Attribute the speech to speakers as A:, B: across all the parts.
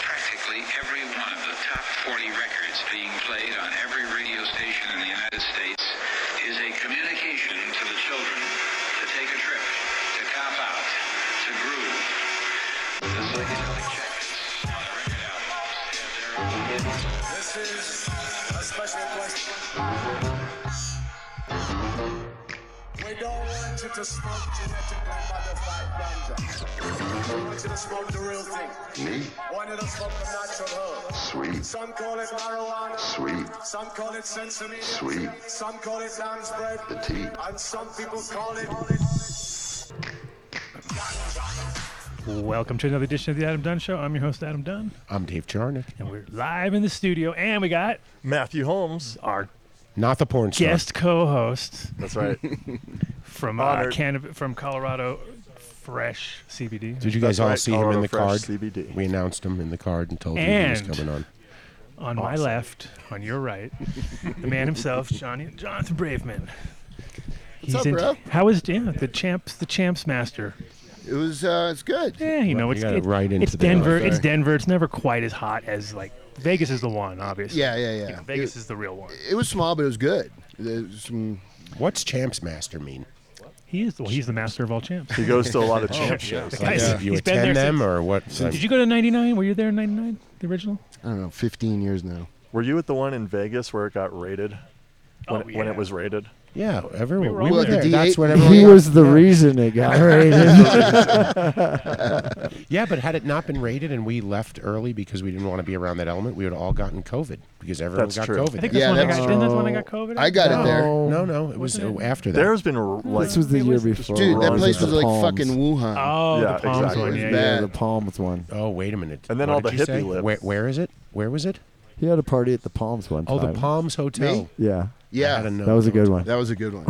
A: virtually every one of the top 40 records being played on every radio station in the United States is a communication to the children to take a trip, to cop out, to groove. The psychedelic jackets on the record albums have their own
B: This is a special question. We don't want you to smoke genetically modified ganja. We want you to smoke the real thing.
C: Me?
B: want you to smoke the natural herb.
C: Sweet.
B: Some call it marijuana.
C: Sweet.
B: Some call it sesame.
C: Sweet.
B: Some call it lamb's bread.
C: The tea.
B: And some people call it.
D: Welcome to another edition of the Adam Dunn Show. I'm your host, Adam Dunn,
E: I'm Dave Charnick.
D: and we're live in the studio. And we got
F: Matthew Holmes.
D: our
E: Not the porn star.
D: guest co-host
F: That's right.
D: from uh,
F: Honored.
D: Canada, from Colorado, Fresh CBD.
E: Did you guys
F: That's
E: all
F: right,
E: see him
F: Colorado
E: in the
F: Fresh
E: card?
F: CBD.
E: We announced him in the card and told him he was
D: And-
E: coming on.
D: on my left, on your right, the man himself, Johnny Jonathan Braveman. He's
G: up, bro?
D: How is yeah, the champs? The champs master.
G: It was uh, it's good.
D: Yeah, you know
E: you
D: it's
E: got it
D: it-
E: right into
D: it's
E: the
D: Denver.
E: mouth
D: It's
E: there.
D: Denver. It's never quite as hot as like Vegas is the one, obviously.
G: Yeah, yeah, yeah.
D: Vegas
G: It,
D: is the real one.
G: it was small, but it was good. There was some-
E: What's Champs Master mean?
D: He is. Well, he's the master of all champs.
F: He goes to a lot of champ shows.
E: Like,
D: Oh, Guys,
E: uh, you
D: he's been there
E: attend them
D: since-
E: or what? Like,
D: Did you go to 99? Were you there in 99? The original?
G: I don't know, 15 years now.
F: Were you at the one in Vegas where it got raided? When,
D: Oh,
F: when
D: yeah.
F: it was raided?
E: yeah, everyone.
D: were
E: We,
D: all
E: were
D: there.
E: there.
G: The
E: That's
G: DA
E: what everyone.
H: He was the reason it got raided.
E: Yeah, but had it not been raided and we left early because we didn't want to be around that element, we would have all gotten COVID because everyone
F: That's
E: got
F: true.
E: COVID.
D: I
E: there.
D: think that's
G: Yeah,
D: when I got.
G: that's-
D: Didn't that's when I got COVID.
G: I got it there.
H: No.
E: no, no, it was
D: Wasn't
E: uh,
D: it-
E: after that.
F: There's been r- like
H: This was the
D: It
H: year
D: was just-
H: before.
G: Dude, that
F: Ron
G: place
F: did
G: was
F: the
G: like
H: Palms.
G: fucking Wuhan.
D: Oh,
F: Yeah,
D: the Palms
F: exactly.
D: one.
G: It was
D: Yeah,
G: bad.
D: yeah.
H: Yeah, the Palms one.
E: oh, wait a minute.
F: And then
E: What
F: all
E: did
F: the
E: you
F: hippie
E: say?
F: lips.
E: Where, where is it? Where was it?
H: He had a party at the Palms one time.
E: Oh, the Palms Hotel.
G: Me?
H: Yeah,
E: I don't
G: yeah,
E: know.
H: that was a good one.
G: that was a good one.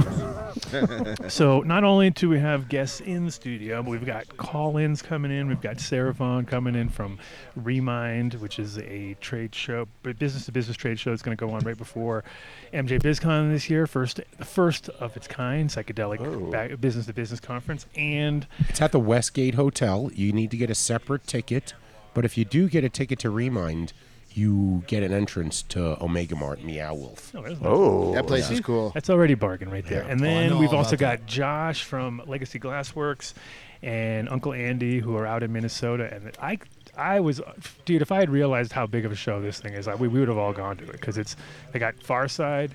D: So not only do we have guests in the studio, but we've got call-ins coming in. We've got Sarah Vaughn coming in from Remind, which is a trade show, but business-to-business trade show that's going to go on right before MJ BizCon this year. First, the first of its kind psychedelic
E: Oh.
D: ba- business-to-business conference. And
E: It's at the Westgate Hotel. You need to get a separate ticket, but if you do get a ticket to Remind, you get an entrance to Omega Mart Meow Wolf.
D: oh, there's no-
F: Oh,
G: That place is cool.
D: That's already a bargain right there. And
I: Oh, I
D: then
I: know
D: we've
I: all
D: also
I: about
D: got Josh from Legacy Glassworks and Uncle Andy who are out in Minnesota. And I, I was, dude, if I had realized how big of a show this thing is, I, we, we would have all gone to it because it's they got Farside,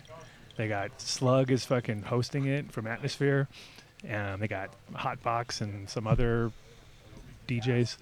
D: they got Slug is fucking hosting it from Atmosphere, and they got Hotbox and some other DJs.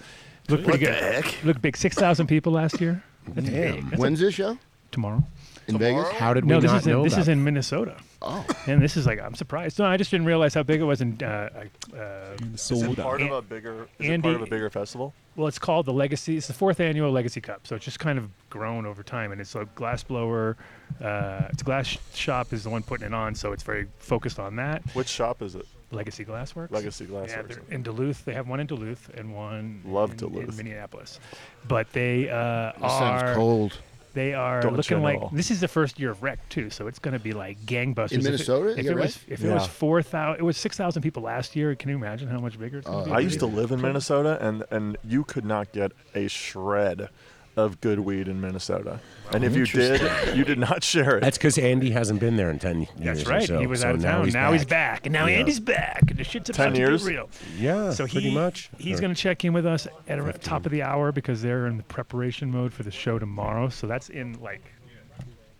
D: Look pretty good. Look big, six thousand people last year. That's big.
E: Damn.
D: That's
G: When's this show?
D: tomorrow.
G: In Vegas?
E: How did
D: No,
E: we
D: this
E: not
D: is in,
E: know
D: this
E: about
D: is in Minnesota.
G: Oh,
D: And this is like I'm surprised. No, I just didn't realize how big it was. And uh, I- uh,
F: is it part of
D: An-
F: a bigger? Is it part of
D: Andy-
F: a bigger festival?
D: well, it's called the Legacy. It's the fourth annual Legacy Cup, so it's just kind of grown over time. And it's a glass blower. Uh, it's glass shop is the one putting it on, so it's very focused on that.
F: Which shop is it?
D: Legacy Glassworks.
F: Legacy Glass.
D: Yeah,
F: Yeah,
D: they're in Duluth. They have one in Duluth and one
F: Love
D: in, in
F: Duluth.
D: Minneapolis. But they uh,
G: this
D: are
G: sounds cold.
D: they are
F: Don't
D: looking
F: you
D: like
F: know.
D: this is the first year of rec too, so it's going to be like gangbusters.
G: In
D: If it-
G: Minnesota?
D: if
G: You
D: it,
G: got
D: was if it was
F: Yeah.
D: four thousand, it was six thousand people last year. Can you imagine how much
E: Uh,
D: bigger it's going to be?
F: I used to live in Minnesota, and and you could not get a shred of good weed in Minnesota. And if you did, you did not share it.
E: That's because Andy hasn't been there in ten years.
D: That's
E: or
D: right.
E: so,
D: he was
E: so
D: out of
E: now
D: town.
E: He's
D: now
E: back.
D: he's back, and now
E: Yeah.
D: Andy's back, and the shit's about
F: 10
D: to
F: years?
D: get real.
E: Yeah,
D: So
E: pretty
D: he,
E: much.
D: he's
E: Or-
D: going to check in with us at the top of the hour because they're in the preparation mode for the show tomorrow. So that's in like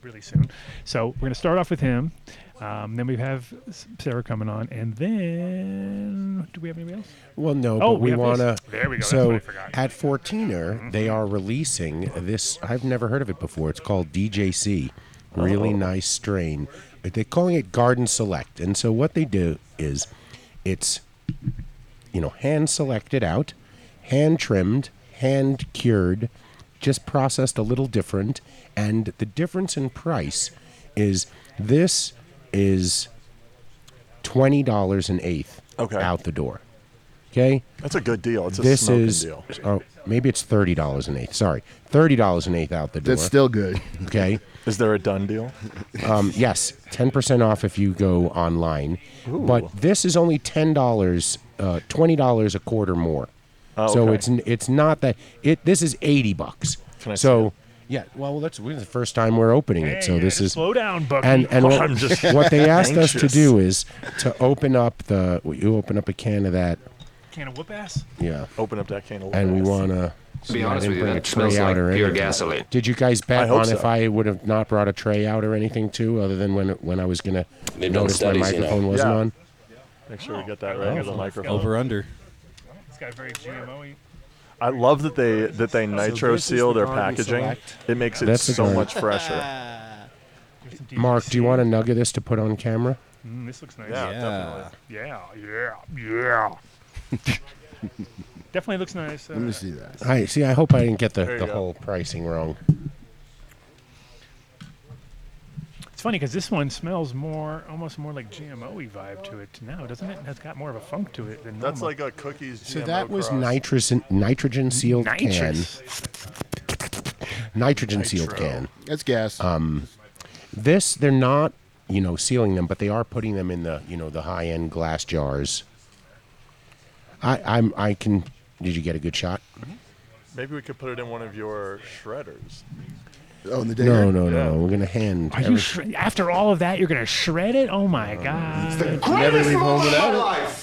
D: really soon. So we're going to start off with him. Um, then we have S- Sarah coming on, and then do we have anybody else?
E: Well, no,
D: Oh,
E: but
D: we
E: we
D: have
E: want to.
D: this. There we go, that's
E: So
D: what I forgot. Mm-hmm.
E: at Fortiner, they are releasing this. I've never heard of it before. It's called DJC. Really
D: Oh.
E: nice strain. But they're calling it Garden Select. And so what they do is it's, you know, hand selected out, hand trimmed, hand cured, just processed a little different. And the difference in price is this is $20 an eighth
F: Okay.
E: out the door. Okay,
F: That's a good deal. It's a
E: this
F: smoking
E: is
F: deal.
E: oh maybe it's thirty dollars an eighth. Sorry, thirty dollars an eighth out the door.
G: That's still good.
E: okay.
F: Is there a done deal?
E: Um, yes, ten percent off if you go online. But this is only ten dollars, uh, twenty dollars a quarter more.
F: Oh,
E: So
F: okay.
E: it's n- it's not that it. This is eighty bucks.
F: Can I
E: So, yeah. Well, that's this is the first time we're opening it. So
D: Hey,
E: this is
D: slow down, Bucky.
E: and and what,
F: I'm just
E: what they asked us to
F: anxious.
E: do is to open up the you open up a can of that
D: can of whoop ass.
E: yeah,
F: open up that can of
E: and we
F: gas?
E: want to.
C: be honest with you, that
E: tray
C: smells
E: out
C: like
E: or
C: pure
E: anything.
C: gasoline.
E: Did you guys bet
F: I hope
E: on
F: so.
E: if I would have not brought a tray out or anything too, other than when when I was gonna
C: They don't
E: notice my
C: studies, you know.
E: microphone wasn't
F: Yeah.
E: on? Oh.
F: Make sure we get that
D: Oh,
F: right with the microphone.
I: Over under.
D: It's got very GMO.
F: I love that they that they nitro
I: this is
F: seal
I: the
F: their
I: garden
F: packaging.
I: select.
F: It makes it
E: That's the
F: so
E: garden.
F: much fresher.
E: Mark, do you want a nug of this to put on camera?
D: Mm, this looks nice.
F: Yeah,
I: Yeah.
D: yeah, yeah. yeah. Definitely looks nice.
G: Let
D: uh,
G: me see that.
E: I see. I hope I didn't get the,
F: There you
E: the
F: go.
E: whole pricing wrong.
D: It's funny because this one smells more, almost more like GMO-y vibe to it now, doesn't it? It's got more of a funk to it than
F: That's
D: normal.
F: like a cookies.
E: So
F: GMO
E: that was
F: cross.
E: nitrogen nitrogen sealed
D: nitrous.
E: can. Nitrogen sealed
F: Nitro.
E: can. Um,
G: That's gas.
E: This they're not you know sealing them, but they are putting them in the you know the high end glass jars. I I'm I can. Did you get a good shot?
F: Maybe we could put it in one of your shredders.
G: oh, in the day.
E: No, no, no. We're gonna hand.
D: Are you shred- after all of that, you're gonna shred it? Oh my god!
G: Never leave home without it.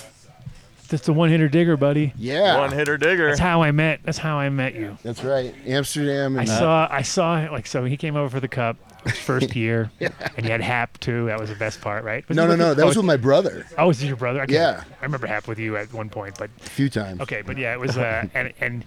D: That's the one-hitter digger, buddy.
G: Yeah.
F: One hitter digger.
D: That's how I met. That's how I met you.
G: That's right. Amsterdam
D: I
G: and uh,
D: saw. I saw. Like so, he came over for the cup his first year, and he had Hap too. That was the best part, right? Was
G: No,
D: he
G: no,
D: with
G: no.
D: you?
G: That
D: oh,
G: was with my brother
D: Oh, is it your brother? I can't-
G: Yeah.
D: I remember Hap with you at one point, but
G: a few times.
D: Okay, but yeah, it was uh, and and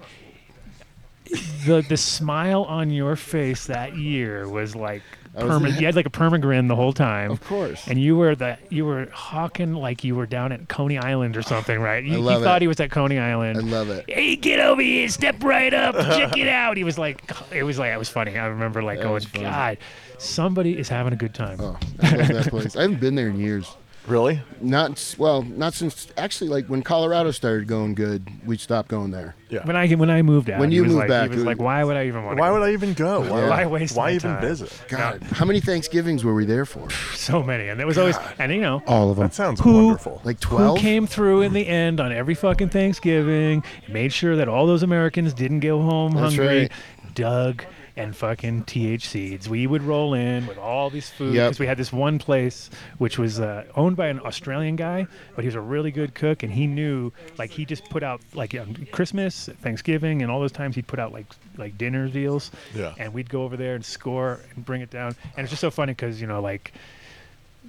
D: the the smile on your face that year was like
G: was-
D: perma- you had like a permagrin the whole time.
G: Of course.
D: And you were the you were hawking like you were down at Coney Island or something, right? You, you
G: love
D: thought
G: it.
D: he was at Coney Island.
G: I love it.
D: Hey, get over here! Step right up! Check it out! He was like, it was like, it was funny. I remember like going,
G: was funny.
D: God, somebody is having a good time.
G: Oh, I love that place. I haven't been there in years.
F: Really?
G: Not s- well, not since actually like when Colorado started going good, we stopped going there.
F: Yeah.
D: When I when I moved out,
G: When
D: he
G: you
D: was
G: moved
D: like,
G: back,
D: he was
G: it
D: like,
G: was-
D: why would I even want?
F: Why would I even go? Why,
D: Why waste
F: why
D: my
F: even
D: time?
F: visit?
G: God, how many Thanksgivings were we there for?
D: so many? And there was always, and you know,
E: all of them.
F: That sounds
D: Who-
F: wonderful.
G: Like
D: who
G: twelve.
D: came through in the end on every fucking Thanksgiving, made sure that all those Americans didn't go home
G: That's
D: hungry.
G: right.
D: Doug and fucking TH Seeds. We would roll in with all these food
G: Yep.
D: because we had this one place which was uh, owned by an Australian guy, but he was a really good cook and he knew like he just put out like on Christmas, Thanksgiving, and all those times he'd put out like like dinner deals.
F: Yeah.
D: And we'd go over there and score and bring it down. And it's just so funny because you know like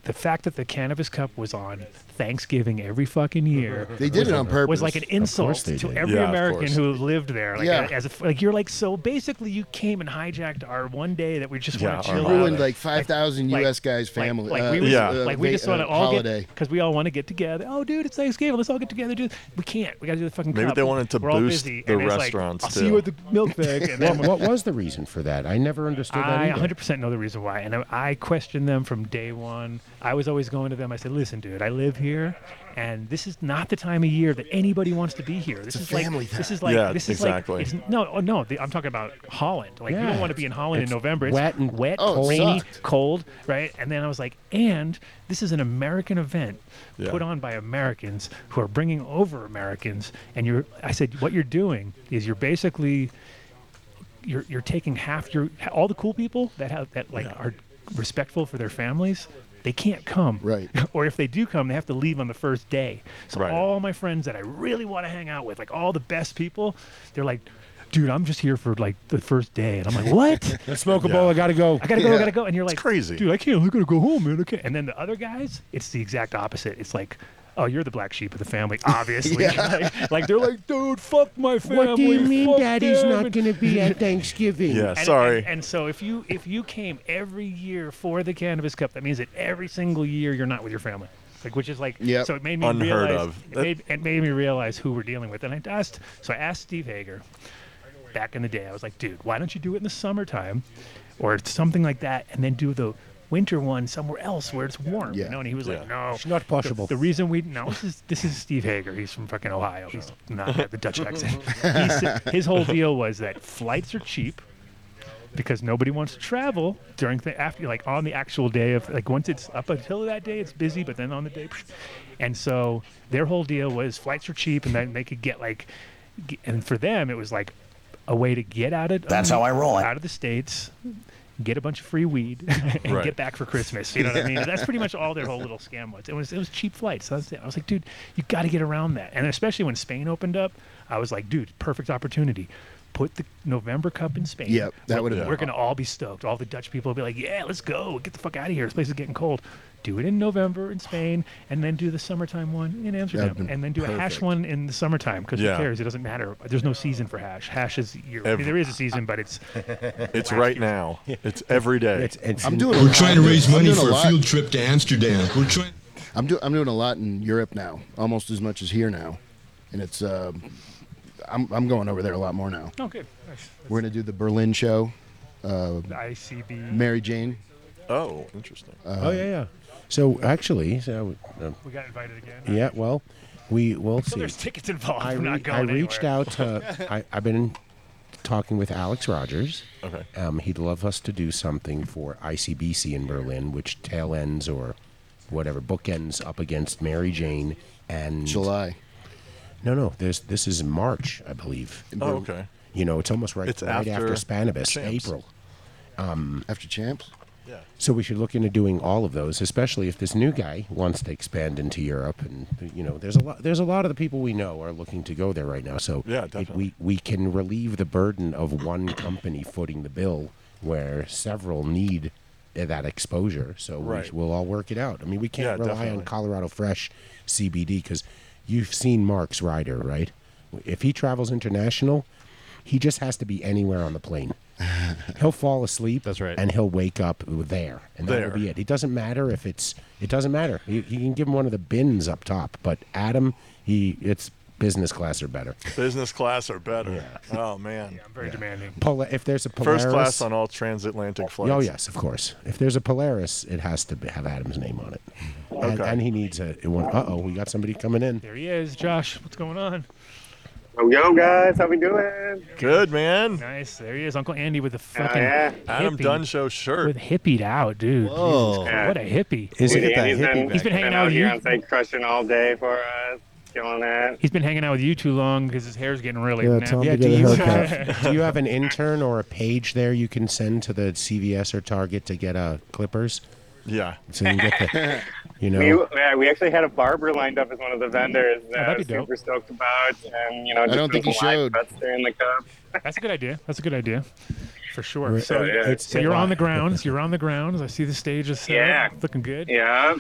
D: the fact that the cannabis cup was on Thanksgiving every fucking year
G: They did it on purpose.
D: was like an insult
E: course they
D: to
E: did.
D: every
F: Yeah, of
D: American
F: course.
D: who lived there. Like,
G: Yeah.
D: as if, like you're like so basically you came and hijacked our one day that we just
F: Yeah,
D: want
F: our
D: to chill
G: ruined
D: out.
G: like five thousand
D: like-
G: U.S. guys'
D: Like-
G: family.
D: like,
G: uh,
D: we, were just-
F: Yeah.
D: like we
G: va-
D: just want to
G: uh,
D: all
G: holiday.
D: get because we all want to get together. Oh, dude, it's Thanksgiving. Let's all get together. Dude, we can't. We got to do the fucking.
F: Maybe
D: cup.
F: they wanted to
D: We're all
F: boost
D: busy.
F: the
D: And it's like,
F: restaurants,
D: I'll see you
F: too.
D: at the milk bag. And then
E: What was the reason for that? I never understood that
D: I
E: either.
D: 100% know the reason why. And I, I questioned them from day one. I was always going to them. I said, listen, dude, I live here. And this is not the time of year that anybody wants to be here. This is
G: family
D: like
G: time.
D: this is like
F: Yeah,
D: this is
F: exactly.
D: like it's, no, oh, no. The, I'm talking about Holland. Like you don't
E: Yeah.
D: want to be in Holland
E: It's
D: in November. It's
E: wet and
D: wet,
G: Oh, it
D: rainy,
G: sucked.
D: cold, right? And then I was like, and this is an American event
F: Yeah.
D: put on by Americans who are bringing over Americans. And you're, I said, what you're doing is you're basically you're you're taking half your all the cool people that have that like are respectful for their families. They can't come,
G: Right.
D: or if they do come, they have to leave on the first day. So
F: Right.
D: all my friends that I really want to hang out with, like all the best people, they're like, "Dude, I'm just here for like the first day," and I'm like, "What?
E: Let's smoke a bowl. I gotta go.
D: I gotta go, I
G: Yeah.
D: gotta go," and you're like,
F: crazy.
D: dude. I can't. I gotta go home, man. I can't." And then the other guys, it's the exact opposite. It's like. Oh, you're the black sheep of the family, obviously. like, like, they're like, dude, fuck my family.
E: What do you mean
D: fuck
E: daddy's
D: them,"
E: not
D: and-
E: going to be at Thanksgiving?
F: yeah,
D: and,
F: sorry.
D: And, and so if you if you came every year for the Cannabis Cup, that means that every single year you're not with your family. Like which is like
G: Yep.
D: so it made me
F: Unheard
D: realize
F: of.
D: It,
F: That-
D: made, it made me realize who we're dealing with. And I asked so I asked Steve Hager back in the day. I was like, dude, why don't you do it in the summertime or something like that and then do the winter one somewhere else where it's warm. You
G: Yeah.
D: know? And he was like,
F: Yeah.
D: No.
E: It's not possible.
D: The reason we no, this is this is Steve Hager. He's from fucking Ohio. He's not got the Dutch accent. He said- his whole deal was that flights are cheap because nobody wants to travel during the after like on the actual day of like once it's up until that day it's busy, but then on the day, psh. and so their whole deal was flights are cheap and then they could get like, g- and for them it was like a way to get out of
C: That's how I roll.
D: out of the states, get a bunch of free weed, and
F: Right.
D: get back for Christmas. You know what I mean? That's pretty much all their whole little scam was. It was it was cheap flights. That's it. I was like, dude, you got to get around that. And especially when Spain opened up, I was like, dude, perfect opportunity. Put the November Cup in Spain.
G: Yep, that
D: We're-
G: would've been
D: We're gonna all be stoked. All the Dutch people will be like, yeah, let's go. Get the fuck out of here. This place is getting cold. Do it in November in Spain, and then do the summertime one in Amsterdam,
G: been
D: and then do a hash
G: perfect.
D: one in the summertime because
F: Yeah.
D: who cares? It doesn't matter. There's no season for hash. Hash is year.
F: Every-
D: there is a season, but it's
F: It's right now. It's every day.
E: It's, it's
G: I'm doing.
I: We're trying to raise
G: I'm
I: money
G: doing
I: for a
G: lot.
I: field trip to Amsterdam. We're trying.
G: I'm doing I'm doing a lot in Europe now, almost as much as here now, and it's um I'm I'm going over there a lot more now.
D: Oh, good. Nice.
G: We're gonna do the Berlin show, uh,
D: The ICB.
G: Mary Jane.
F: oh, interesting.
E: oh yeah yeah. So actually, so um,
D: we got invited again.
E: yeah. Well, we will
D: So
E: see.
D: there's tickets involved.
E: I,
D: We're
E: re-
D: not
E: I
D: going
E: reached
D: anywhere.
E: out. To, I, I've been talking with Alex Rogers.
F: Okay.
E: Um, he'd love us to do something for ICBC in Berlin, which tail ends or whatever bookends up against Mary Jane and
G: July.
E: No, no. This this is March, I believe.
F: Oh, okay.
E: You know, it's almost right,
F: It's
E: right after,
F: after
E: Spanibus,
F: Champs.
E: April. Um,
G: After Champs,
F: Yeah.
E: So we should look into doing all of those, especially if this new guy wants to expand into Europe. And you know, there's a lot. There's a lot of the people we know are looking to go there right now. So
F: Yeah,
E: it-
F: definitely.
E: we we can relieve the burden of one company footing the bill, where several need that exposure. So
F: Right.
E: we, we'll all work it out. I mean, we can't
F: Yeah,
E: rely
F: definitely.
E: on Colorado Fresh CBD because you've seen Mark's rider, right? If he travels international, he just has to be anywhere on the plane. He'll fall asleep.
J: That's right.
E: And he'll wake up there, and that'll
F: There.
E: be it. It doesn't matter if it's. It doesn't matter. You, you can give him one of the bins up top, but Adam, he it's business class or better.
F: Business class or better. Oh man.
D: I'm very demanding.
E: Pol- if there's a Polaris,
F: First class on all transatlantic flights.
E: Oh yes, of course. If there's a Polaris, it has to be, have Adam's name on it. And,
F: Mm-hmm. Okay.
E: and he needs a. Uh oh, we got somebody coming in.
D: There he is, Josh. What's going on?
K: Yo, yo, guys, how we doing?
F: Good man.
D: Nice. There he is, Uncle Andy with a fucking
K: Oh, yeah.
F: Adam
D: hippie-
F: Dunshow shirt.
D: with hippied out, dude. Jesus
J: Whoa.
D: Christ, what a hippie.
E: Is
K: Dude,
E: it
K: Andy's been,
D: He's been hanging
K: out
D: out with
K: here
D: you.
K: on Site Crushing all day for us, killing that.
D: He's been hanging out with you too long because his hair's getting really
H: Yeah,
D: nappy.
H: tell him
E: Yeah,
H: to get
E: do
H: a
E: you,
H: haircut.
E: have, do you have an intern or a page there you can send to the CVS or Target to get uh, clippers?
F: Yeah.
E: So you can get the, you know.
K: We, yeah, we actually had a barber lined up as one of the vendors that I
D: that'd
K: was
D: be dope.
K: super stoked about. And, you know, just
G: don't think
K: some
G: he
K: live
G: showed.
K: butts there in the cup.
D: That's a good idea. That's a good idea. For sure.
E: Right.
D: So,
K: Oh, Yeah.
E: It's-
D: so you're on the grounds. You're on the grounds. I see the stage is set
K: Yeah.
D: up, looking good.
K: Yeah.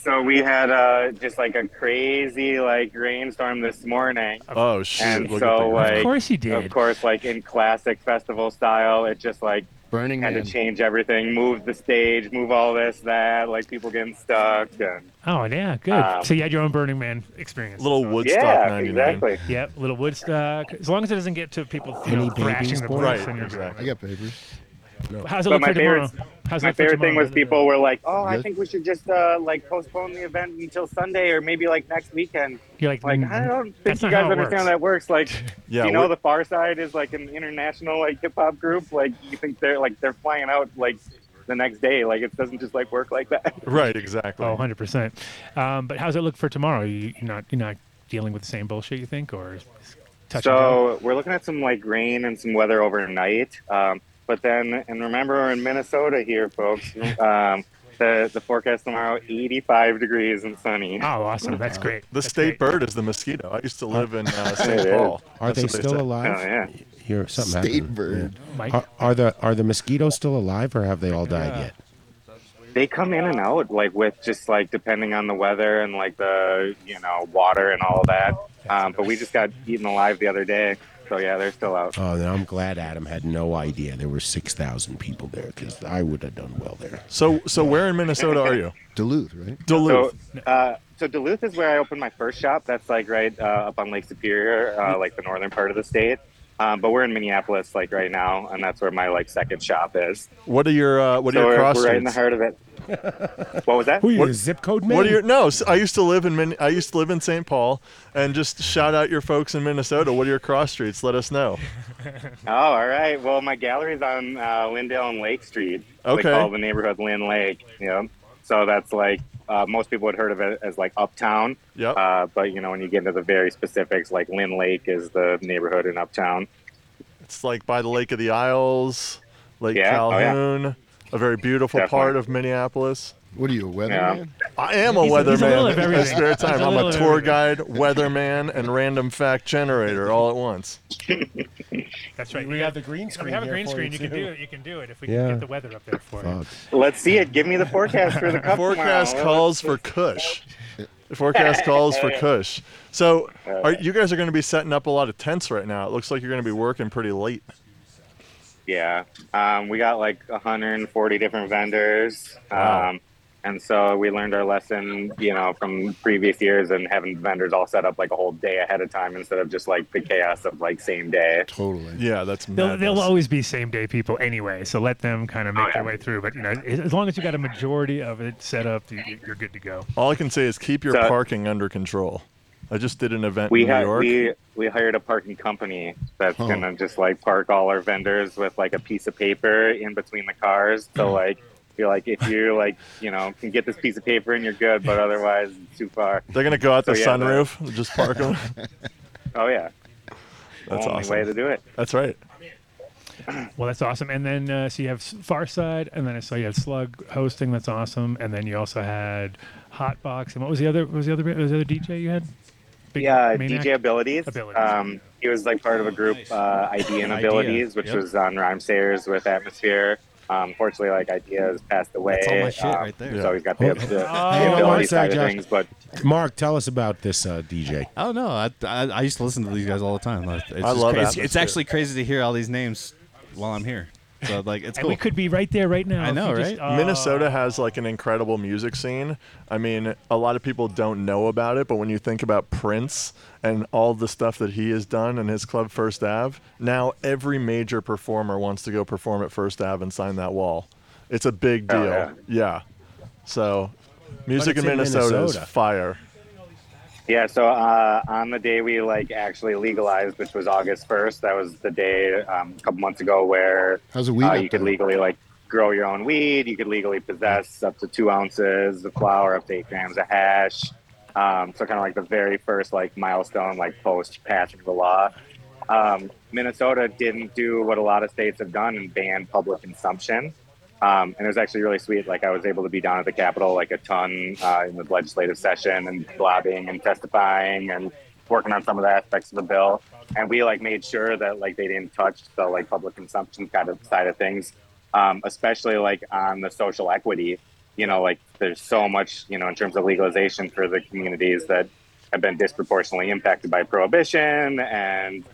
K: So we had uh, just like a crazy like rainstorm this morning.
F: Oh shit.
K: And
F: look
K: so,
F: at
K: like,
D: Of course you did.
K: Of course, like in classic festival style, it just like
G: Burning
K: had to
G: Man.
K: change everything, move the stage, move all this, that, like people getting stuck. And,
D: Oh yeah, good.
K: Um,
D: so you had your own Burning Man experience.
F: that. little Woodstock
K: yeah,
F: 99.
K: exactly.
D: Yep, little Woodstock. As long as it doesn't get to people you know,
E: Any
D: thrashing
E: babies
D: the
E: born?
D: place,
F: Right,
D: then you're
F: exactly.
G: I got papers.
D: good. How's it
K: But
D: look
K: my
D: for tomorrow?
K: favorite-
D: How's it
K: My
D: look for
K: favorite thing
D: tomorrow?
K: was people were like, "Oh, I
G: Yes.
K: think we should just uh, like postpone the event until Sunday or maybe like next weekend."
D: You're like,
K: Like,
D: mm,
K: I don't think
D: that's
K: you
D: not how
K: guys
D: it
K: understand
D: works.
K: how that works. Like,
F: Yeah,
K: do you know
F: we-
K: the Far Side is like an international like hip hop group. Like, you think they're like they're flying out like the next day. Like, it doesn't just like work like that.
F: Right. Exactly.
D: Oh, 100 percent. Um, but how's it look for tomorrow? You, you're not you're not dealing with the same bullshit, you think, or is- is touch and
K: So we're looking at some like rain and some weather overnight. Um, but then, and remember, we're in Minnesota here, folks. Um, the the forecast tomorrow 85 degrees and sunny.
D: go? Oh, awesome. That's great.
F: The
D: That's
F: state
D: great.
F: bird is the mosquito. I used to live in uh, St.
K: It
F: Paul.
E: Are
F: That's
E: they
F: what
E: still
F: say.
K: Oh
E: alive?
K: yeah.
E: You're something
G: State
E: happened.
G: bird.
D: Oh, Mike,
E: Are, are the are the mosquitoes still alive or have they all died yet?
K: They come in and out, like with just like depending on the weather and like the you know water and all that. Um, but we just got eaten alive the other day, so yeah, they're still out.
E: Oh, no, I'm glad Adam had no idea there were six thousand people there because I would have done well there.
F: So, so where in Minnesota are you?
G: Duluth, right?
K: So,
F: Duluth.
K: uh, so Duluth is where I opened my first shop. That's like right uh, up on Lake Superior, uh, like the northern part of the state. Um, but we're in Minneapolis, like right now, and that's where my like second shop is.
F: what are your uh, What are
K: so
F: your
K: we're,
F: cross
K: we're right in the
F: streets?
K: heart of it. What was that?
E: Who are you,
F: What-
E: a zip code man?
F: What are your no? s- I used to live in Min, I used to live in St. Paul, and just shout out your folks in Minnesota. What are your cross streets? Let us know.
K: Oh, all right. Well, my gallery's on uh, Lindale and Lake Street.
F: Okay.
K: They call the neighborhood Lynn Lake. Yeah. So that's like uh, most people would heard of it as like uptown.
F: Yep.
K: Uh, but you know, when you get into the very specifics, like Lynn Lake is the neighborhood in uptown.
F: It's It's like by the Lake of the Isles, Lake
K: Yeah, oh, yeah.
F: Calhoun, a very beautiful
K: Definitely.
F: part of Minneapolis.
G: What are you, a
K: Yeah.
G: weatherman?
F: I am a
D: He's a- he's a little
F: weatherman
D: of
F: in my
D: everything.
F: spare
D: He's a
F: time. I'm
D: little
F: a
D: of
F: tour
D: everything.
F: guide, weatherman, and random fact generator all at once.
D: That's right.
E: We
D: You
E: have
D: got-
E: the green
D: We
E: screen
D: have a
E: here
D: green
E: for
D: screen.
E: you,
D: You can
E: too.
D: do it. You can do it if we
E: Yeah.
D: can get the weather up there for you.
E: Fuck.
K: Let's see it. Give me the forecast for the cup
F: Forecast
K: tomorrow.
F: calls for Kush. The forecast calls for Kush. So, are, you guys are going to be setting up a lot of tents right now. It looks like you're going to be working pretty late.
K: Yeah. Um, we got like 140 different vendors.
F: Wow.
K: Um, and so we learned our lesson, you know, from previous years and having vendors all set up like a whole day ahead of time instead of just like the chaos of like same day.
G: Totally.
F: Yeah, that's
D: They'll, they'll
F: madness.
D: always be same day people anyway, so let them kind of make their way through. But you know, as as long as you got a majority of it set up, you, you- you're good to go.
F: All I can say is keep your
K: So-
F: parking under control. I just did an event
K: We
F: in New
K: had
F: York.
K: we we hired a parking company that's
G: Huh.
K: gonna just like park all our vendors with like a piece of paper in between the cars. So
F: Hmm.
K: like you're like if you're like you know can get this piece of paper and you're good, but otherwise it's too far.
F: They're gonna go out
K: So,
F: the
K: yeah, the-
F: sunroof, and just park them.
K: Oh yeah,
F: That's
K: only
F: awesome.
K: way to do it.
F: That's right.
D: Well, that's awesome. And then uh, so you have S- Far Side, and then I saw you had Slug hosting. That's awesome. And then you also had Hotbox, and what was the other? What was the other? What was the other DJ you had? Big
K: Yeah,
D: Maniac?
K: DJ Abilities.
D: Abilities.
K: Um, he was like part of a
C: Oh,
K: group, uh, Idea and
E: Idea,
K: Abilities, which
E: yep.
K: was on Rhymesayers with Atmosphere. Um, fortunately, like Idea has passed away.
C: That's all my shit
K: um,
C: right there.
K: So he's got the,
E: Oh.
K: the, the
E: on one
K: ability
E: side,
K: side of
E: Josh.
K: things, but
E: Mark, tell us about this uh, DJ.
C: I don't know. Oh, I, I, I used to listen to these guys all the time. Like, It's
F: I
C: just
F: love
C: crazy. It's, it's
F: Atmosphere.
C: actually crazy to hear all these names while I'm here. So like, it's
D: And
C: cool.
D: we could be right there right now.
C: I
D: if
C: know,
D: you
C: right?
D: uh,
F: Minnesota has like an incredible music scene. I mean, a lot of people don't know about it, but when you think about Prince and all the stuff that he has done and his club First Ave, now every major performer wants to go perform at First Ave and sign that wall. It's a big deal.
K: Oh, yeah.
F: yeah. So, music
E: it's
F: in
E: in
F: Minnesota,
E: Minnesota.
F: is fire.
K: Yeah, so uh, on the day we like actually legalized, which was August first, that was the day um, a couple months ago where
G: How's the weed
K: uh,
G: up
K: you could
G: there?
K: legally like grow your own weed. You could legally possess up to two ounces of flour, up to eight grams of hash. Um, so kind of like the very first like milestone, like post passing the law. Um, Minnesota didn't do what a lot of states have done and ban public consumption. Um, and it was actually really sweet. Like I was able to be down at the Capitol like a ton uh, in the legislative session and lobbying and testifying and working on some of the aspects of the bill. And we like made sure that like they didn't touch the like public consumption kind of side of things, um, especially like on the social equity. You know, like there's so much you know in terms of legalization for the communities that have been disproportionately impacted by prohibition and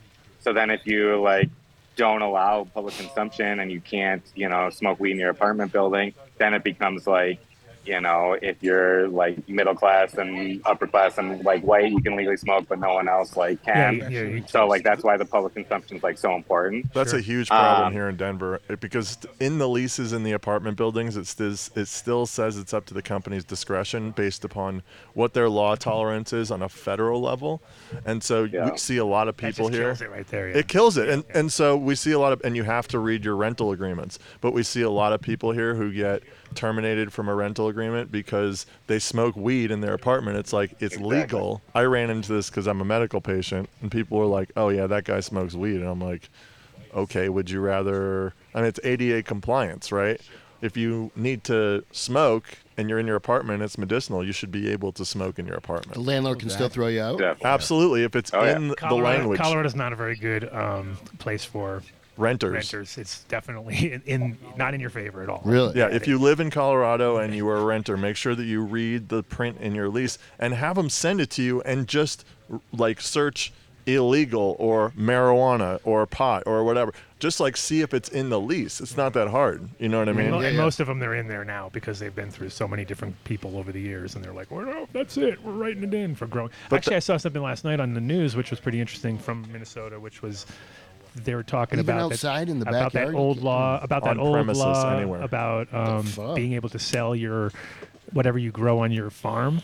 K: so then if you like don't allow public consumption and you can't, you know, smoke weed in your apartment building, then it becomes like, you know, if you're like middle class and upper class and like white, you can legally smoke, but no one else like
D: Yeah,
K: can.
D: yeah, you-
K: So like that's why the public consumption is like so important.
F: That's a huge problem
K: Um,
F: here in Denver it- because t- in the leases in the apartment buildings, it still it still says it's up to the company's discretion based upon what their law tolerance is on a federal level, and so
K: Yeah.
F: you see a lot of
D: that
F: people
D: just
F: here.
D: kills it right there. Yeah.
F: It kills it, and and so we see a lot of, and you have to read your rental agreements. But we see a lot of people here who get terminated from a rental agreement because they smoke weed in their apartment. It's like it's legal. I ran into this because I'm a medical patient, and people were like, "Oh yeah, that guy smokes weed," and I'm like, "Okay, would you rather?" I mean, it's ADA compliance, right? If you need to smoke and you're in your apartment, it's medicinal. You should be able to smoke in your
G: The
F: apartment.
G: landlord can still throw you out.
K: Yeah.
F: Absolutely, if it's
K: Oh, yeah.
F: in the
D: Colorado,
F: language,
D: Colorado's not a very good um, place for renters. It's definitely in, in not in your favor at all.
G: Really?
F: Yeah, if you live in Colorado and you are a renter, make sure that you read the print in your lease and have them send it to you and just r- like search illegal or marijuana or pot or whatever. Just like see if it's in the lease. It's not that hard. You know what I mean?
D: Mo- and
G: yeah.
D: most of them they're in there now because they've been through so many different people over the years, and they're like, "Well, no, that's it. We're writing it in for growing." Actually, I saw something last night on the news which was pretty interesting from Minnesota, which was they were talking
G: Even
D: about that-
G: outside in the
D: about
G: backyard,
D: that
G: you
D: old
G: can't-
D: law about that
F: On
D: old
F: premises,
D: law
F: anywhere.
D: about um,
G: fuck?
D: being able to sell your whatever you grow on your farm.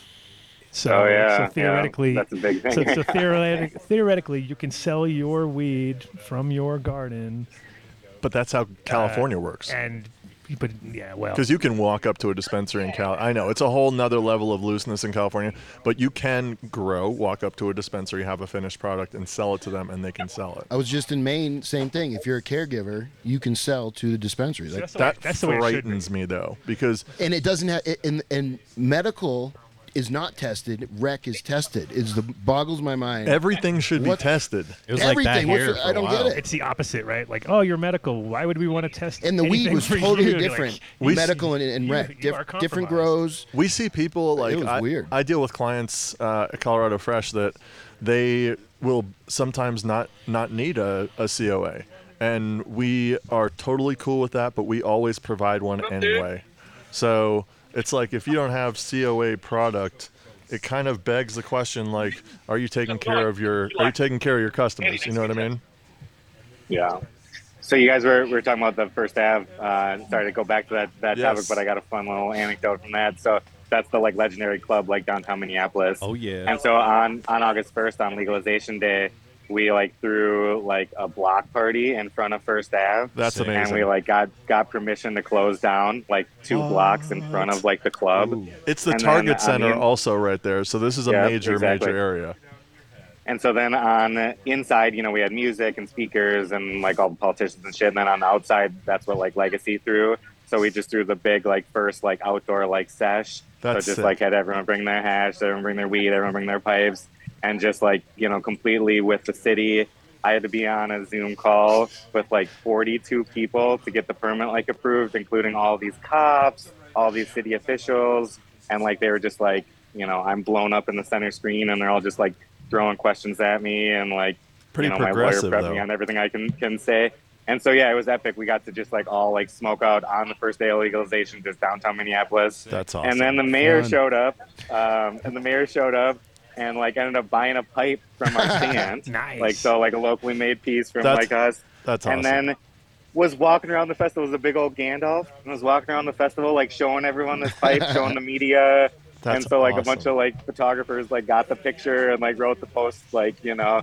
D: So,
K: Oh, yeah, yeah.
D: so theoretically,
K: That's a big
D: So,
K: thing.
D: so theoretic, theoretically, you can sell your weed from your garden Uh,
F: But that's how California works.
D: and but yeah, well,
F: Because you can walk up to a dispensary in Cal. I know it's a whole nother level of looseness in California, but you can grow, walk up to a dispensary, have a finished product, and sell it to them, and they can sell it.
G: I was just in Maine. Same thing. If you're a caregiver, you can sell to the dispensary. Like,
D: that's the way-
F: That
D: that's the way it should be.
F: frightens me though, because
G: and it doesn't have it- and and medical is not tested. Rec is tested. It's the boggles my mind.
F: everything should be
G: What-
F: tested.
C: It was like that
G: Everything. What's
C: here.
G: the-
C: for
G: I
C: a
G: don't
C: while.
G: get it.
D: it's the opposite, right? Like, oh, you're medical. Why would we want to test?
G: And the weed
D: anything
G: was
D: for
G: totally
D: you? Like,
G: different.
D: you-
G: medical and, and rec,
D: you- you
G: Dif-
D: are
G: different
D: compromised.
G: grows.
F: We see people like
G: was
F: I,
G: weird.
F: I deal with clients uh, at Colorado Fresh that they will sometimes not not need a, a COA, and we are totally cool with that. But we always provide one anyway. So it's like if you don't have COA product, it kind of begs the question like, are you taking care of your are you taking care of your customers? You know what I mean?
K: Yeah. So you guys were, we were talking about the first half. Uh, sorry to go back to that, that
F: Yes.
K: topic, but I got a fun little anecdote from that. So that's the like legendary club like downtown Minneapolis.
C: Oh yeah.
K: And so on on August first, on legalization day, we like threw like a block party in front of First Ave.
F: That's
C: Sick.
K: And
F: amazing.
K: we like got got permission to close down like two blocks in front of like the club.
F: It's the
K: And then,
F: Target
K: I
F: Center
K: mean-
F: also right there. So this is a
K: Yep,
F: major
K: exactly.
F: major area.
K: And so then on the inside, you know, we had music and speakers and like all the politicians and shit. And then on the outside, that's what like Legacy threw. So we just threw the big like first like outdoor like sesh.
F: That's
K: so just
F: sick.
K: like had everyone bring their hash, everyone bring their weed, everyone bring their pipes, and just like you know completely with the city. I had to be on a Zoom call with like 42 people to get the permit like approved, including all these cops, all these city officials, and like they were just like, you know, I'm blown up in the center screen, and they're all just like throwing questions at me and like
F: Pretty
K: you know,
F: progressive,
K: my lawyer prepped me
F: though.
K: on everything I can can say. And so yeah, it was epic. We got to just like all like smoke out on the first day of legalization, just downtown Minneapolis.
F: That's awesome.
K: And then the mayor
G: Fun.
K: showed up, um, and the mayor showed up, and like ended up buying a pipe from our stand,
D: Nice.
K: like so like a locally made piece from
F: That's-
K: like us.
F: That's awesome.
K: and then was walking around the festival it was a big old Gandalf, and was walking around the festival like showing everyone this pipe, showing the media,
F: That's
K: and so like a
F: awesome.
K: bunch of like photographers like got the picture and like wrote the post like you know.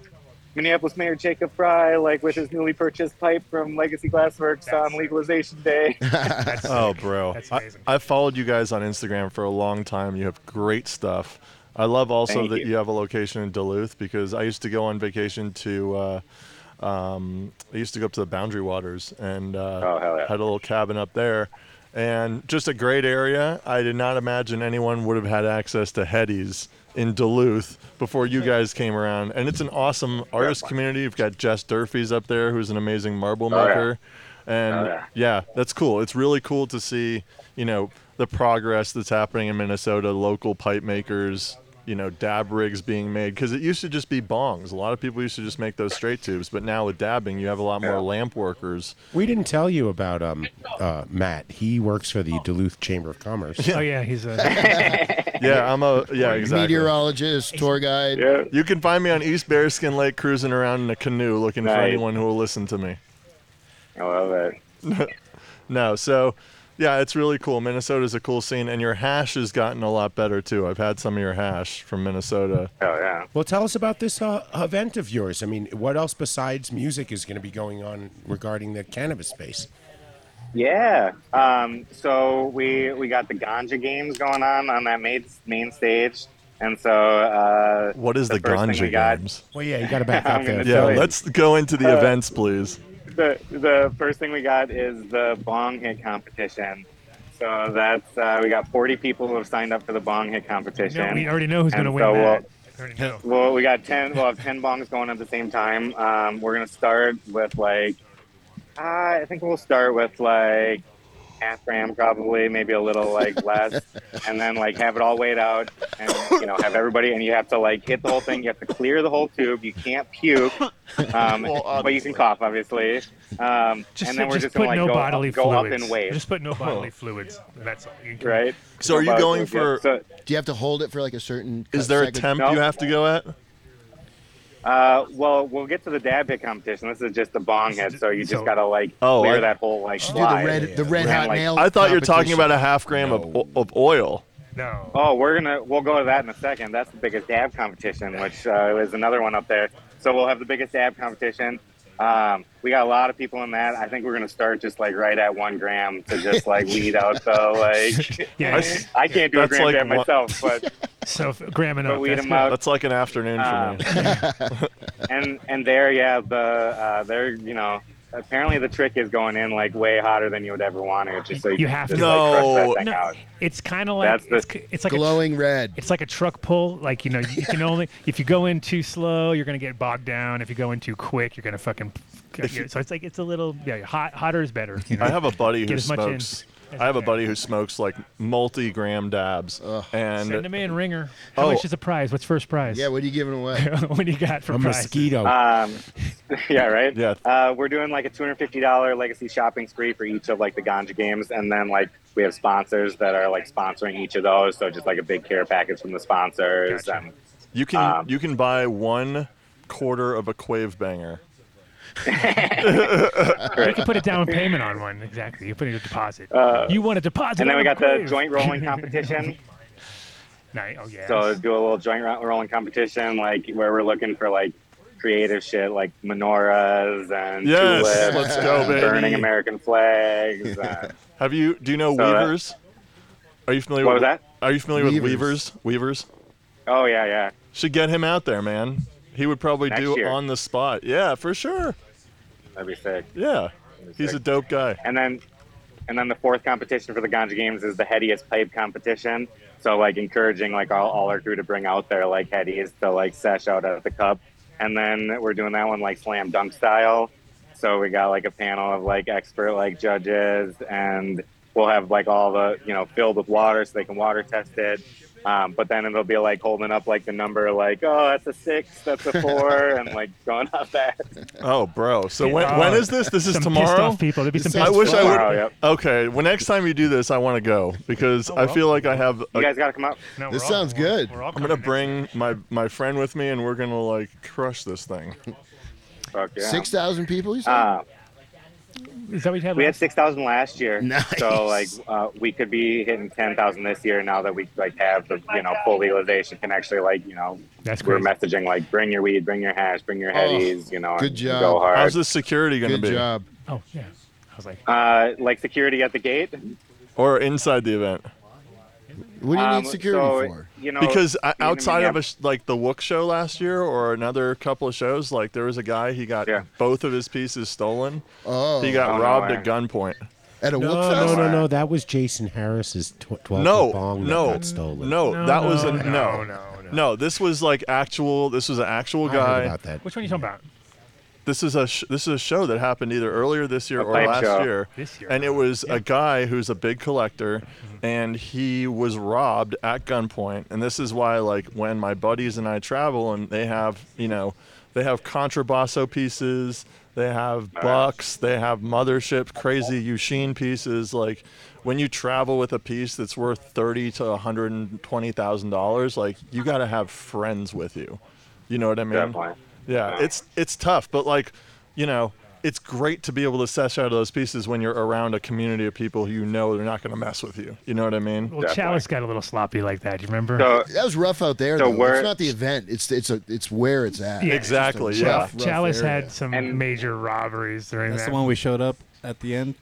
K: Minneapolis Mayor Jacob Fry, like with his newly purchased pipe from Legacy Glassworks on legalization day.
F: Oh, bro.
D: That's
F: I,
D: amazing.
F: I followed you guys on Instagram for a long time. You have great stuff. I love also
K: Thank
F: that you.
K: you.
F: have a location in Duluth because I used to go on vacation to, uh, um, I used to go up to the Boundary Waters and uh,
K: Oh, hell yeah.
F: had a little cabin up there. And just a great area. I did not imagine anyone would have had access to Hetty's in Duluth before you guys came around. And it's an awesome artist community. You've got Jess Durfee's up there, who's an amazing marble
K: Oh, yeah.
F: maker and
K: Oh,
F: yeah.
K: yeah.
F: that's cool it's really cool to see you know the progress that's happening in minnesota local pipe makers you know dab rigs being made because it used to just be bongs a lot of people used to just make those straight tubes but now with dabbing you have a lot more lamp workers
E: We didn't tell you about um, uh, Matt. He works for the Duluth Chamber of Commerce.
D: Oh yeah, he's a.
F: yeah i'm a yeah exactly
G: Meteorologist, tour guide.
K: yeah.
F: you can find me on east bearskin lake cruising around in a canoe looking for
K: Nice.
F: anyone who will listen to me
K: I love it.
F: No, so yeah, it's really cool. Minnesota's a cool scene, and your hash has gotten a lot better too. I've had some of your hash from Minnesota.
K: Oh, yeah.
E: Well, tell us about this uh, event of yours. I mean, what else besides music is going to be going on regarding the cannabis space?
K: Yeah. Um, so we we got the ganja games going on on that main main stage, and so uh,
F: What is the,
K: The first thing we
F: ganja
K: got-
F: games?
E: Well, yeah, you got to back
K: I'm
E: up there.
K: gonna
F: Yeah,
K: tell you.
F: let's go into the
K: Uh,
F: events, please.
K: the the first thing we got is the bong hit competition. So that's uh, we got 40 people who have signed up for the bong hit competition.
D: no, we already know who's going to
K: And
D: win
K: so
D: that.
K: we'll-
D: I already know.
K: Well, we got ten. We'll have ten bongs going at the same time. Um, we're gonna start with like, uh, I think we'll start with like half gram, probably maybe a little like less, and then like have it all weighed out, and you know have everybody, and you have to like hit the whole thing. You have to clear the whole tube. You can't puke, um, but you can cough, obviously. Um,
D: Just,
K: and then we're
D: just,
K: just
D: put
K: gonna like
D: no
K: go,
D: bodily
K: up, go up
D: fluids.
K: in waves,
D: Just put
F: Oh.
D: no bodily fluids. That's all. You can-
K: right?
F: So are you
K: Bodily
F: going
K: fluids,
F: for-
K: yeah. So-
G: Do you have to hold it for like a certain?
F: Is there a
G: second-
F: temp
K: No.
F: you have to go at?
K: Uh, well, we'll get to the dab hit competition. This is just the bong hit, so you just
D: So-
K: gotta like
F: Oh,
K: clear
F: I-
K: that whole like
G: Do the
K: slide.
G: red, the red
K: Yeah,
G: hot
K: like-
G: nail.
F: I thought you were talking
G: competition.
F: about a half gram of of of oil.
D: No.
K: Oh, we're gonna we'll go to that in a second. That's the biggest dab competition, which uh, is another one up there. So we'll have the biggest dab competition. Um, we got a lot of people in that. I think we're gonna start just like right at one gram to just like weed out though. Like,
D: Yeah.
K: I can't do a
F: That's
K: gram
F: like
K: jam
F: one-
K: myself, but
D: So f- Graham and
K: But
D: up,
K: weed
D: that's
K: 'em
D: good.
K: out. Um,
F: That's like an afternoon for me.
K: and and there, yeah, the uh, there, you know, apparently the trick is going in like way hotter than you would ever want it, just so you,
D: You
K: can
D: have
K: just,
D: to.
K: like, crush
F: No.
K: that thing
D: No,
K: out.
D: it's kind of like
K: That's the-
D: it's, k- it's like a tr-
G: glowing red.
D: it's like a truck pull. Like you know, you can only if you go in too slow, you're gonna get bogged down. If you go in too quick, you're gonna fucking. so it's like it's a little yeah, hot, hotter is better. You know?
F: I have a buddy who
D: Get as much in
F: smokes.
D: as
F: I have
D: you
F: a
D: can.
F: buddy who smokes like multi-gram dabs,
D: Send
F: and
D: them in, ringer. How
F: Oh.
D: much is the prize? What's first prize?
G: Yeah, what are you giving away?
D: what do you got for
E: A
D: prize?
E: mosquito.
K: Um, yeah, right.
F: Yeah.
K: Uh, we're doing like a two hundred fifty dollar legacy shopping spree for each of like the ganja games, and then like we have sponsors that are like sponsoring each of those. So just like a big care package from the sponsors.
D: Gotcha.
K: And,
F: you can
K: Um,
F: you can buy one quarter of a quave banger.
D: You can put a down payment on one. Exactly. You put in a deposit. you want a
K: Uh,
D: deposit.
K: and then
D: on
K: we
D: a
K: got the
D: grave.
K: joint rolling competition.
D: Night. Oh yeah.
K: So do a little joint ro- rolling competition, like where we're looking for like creative shit, like menorahs and
F: Yes,
K: tulips
F: let's go,
K: and
F: baby.
K: burning American flags. uh,
F: Have you? Do you know
K: So that-
F: Weavers? Are you familiar?
K: What
F: with,
K: was that?
F: Are you familiar with
G: Weavers.
F: Weavers? Weavers
K: oh yeah, yeah.
F: should get him out there, man. He would probably
K: Next
F: do
K: year.
F: on the spot. Yeah, for sure.
K: That'd be sick.
F: Yeah, he's a dope guy.
K: and then and then the fourth competition for the ganja games is the headiest pipe competition so like encouraging like all, all our crew to bring out their like headies to like sesh out at the cup and then we're doing that one like slam dunk style so we got like a panel of like expert like judges and we'll have like all the you know filled with water so they can water test it um, but then it'll be like holding up like the number like oh that's a six that's a four and like going up that
F: Oh, bro. So when
D: Oh,
F: when is this? This is
D: some pissed
F: tomorrow.
D: off people. There'd be some
G: I
D: pissed
F: I
G: It's
F: wish I
K: tomorrow,
F: would.
K: yep.
F: Okay, well, next time you do this, I want to go because I feel like I have.
K: you
F: A,
K: guys got to come up
D: Oh, No,
G: This
D: we're all-
G: sounds
D: we're-
G: good.
D: we're all
F: I'm gonna
D: coming
F: bring
D: next-
F: my my friend with me, and we're gonna like crush this thing.
K: Fuck yeah.
G: Six thousand people, you said?
K: Uh,
D: Is that what you had?
K: We had
D: last-
K: six thousand last year,
G: Nice.
K: so like uh, we could be hitting ten thousand this year. Now that we like have the you know full legalization, can actually like you know
D: That's
K: we're
D: crazy.
K: messaging like bring your weed, bring your hash, bring your
G: Oh,
K: headies, you know,
G: good
K: and
G: job.
K: go hard.
F: How's the security gonna
G: Good
F: be,
G: job.
D: Oh yeah. I was like,
K: uh, like security at the gate.
F: or inside the event?
G: What do you
K: Um,
G: need security
K: so,
G: for?
K: You know,
F: Because I,
K: even when
F: outside
K: you
F: of a,
K: have-
F: sh- like the Wook show last year, or another couple of shows, like there was a guy he got
K: Yeah.
F: both of his pieces stolen.
G: Oh,
F: He got
K: Oh, no
F: robbed
K: way.
F: at gunpoint.
G: at a
E: no,
G: Wook
E: no,
G: Fest?
E: no, no. That was Jason Harris's tw- 12
F: No,
E: bong
F: no,
E: that got stolen.
F: no,
D: No,
F: that was a
D: no,
F: no,
D: no, no, no.
F: This was like actual. This was an actual
E: I heard
F: guy.
E: about that.
D: which one are you talking about?
F: This is a sh- this is a show that happened either earlier this year
K: A
F: or
K: pipe
F: last
K: show.
F: year.
D: This year. Mm-hmm.
F: and it was a guy who's a big collector, and he was robbed at gunpoint. And this is why, like, when my buddies and I travel, and they have, you know, they have contrabasso pieces, they have bucks, they have mothership crazy Yushin pieces. Like, when you travel with a piece that's worth thirty to one hundred and twenty thousand dollars, like, you got to have friends with you. You know what I mean?
K: Definitely.
F: Yeah, it's it's tough, but like, you know, it's great to be able to sesh out of those pieces when you're around a community of people who you know they're not going to mess with you. You know what I mean?
D: Well, Chalice got a little sloppy like that. You remember?
K: so
G: That was rough out there.
K: So
G: though.
K: where-
G: It's not the event. It's it's a it's where it's at.
D: Yeah.
F: Exactly.
G: Just a
F: Yeah.
G: rough-
D: Chalice
G: area.
D: had some
K: And-
D: major robberies during
C: That's
D: that.
C: the one we showed up at the end.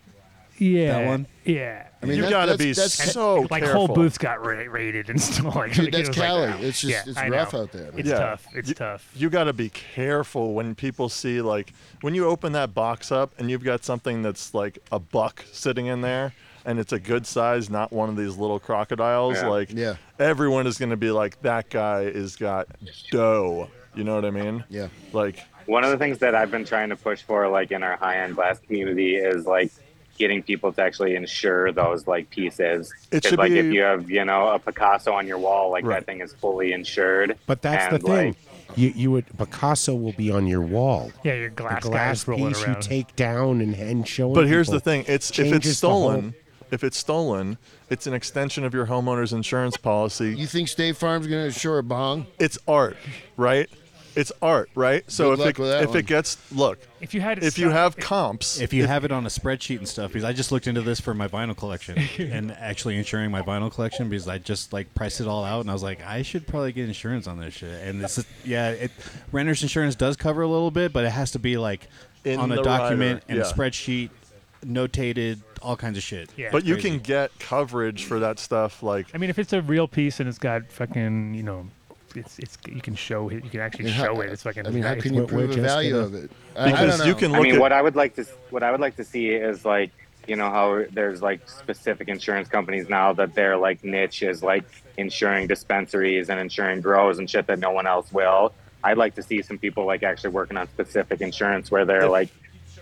D: yeah.
C: that one?
D: Yeah.
G: I mean,
F: you
G: that-
F: got to
G: that's-
F: be
G: that's,
F: so
D: like
F: careful.
D: whole booths got ra- raided and stuff like
G: Dude,
D: it
G: that's
D: was like,
G: Cali.
D: wow.
G: It's just-
D: Yeah,
G: it's
D: I
G: rough
D: know.
G: out there, man.
D: It's
F: Yeah.
D: tough. It's
F: You-
D: tough.
F: You got to be careful when people see like when you open that box up and you've got something that's like a buck sitting in there and it's a good size, not one of these little crocodiles.
K: Yeah.
F: Like
G: Yeah.
F: everyone is going to be like that guy is got dough. You know what I mean?
G: Yeah.
F: Like
K: one of the things that I've been trying to push for, like in our high-end glass community, is like getting people to actually insure those like pieces.
F: It
K: 'Cause,
F: should
K: like
F: be-
K: if you have you know a Picasso on your wall, like
F: Right.
K: that thing is fully insured.
E: But that's
K: And,
E: the thing.
K: like,
E: you, you would Picasso will be on your wall.
D: Yeah, your
E: The
D: glass,
E: glass
D: guys rolling
E: piece you
D: around.
E: take down and, and show.
F: But here's the thing: it's if it's
E: changes the whole-
F: stolen, if it's stolen, it's an extension of your homeowner's insurance policy.
G: You think State Farm's gonna insure a bong?
F: It's art, right? It's art, right? So
G: Good
F: if
G: luck
F: it,
G: with that
F: if
G: one.
F: it gets look,
D: if you had, it
F: if you
D: stuck-
F: have comps,
C: If you have it on a spreadsheet and stuff, because I just looked into this for my vinyl collection and actually insuring my vinyl collection because I just like priced it all out and I was like, I should probably get insurance on this shit. And this, is, yeah, it, renter's insurance does cover a little bit, but it has to be like
F: in
C: on a
F: the
C: document
F: rider,
C: and a
F: yeah.
C: spreadsheet, notated, all kinds of shit.
D: Yeah.
F: but you
C: Crazy.
F: can get coverage for that stuff. Like
D: I mean, if it's a real piece and it's got fucking, you know, it's it's you can show it. You can actually
G: I mean, how-
D: show it. It's fucking.
G: I mean, how
D: nice.
G: can you
E: We're- we're
G: prove the
E: just
G: value
E: gonna-
G: of it? I- I
F: because
G: don't
F: you
G: know.
F: can
K: I
F: look
K: mean,
F: at
K: what I would like to what I would like to see is like you know how there's like specific insurance companies now that their like niche is like insuring dispensaries and insuring grows and shit that no one else will. I'd like to see some people like actually working on specific insurance where they're like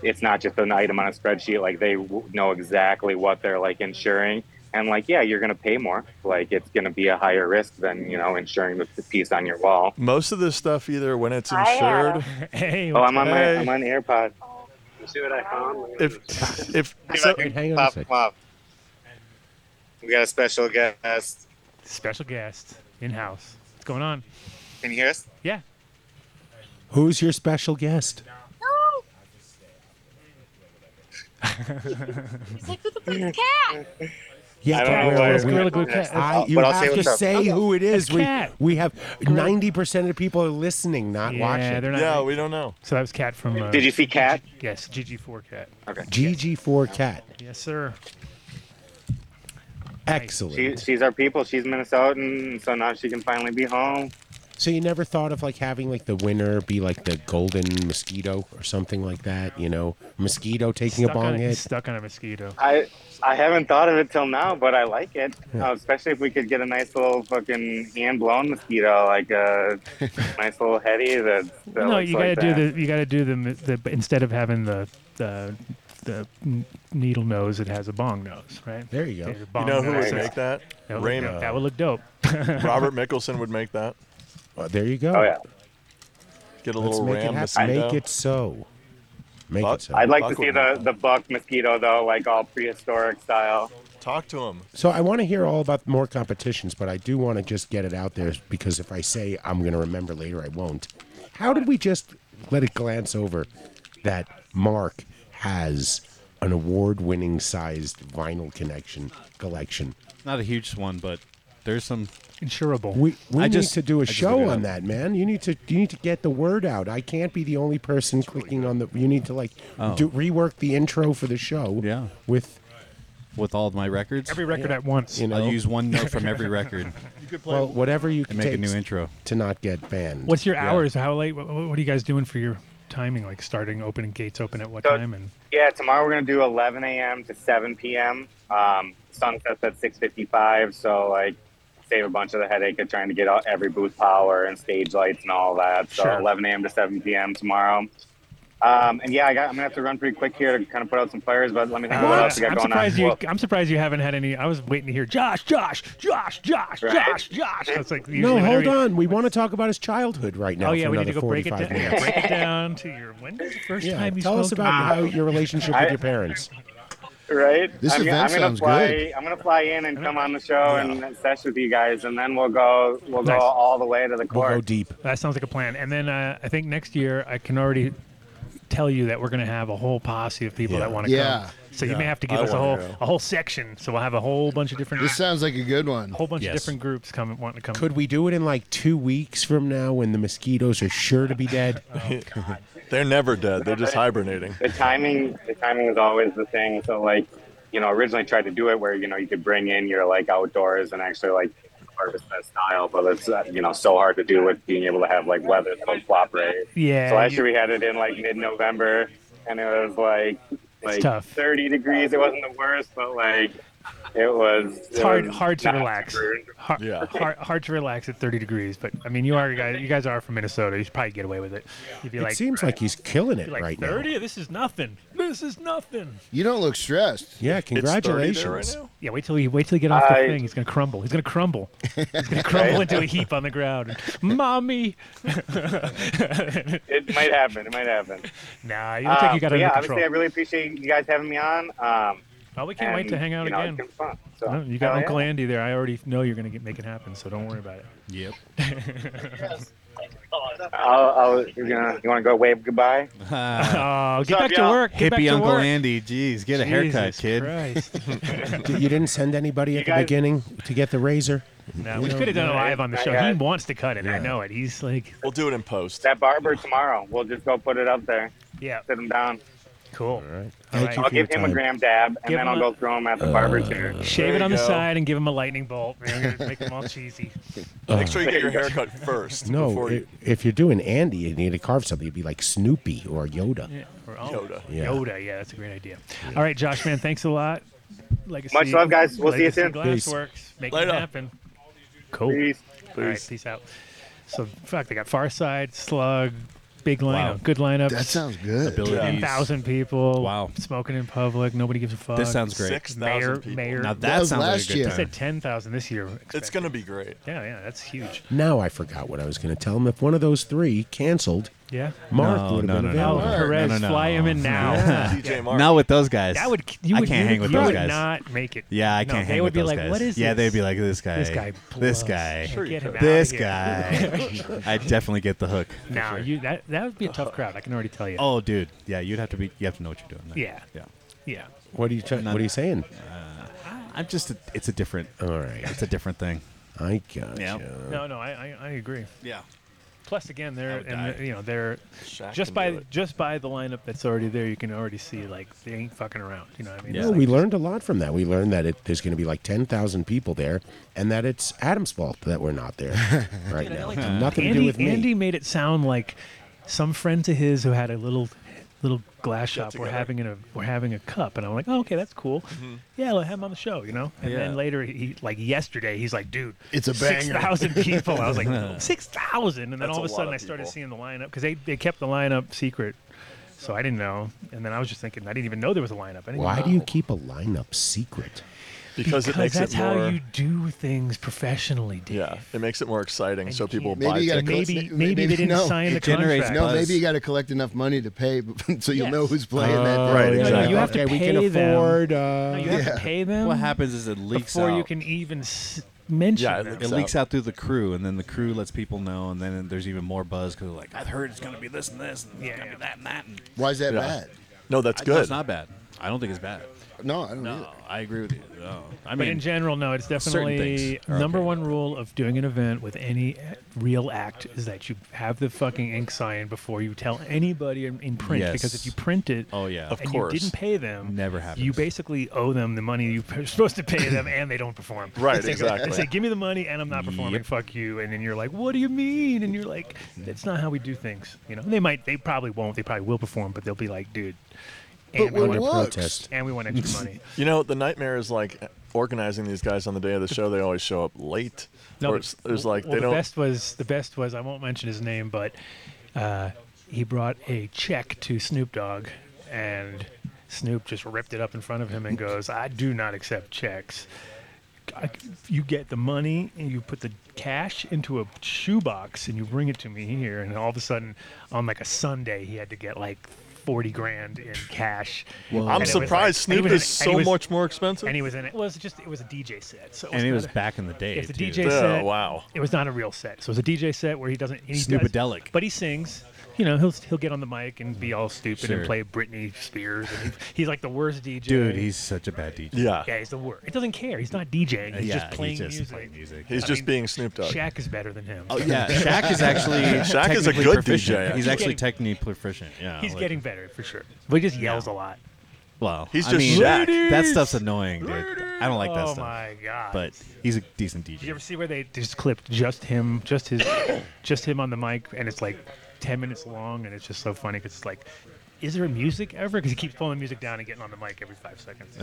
K: it's not just an item on a spreadsheet like they w- know exactly what they're like insuring and like yeah you're going to pay more like it's going to be a higher risk than you know insuring the the piece on your wall
F: most of this stuff either when it's
J: I have-
F: insured.
D: hey,
K: oh i'm on
F: Hey.
K: my i'm on airpod
J: See what I found?
F: If if so,
K: So,
E: hang on a
K: pop
E: sec.
K: him up. We got a special guest.
D: special guest in house. What's going on?
K: Can you hear us?
D: Yeah.
E: Who's your special guest?
J: He's like, who the fuck is cat?
E: Yeah,
K: I don't know
E: Gabriella,
K: why
D: it's
E: we-
D: Gorilla Glue Cat.
E: I, you
K: But I'll say
E: have to
K: what's up.
E: say who it is.
D: It's
E: We,
D: Kat.
E: we have ninety percent of the people are listening, not
D: yeah,
E: watching.
D: they're not.
F: yeah, we don't know.
D: so that was Cat from. Uh,
K: Did you see Cat?
D: Yes, GG4 Cat.
E: GG4 Cat,
D: Yes, sir.
E: excellent.
K: She, she's our people. She's Minnesotan, so now she can finally be home.
E: so you never thought of like having like the winner be like the golden mosquito or something like that? You know, mosquito taking
D: Stuck
E: a
D: on,
E: bong
D: a-
E: hit.
D: stuck on a mosquito.
K: I I haven't thought of it till now, but I like it. Uh, especially if we could get a nice little fucking hand blown mosquito, like a nice little heady that. that
D: no,
K: looks
D: you
K: like
D: gotta do
K: that.
D: the. You gotta do the, mi- the. but Instead of having the the the n- needle nose, it has a bong nose, right?
E: There you go.
D: There's a
F: You
D: bong
F: know who
D: nose.
F: would make that?
D: That would look
F: Raymond.
D: dope. That would look dope.
F: Robert Mickelson would make that.
E: Uh, there you go.
K: Oh yeah,
F: Get a
E: Let's
F: little
E: make it
F: ram
E: happen.
F: mosquito.
E: Make it so. Make
F: Fuck.
E: it so.
K: I'd like
F: Buck
K: to see
F: would
K: the
F: like
K: the buck mosquito though, like all prehistoric style.
F: Talk to him.
E: So I want to hear all about more competitions, but I do want to just get it out there because if I say I'm going to remember later, I won't. How did we just let it glance over that Mark has an award-winning sized vinyl connection collection?
C: Not a huge one, but there's some.
D: Insurable.
E: We we
C: I
E: need
C: just-
E: to do a
C: I just figured
E: show
C: it
E: on
C: out.
E: that, man. You need to you need to get the word out. I can't be the only person clicking on the. You need to like do, rework the intro for the show.
C: Yeah.
E: With
C: With all of my records,
D: Every record at once.
E: you know,
C: I'll use one note from every record
F: You could play.
E: well whatever you
C: and
E: can
C: make a
E: take
C: new intro.
E: to not get banned.
D: What's your hours? How late? What, what are you guys doing for your timing? Like starting, opening gates open at what
K: So-
D: time? And
K: Yeah, tomorrow we're gonna do 11 a.m. to 7 p.m. Um, sunsets at 6:55, so like save a bunch of the headache of trying to get all, every booth power and stage lights and all that. So
D: Sure.
K: 11 a.m. to 7 p.m. tomorrow. Um, and yeah, I got, I'm gonna have to run pretty quick here to kind of put out some fires, but let me think of what
D: Uh,
K: else we got
D: I'm
K: going
D: surprised
K: on.
D: you.
K: Well,
D: I'm surprised you haven't had any. I was waiting to hear Josh, Josh, Josh, Josh,
K: Right.
D: Josh, Josh. I was like,
E: No,
D: usually
E: hold
D: whenever you-
E: on. We want to talk about his childhood right now.
D: Oh yeah,
E: for
D: we need to
E: another
D: go break it
E: 45
D: down.
E: minutes.
D: Yeah, break it down to your. When was the first
E: Yeah,
D: time you
E: tell us
D: smoked?
E: about how your relationship with
K: I-
E: your parents.
K: right?
G: This
K: I'm, gonna-
G: event
K: I'm gonna
G: sounds
K: fly.
G: good.
K: I'm gonna fly in and come on the show and sesh with you guys, and then we'll go. We'll
D: Nice.
K: go all the way to
E: We'll
K: the court.
E: go deep.
D: That sounds like a plan. And then uh, I think next year I can already tell you that we're going to have a whole posse of people
E: Yeah.
D: that want to
G: Yeah.
D: come. So you may have to give
F: I
D: us a whole
F: wanna go.
D: a whole section. So we'll have a whole bunch of different
G: This sounds like a good one.
D: whole bunch
C: Yes.
D: of different groups come wanting to come.
E: Could we do it in like two weeks from now when the mosquitoes are sure to be dead?
D: Oh,
F: They're never dead. They're just hibernating.
K: the timing the timing was always the thing so like you know originally tried to do it where you know you could bring in your like outdoors and actually like harvest that style but it's uh, you know so hard to do with being able to have like weather so cooperate
D: Yeah,
K: so last
D: you-
K: year we had it in like mid-november and it was like like
D: tough.
K: 30 degrees it wasn't the worst but like it was
D: it's hard hard to relax. Hard,
F: Yeah.
D: hard, hard to relax at 30 degrees. But I mean, you are guys. You guys are from Minnesota. You should probably get away with it. You'd be
E: it
D: like,
E: seems like he's killing it
D: you'd be like
E: right
D: 30.
E: now.
D: This is nothing. This is nothing.
G: You don't look stressed.
E: Yeah,
F: It's 30 there
E: congratulations.
F: right now?
D: Yeah, wait till you wait till you get off
K: I-
D: the thing. He's gonna crumble. He's gonna crumble. He's gonna crumble into a heap on the ground. Mommy.
K: it might happen it might happen
D: Nah, you look like
K: Um,
D: you got
K: but
D: it
K: yeah obviously
D: under
K: i
D: control.
K: really appreciate you guys having me on um
D: Oh, we can't wait to
K: and,
D: hang out
K: you know,
D: again.
K: it's gonna be fun. So,
D: No, Oh, you got
K: hell yeah.
D: Uncle Andy there. I already know you're gonna get, make it happen, so don't worry about it.
C: Yep.
K: I'll, I'll, you gonna, you want to go wave goodbye?
D: Oh, get
K: up,
D: back to
K: y'all?
D: work. Get back
C: Uh, Hippie
D: to
C: Uncle
D: work.
C: Andy. Jeez, get a haircut,
D: Oh, Jesus
C: kid.
D: Christ.
E: D- You didn't send anybody at the
K: guys-
E: beginning to get the razor?
D: No, we could have done it live on the
K: I
D: show.
K: got
D: He
K: it.
D: wants to cut it. I know it. He's like,
F: We'll do it in post.
K: That barber tomorrow. We'll just go put it up there.
D: Yeah.
K: Sit him down.
D: Cool. All
E: right.
D: Thank you
K: I'll
D: for
K: give
D: your
K: him a
D: time.
K: gram dab, and
D: Give
K: then
D: him
K: I'll go
D: a-
K: throw him at the barber
C: Uh,
K: too.
D: Shave
K: There
D: it
K: you
D: on the
K: go.
D: side and give him a lightning bolt. man. Make them all cheesy.
F: Make
C: Oh.
F: sure you get your hair cut first.
E: No,
F: before
E: i-
F: you,
E: if you're doing Andy, you need to carve something. It'd be like Snoopy or Yoda.
D: Yeah. Or, oh,
F: Yoda.
E: Yeah.
D: Yoda. Yeah, that's a great idea. All right, Josh, man, thanks a lot. Legacy,
K: Much love, guys. We'll see you
D: Legacy
K: soon.
D: Glassworks. Make it
K: Later.
D: happen. Cool.
K: Peace.
D: All right,
K: Peace.
D: peace out. So, fuck, they got Farside, Slug, big lineup,
C: Wow.
D: good lineup.
C: That sounds good. Abilities.
D: 10,000 people. Wow. Smoking in public. Nobody gives a fuck.
C: This sounds great. 6,000
D: Mayor,
F: people.
D: mayor.
C: Now that That was sounds like a last good year.
D: I
C: time.
D: said 10,000 this year.
F: it's going to be great.
D: Yeah, yeah, that's huge.
E: Now I forgot what I was going to tell him. If one of those three canceled,
D: Yeah. Oh,
E: Mark
C: No,
E: would have
C: no,
E: been
C: no, no,
E: available.
C: no, no,
D: Perez,
C: no, no.
D: fly him in now.
C: Yeah.
F: DJ Mark.
C: Not with those guys.
D: That would you
C: I
D: would,
C: can't
D: you
C: hang
D: would-
C: with
D: you
C: those
D: would
C: guys.
D: not make it.
C: Yeah, I
D: No,
C: can't
D: they
C: hang
D: would
C: with
D: be
C: those
D: like,
C: guys.
D: "What is
C: yeah,
D: this?
C: they'd be like, this guy.
D: This guy
C: This
D: blows.
C: guy.
D: Sure you Get could. him
C: this
D: out
C: guy. I definitely get the hook. for
D: No,
C: sure.
D: you that that would be a tough crowd. I can already tell you.
C: Oh, dude. Yeah, you'd have to be. You have to know what you're doing. there.
D: Yeah.
C: Yeah.
D: Yeah.
E: What are you? T- what are you saying?
C: Uh, I'm just. A, it's a different. uh,
E: All right.
C: It's a different thing.
E: I got
C: Yeah.
D: No, no, I, I, I agree.
C: Yeah.
D: Plus, again, they're
C: would
D: and
C: die.
D: they're- you know they're
F: Shaq
D: just
F: can
D: by
F: do it.
D: just by the lineup that's already there, you can already see like they ain't fucking around. You know what I mean?
C: Yeah.
D: It's
E: No,
D: like-
E: we learned a lot from that. We learned that it, there's going to be like 10,000 people there and that it's Adam's fault that we're not there right
D: Dude, I
E: now.
D: like-
E: Nothing
D: Andy,
E: to do with me.
D: Andy made it sound like some friend to his who had a little little glass shop. We're
F: together. Mm-hmm.
D: having a we're having a cup, and I'm like, oh, okay, that's cool. Yeah, let him on the show, you know. And then
F: Yeah.
D: later, he like yesterday, he's like, dude,
G: It's a
D: six
G: banger.
D: thousand people. I was like, six thousand, and then
F: That's
D: all
F: a
D: of a
F: lot
D: sudden,
F: of
D: I started
F: people.
D: seeing the lineup because they they kept the lineup secret. So I didn't know, and then I was just thinking I didn't even know there was a lineup. I didn't
E: Why
D: even
E: do you keep a lineup secret?
F: Because, it makes
D: that's
F: it more.
D: how you do things professionally, Dave.
F: yeah, it makes it more exciting, so people
G: Maybe
F: buy
G: you gotta
F: tickets.
G: collect-
D: Maybe-
G: ma-
D: maybe they didn't
G: no,
D: sign the
G: it generates-
D: contract.
G: No, maybe you got to collect enough money to pay, so you'll
D: Yes.
G: know who's playing that.
E: Oh,
G: day.
F: Right,
D: No, no,
F: exactly.
D: you have
E: okay,
D: to
E: we
D: pay
E: can
D: them.
E: afford.
D: No,
E: Uh,
D: you have
G: Yeah.
D: to pay them.
C: What happens is it leaks
D: before
C: out.
D: you can even s- mention
F: Yeah,
D: them.
C: it leaks out through the crew, and then the crew lets people know, and then there's even more buzz because like I've heard it's gonna be this and this, and
D: Yeah,
C: it's gonna
D: yeah.
C: be that and that. And
G: Why is that
F: Yeah.
G: bad?
F: No, that's
C: I- no,
F: good.
C: it's not bad. I don't think it's bad.
G: No, I don't.
C: No,
G: either.
C: I agree with you. No. I
D: But
C: mean,
D: in general, no, it's
C: certain
D: definitely
C: things are
D: number
C: okay.
D: one rule of doing an event with any eh, real act is that you have the fucking ink signed before you tell anybody in, in print because if
C: Yes.
D: you print it
C: oh yeah,
F: Of
D: and
F: course.
D: you didn't pay them,
C: Never
D: You
C: happens.
D: basically owe them the money you are supposed to pay them, and they don't perform.
F: Right,
D: They say-
F: exactly.
D: They say, "Give me the money, and I'm not performing.
C: Yep.
D: Fuck you." And then you're like, "What do you mean?" And you're like, "That's not how we do things." You know, they might, they probably won't. They probably will perform, but they'll be like, "Dude,"
G: But
D: and, we
G: we're
D: want,
E: protest.
D: and we want extra money.
F: You know, the nightmare is like organizing these guys on the day of the show. They always show up late.
D: No,
F: or
D: but-
F: it's, there's like
D: well,
F: they
D: the
F: don't.
D: best was the best was I won't mention his name, but uh, he brought a check to Snoop Dogg, and Snoop just ripped it up in front of him and goes, "I do not accept checks. I, you get the money and you put the cash into a shoebox and you bring it to me here." And all of a sudden, on like a Sunday, he had to get like. 40 grand in cash. And
F: I'm
D: it was
F: surprised
D: like- and he
F: Snoop
D: was
F: is
D: in- and
F: so
D: he was-
F: much more expensive.
D: And he was in it. Well, it was just, it was a DJ set. So it
C: and it
D: not
C: was
D: a-
C: back in the day.
D: it's a
C: too.
D: DJ
F: Yeah,
D: set.
F: wow.
D: It was not a real set. So it was a DJ set where he doesn't. He does-
C: Snoopedelic.
D: but he sings. You know, he'll he'll get on the mic and be all stupid and
C: Sure.
D: play Britney Spears. And he, he's like the worst DJ.
C: Dude, he's such a bad DJ.
F: yeah,
D: yeah, he's the worst. It doesn't care. He's not DJing. He's
C: yeah,
D: just playing
C: he's just
D: music.
C: playing music.
F: he's
D: I
F: just
D: mean,
F: being Snoop Dogg.
D: Shaq is better than him.
C: Oh yeah, Shaq is actually Shaq
F: is a good
C: proficient.
F: DJ,
C: He's
F: actually.
C: actually
D: Getting-
C: technically proficient. Yeah,
D: he's
C: like-
D: getting better for sure. But he just yells a lot.
C: well.
F: He's
C: I
F: just
C: mean,
F: Shaq.
C: That stuff's annoying, dude. I don't like that
D: oh
C: stuff.
D: my god.
C: But he's a decent
D: Did you
C: DJ.
D: ever see where they just clipped just him, just his, just him on the mic, and it's like ten minutes long, and it's just so funny because it's like, is there music ever? Because he keeps pulling the music down and getting on the mic every five seconds.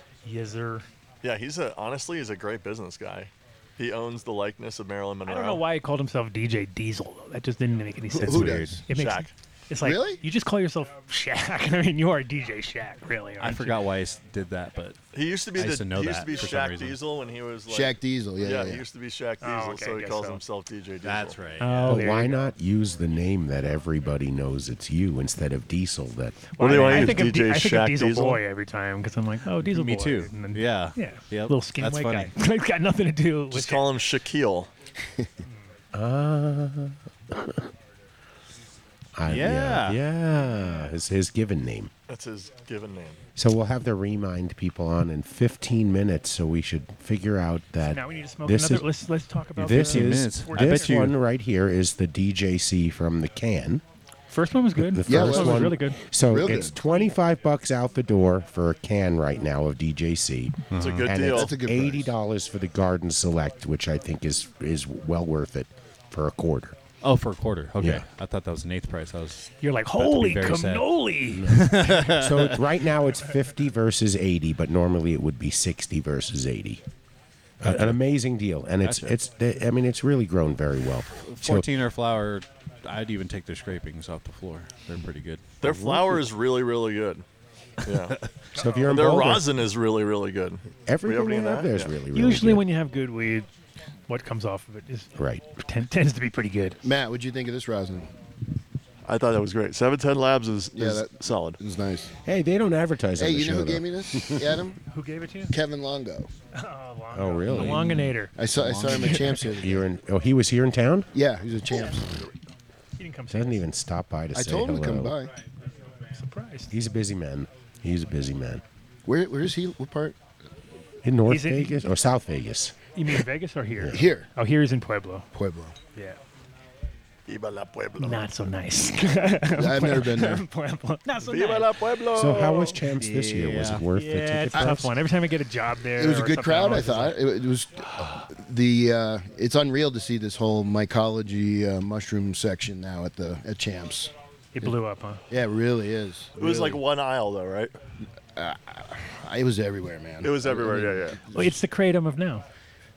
D: yes, sir.
F: yeah, he's a honestly he's a great business guy. He owns the likeness of Marilyn Monroe.
D: I don't know why he called himself DJ Diesel. Though. That just didn't make any sense.
C: It's
G: Who
C: weird.
G: does?
D: It makes
F: Shaq.
D: It's like
G: Really?
D: you just call yourself Shaq. I mean, you are DJ Shaq, really.
C: I
D: aren't you?
C: forgot why he s- did that, but
F: He used to be
C: I
F: the
C: used to know
F: he used
C: that
F: to be
C: for some
F: Shaq
C: reason.
F: Diesel when he was like
G: Shaq Diesel. Yeah,
F: Yeah,
G: yeah.
F: he
G: yeah.
F: used to be Shaq Diesel,
D: Oh, okay,
F: so he
D: guess
F: calls
D: so.
F: himself DJ Diesel.
C: that's right.
D: Oh,
E: But
D: there
E: why
D: you go.
E: not use the name that everybody knows it's you instead of Diesel? That
F: What do you
D: I,
F: want
D: I
F: to use?
D: think of D-
F: DJ
D: I think
F: Shaq
D: of Diesel,
F: Diesel?
D: Boy every time because I'm like, oh, Diesel
C: Me
D: Boy.
C: too.
D: And then-
C: Yeah.
D: Yeah.
C: Yep.
D: Little skinny
C: That's
D: white
C: funny.
D: guy. it's got nothing to do with
F: Just
D: Shaq.
F: call him Shaquille.
E: Uh, I,
C: Yeah.
E: yeah, yeah, is his given name.
F: That's his given name.
E: So we'll have the remind people on in 15 minutes. So we should figure out that
D: Now we need to smoke
E: this
D: another.
E: is
D: let's let's talk about
E: this
C: 15
E: is
C: minutes.
E: this
C: I bet you-
E: one right here is the DJC from the can.
D: First one was good.
E: The
D: yeah,
E: first
D: one,
E: one
D: was really good.
E: So it's twenty five bucks out the door for a can right now of DJC.
F: That's a
E: Mhm.
F: good
E: and
F: deal.
E: It's
F: That's a good price.
E: Eighty dollars for the Garden Select, which I think is is well worth it for a quarter.
C: Oh, for a quarter. Okay,
E: Yeah.
C: I thought that was an eighth price. I was.
D: You're like,
C: about to be
D: holy
C: very sad.
D: cannoli!
E: so it's- right now it's fifty versus eighty, but normally it would be sixty versus eighty. A- An amazing deal, and it's
C: Gotcha.
E: it's I mean it's really grown very well. So-
C: Fourteen or flour. I'd even take their scrapings off the floor. They're pretty good.
F: Their flour is really, really good. Yeah.
E: So if you're in
F: their
E: Boulder-
F: rosin is really, really good.
E: Everything
F: We have any
E: they
F: of
E: have
F: that?
E: there is really, really
D: Usually, when you have good weed, what comes off of it is
E: right.
D: Ten, tends to be pretty good.
G: Matt, what'd you think of this rosin?
F: I thought that was great. Seven Ten Labs is,
G: Yeah,
F: is
G: that-
F: solid.
G: It was nice.
E: Hey, they don't advertise.
G: Hey,
E: on the
G: you know
E: show,
G: who
E: though.
G: gave me this, Adam?
D: Who gave it to you?
G: Kevin Longo.
E: Oh, really?
D: The Longinator.
G: I saw I saw him at Champs the other day.
E: You're in. Oh, he was here in town.
G: Yeah, he's a Champs.
E: Doesn't even stop by to
G: I
E: say
G: told him to come
E: hello.
G: by.
D: Surprised.
E: He's a busy man. He's a busy man.
G: Where where is he? What part?
E: In North
D: He's in-
E: Vegas or South Vegas?
D: You mean Vegas or here?
G: Here.
D: Oh, here he's in Pueblo.
G: Pueblo.
D: Yeah.
F: Viva la Pueblo.
D: Not so nice.
G: I've never been there.
D: Pueblo. Not so
F: Viva
D: nice.
F: la Pueblo.
E: So how was Champs this year? Was it worth
D: yeah,
E: the ticket
D: it's a tough
E: price?
D: one. Every time I get a job there,
G: It was a
D: or
G: good
D: something,
G: crowd, I
D: I'm always just
G: thought. It, it was the uh, it's unreal to see this whole mycology uh, mushroom section now at the at Champs.
D: like, It blew up, huh?
G: Yeah, it really is.
F: It was like one aisle though, right?
G: like it was everywhere, man.
F: It was everywhere. Yeah, yeah.
D: Well, it's the kratom of now.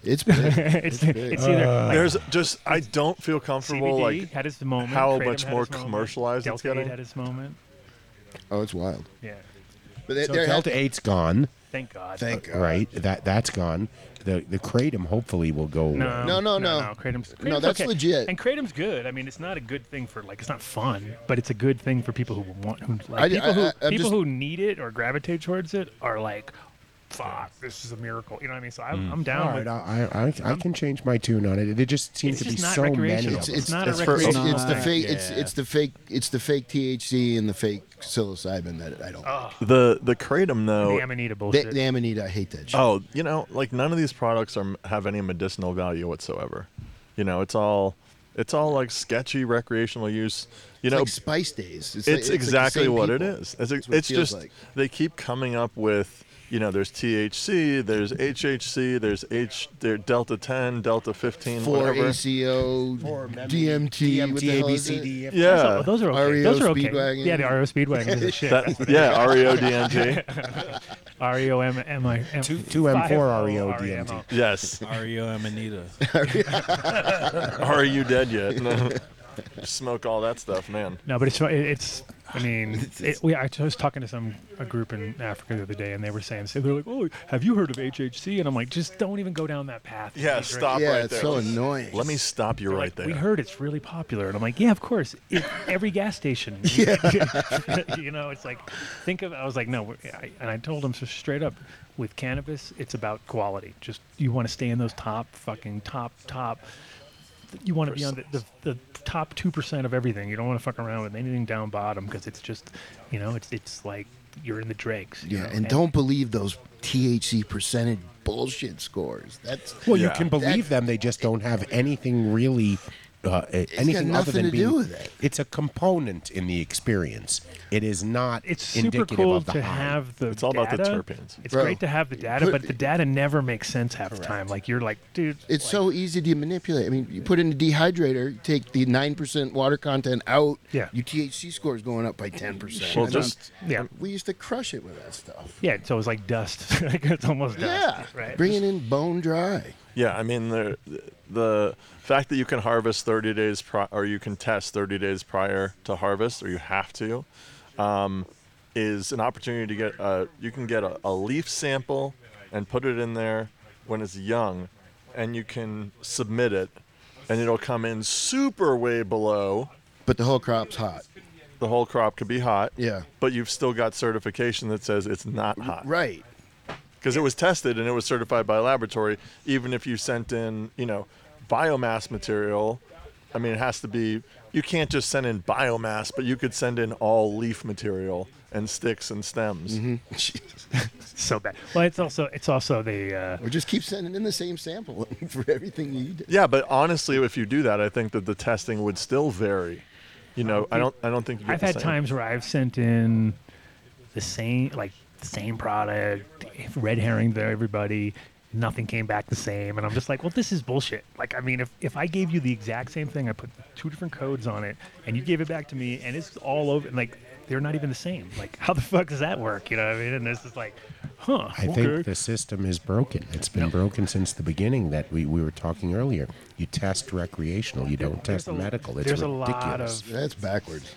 G: It's big.
D: it's it's either
E: Uh,
D: like
F: There's just I don't feel comfortable
D: CBD
F: like
D: had its moment.
F: how
D: kratom
F: much
D: had
F: more
D: its moment,
F: commercialized it's
D: Delta eight
F: getting.
D: had its moment.
G: oh, it's wild.
D: Yeah.
G: But they,
E: So
G: they're
E: Delta Eight's gone, Uh,
D: Thank God.
G: thank God.
E: right? That that's gone. The the kratom hopefully will go. away.
D: No,
G: No, no, no.
D: no. Kratom's, Kratom's
G: No, that's
D: okay.
G: legit.
D: And kratom's good. I mean, it's not a good thing for like it's not fun, but it's a good thing for people who want who like
G: I-
D: people
G: I-
D: who
G: I- I'm
D: people
G: just-
D: who need it or gravitate towards it are like, fuck, this is a miracle. You know what I mean? So I'm, I'm
E: Hmm. All
D: down
E: right,
D: with.
E: I, I- I, I can change my tune on it. There just seems
D: It's
E: to be
D: just not
E: so many. Of
D: recreational.
E: them.
D: It's not a
G: for- it's,
D: recreational
G: it's the
D: thing.
G: fake. It's
C: Yeah.
G: it's the fake. It's the fake THC and the fake psilocybin that I don't.
F: The the kratom
D: The
F: though.
D: Amanita
G: the,
D: bullshit.
G: the amanita, I hate that shit.
F: Oh, you know, like none of these products are have any medicinal value whatsoever. You know, it's all it's all like sketchy recreational use. You
G: it's
F: know,
G: like Spice Days. It's, like-
F: it's
G: like the
F: exactly
G: same
F: what it
G: people.
F: is. It's,
G: That's what it
F: it's
G: feels
F: just
G: like.
F: they keep coming up with you know there's THC, there's HHC, there's H, there Delta 10, Delta 15,
G: for
F: whatever.
G: ACO, DMT, what the
E: DMT,
G: hell is it?
E: ABCD.
F: Yeah,
D: E those are okay.
G: REO
D: those are okay.
G: Speedwagon.
D: Yeah, the REO Speedwagon is the shit.
F: that, yeah, REO DMT.
D: REO E M M I M E
E: Two- two M four E REO DMT.
F: Yes.
C: Ario Amanita.
F: Are you dead yet? No. Smoke all that stuff, man.
D: No, but it's it- it's. I mean, it, we. I was talking to some a group in Africa the other day, and they were saying, so they're like, "Oh, have you heard of HHC?" And I'm like, "Just don't even go down that path." It's
F: Yeah,
D: not great."
F: stop
G: Yeah,
F: right
G: it's
F: there.
G: so
F: Let's-
G: annoying.
F: Let me stop you
D: They're
F: right
D: like,
F: there.
D: We heard it's really popular, and I'm like, "Yeah, of course. It, every gas station." you know, it's like, think of. I was like, "No," we're, I, and I told them so straight up. With cannabis, it's about quality. Just you want to stay in those top fucking top top you want to be on the, the, the top two percent of everything. You don't want to fuck around with anything down bottom because it's just, you know, it's it's like you're in the dregs. you
G: Yeah,
D: know,
G: and don't believe those THC E percentage bullshit scores. That's
E: Well, you
F: Yeah.
E: can believe them. They just don't have anything really. Uh, anything
G: got
E: other
G: nothing
E: than
G: to
E: being,
G: do with it.
E: It's a component in the experience. It is not.
D: It's super
E: indicative
D: cool
E: of the
D: to
E: high.
D: have the.
F: It's all about the
D: data.
F: terpenes.
D: It's
G: Bro,
D: great to have the data,
G: put-
D: but the data never makes sense half the time. Like you're like, dude,
G: It's
D: like,
G: so easy to manipulate. I mean, you put in a dehydrator, you take the nine percent water content out.
D: Yeah.
G: Your THC score is going up by ten percent.
F: Well, just-
D: yeah,
G: we used to crush it with that stuff.
D: yeah. So it's like dust. Like, it's almost
G: Yeah,
D: dust. Right.
G: bringing in bone dry.
F: Yeah, I mean the the fact that you can harvest 30 days pri- or you can test 30 days prior to harvest, or you have to, um, is an opportunity to get a, you can get a, a leaf sample and put it in there when it's young, and you can submit it, and it'll come in super way below.
G: But the whole crop's hot.
F: The whole crop could be hot.
G: Yeah.
F: But you've still got certification that says it's not hot.
G: Right.
F: because it was tested and it was certified by a laboratory. Even if you sent in, you know, biomass material, I mean, it has to be. You can't just send in biomass, but you could send in all leaf material and sticks and stems.
D: Mm-hmm. So bad. Well, it's also it's also the. Uh,
G: Or just keep sending in the same sample for everything you do.
F: Yeah, but honestly, if you do that, I think that the testing would still vary You know, I don't. I don't think you get
D: I've
F: the
D: had
F: same.
D: times where I've sent in the same, like the same product, red herring to everybody. Nothing came back the same, and I'm just like, well, this is bullshit. Like, I mean, if, if I gave you the exact same thing, I put two different codes on it, and you gave it back to me, and it's all over, and like they're not even the same. Like, how the fuck does that work? You know what I mean? And this is like, huh?
E: I
D: okay.
E: think the system is broken. It's been broken since the beginning that we, we were talking earlier. You test recreational, you don't test
D: a-
E: medical. It's
D: there's a
E: ridiculous.
D: lot of-
G: That's backwards.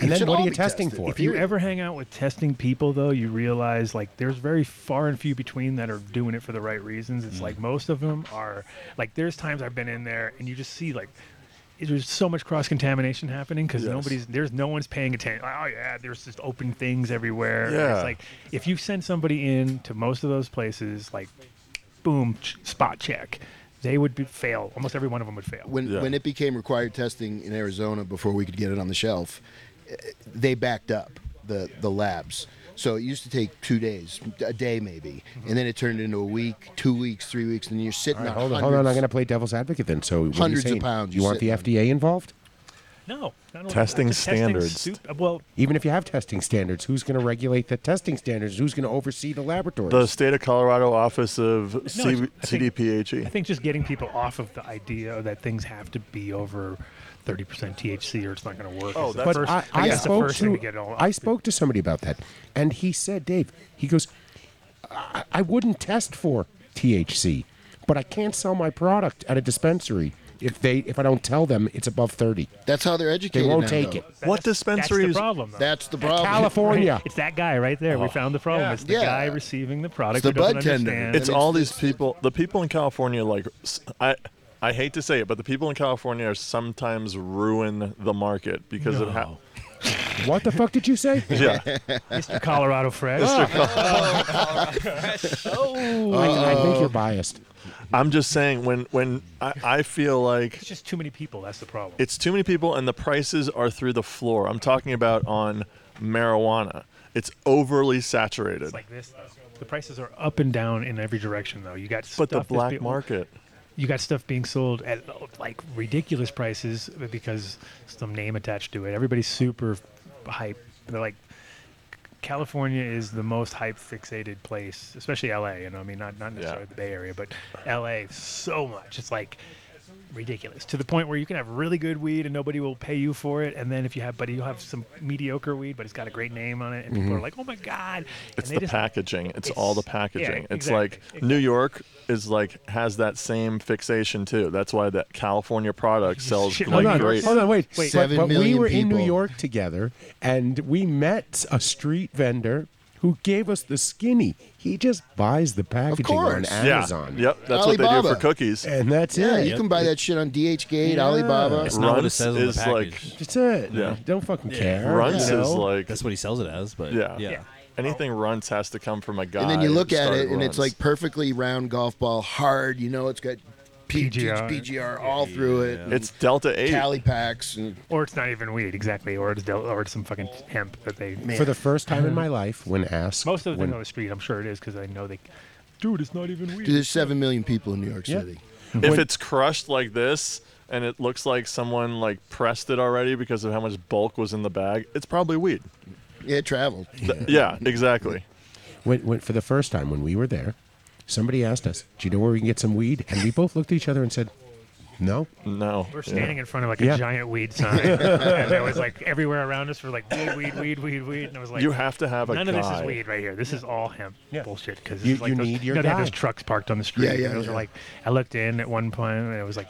E: And
G: It
E: then
G: should
E: what
G: all
E: are you
G: be
E: testing
G: tested.
E: for?
D: If you ever hang out with testing people, though, you realize like there's very far and few between that are doing it for the right reasons.
E: Mm.
D: It's like most of them are like there's times I've been in there and you just see like there's so much cross contamination happening because
F: Yes.
D: nobody's there's no one's paying attention. Like, oh yeah, there's just open things everywhere. And
F: Yeah.
D: It's like if you send somebody in to most of those places, like boom, ch- spot check, they would be, fail. Almost every one of them would fail.
G: when
F: Yeah.
G: when it became required testing in Arizona before we could get it on the shelf, eh, they backed up the the labs. So it used to take two days, a day maybe,
F: Mm-hmm.
G: and then it turned into a week, two weeks, three weeks, and you're sitting
E: All right,
G: on
E: hold on,
G: hundreds.
E: hold on. I'm going to play devil's advocate then. So what
G: Hundreds
E: are
G: of
E: you saying?
G: pounds
E: You
G: you
E: want the
G: sit on.
E: FDA involved?
D: No, not only-
F: Testing
D: just testing
F: standards.
D: stup- well,
E: Even if you have testing standards, who's going to regulate the testing standards? Who's going to oversee the laboratories?
F: The state of Colorado Office of C-
D: No, it's- I think-
F: CDPHE.
D: I think just getting people off of the idea that things have to be over 30% THC or it's not going to work.
F: Oh,
D: is the
F: that's-
D: first,
E: I,
D: I
E: I
D: think that's the
E: spoke
D: first
E: to,
D: thing to get all.
E: I spoke to somebody about that, and he said, Dave, he goes, I, I wouldn't test for THC, but I can't sell my product at a dispensary if they if I don't tell them it's above thirty.
G: That's how they're educated.
E: They won't
G: now,
E: take
G: though.
E: it.
F: what
D: That's the
F: dispensaries?
D: problem. Though.
G: That's the problem.
E: California.
D: Right? It's that guy right there.
F: Oh.
D: We found the problem. It's the
G: Yeah.
D: guy receiving the product.
G: the
D: who doesn't
G: bud tender.
D: understand.
F: It's
G: And
F: all
G: it's-
F: these people. The people in California, like s- I, I hate to say it, but the people in California are sometimes ruin the market because of how.
E: What the fuck did you say?
F: Yeah,
D: Mr. Colorado Fresh.
E: I,
F: Oh.
E: I think you're biased.
F: I'm just saying when when I, I feel like
D: It's just too many people. That's the problem.
F: it's too many people and the prices are through the floor. I'm talking about on marijuana. It's overly saturated.
D: It's like this. Though. The prices are up and down in every direction, though. You got
F: but the
D: stuff that's
F: black
D: being-
F: market.
D: you got stuff being sold at like ridiculous prices because some name attached to it. Everybody's super hype. They're like, California is the most hype fixated place, especially LA. You know, I mean, not not necessarily the Bay Area, but LA so much. It's like ridiculous to the point where you can have really good weed and nobody will pay you for it. And then if you have, but you have some mediocre weed, but it's got a great name on it, and people are like, oh my god.
F: Mm-hmm. It's
D: and they
F: the
D: just-
F: packaging. It's, all the
D: it's- yeah,
F: packaging. it's
D: exactly,
F: like New York is like has that same fixation too. That's why that California product sells
D: Shit,
F: like
E: hold on,
F: great.
E: hold on, wait. but,
D: Wait.
G: Seven
E: but we
G: million
E: were in New
G: people.
E: York together, and we met a street vendor who gave us the skinny. He just buys the packaging on
G: course.
F: Yeah.
E: Amazon.
F: Yep. That's what they do
G: Alibaba.
F: for cookies.
E: And that's
G: Yeah,
E: it.
G: you can buy that shit on DHgate, Alibaba.
C: It's not what it
F: Runs
C: says on the
F: is like-
C: package.
E: That's it.
F: Yeah.
E: Don't fucking care.
F: Runts
E: you
F: is
E: know?
F: like
C: That's what he sells it as, but
F: yeah.
C: yeah. yeah.
F: Anything runts has to come from a guy.
G: And then you
F: who
G: look at
F: started
G: it, and
F: Runts.
G: it's like perfectly round golf ball, hard. You know, it's got P-
D: PGR.
G: PGR all through it. and
F: it's Delta Eight.
G: Cali packs and
D: Or it's not even weed, exactly. Or it's del- or it's some fucking hemp that they
E: For the first time in my life, when asked,
D: Most of the
E: when,
D: thing on the street, I'm sure it is because I know they. Dude, it's not even weed.
G: Dude, there's seven million people in New York
E: Yeah.
G: City.
F: if it's crushed like this and it looks like someone like pressed it already because of how much bulk was in the bag, it's probably weed.
G: It traveled.
F: Th- yeah, exactly.
E: when, when for the first time when we were there, somebody asked us, "Do you know where we can get some weed?" And we both looked at each other and said, "No."
F: No.
D: We're standing in front of like a
E: Yeah.
D: giant weed sign, and there was like everywhere around us were like weed, weed, weed, weed, weed, and I was like,
F: you have to have a
D: none
F: guy.
D: of this is weed right here. This is all hemp bullshit because
E: You-
D: like
E: you
D: those,
E: need your
D: know, they have those
E: guy.
D: trucks parked on the street.
G: Yeah, yeah,
D: and those are
G: yeah.
D: like I looked in at one point and it was like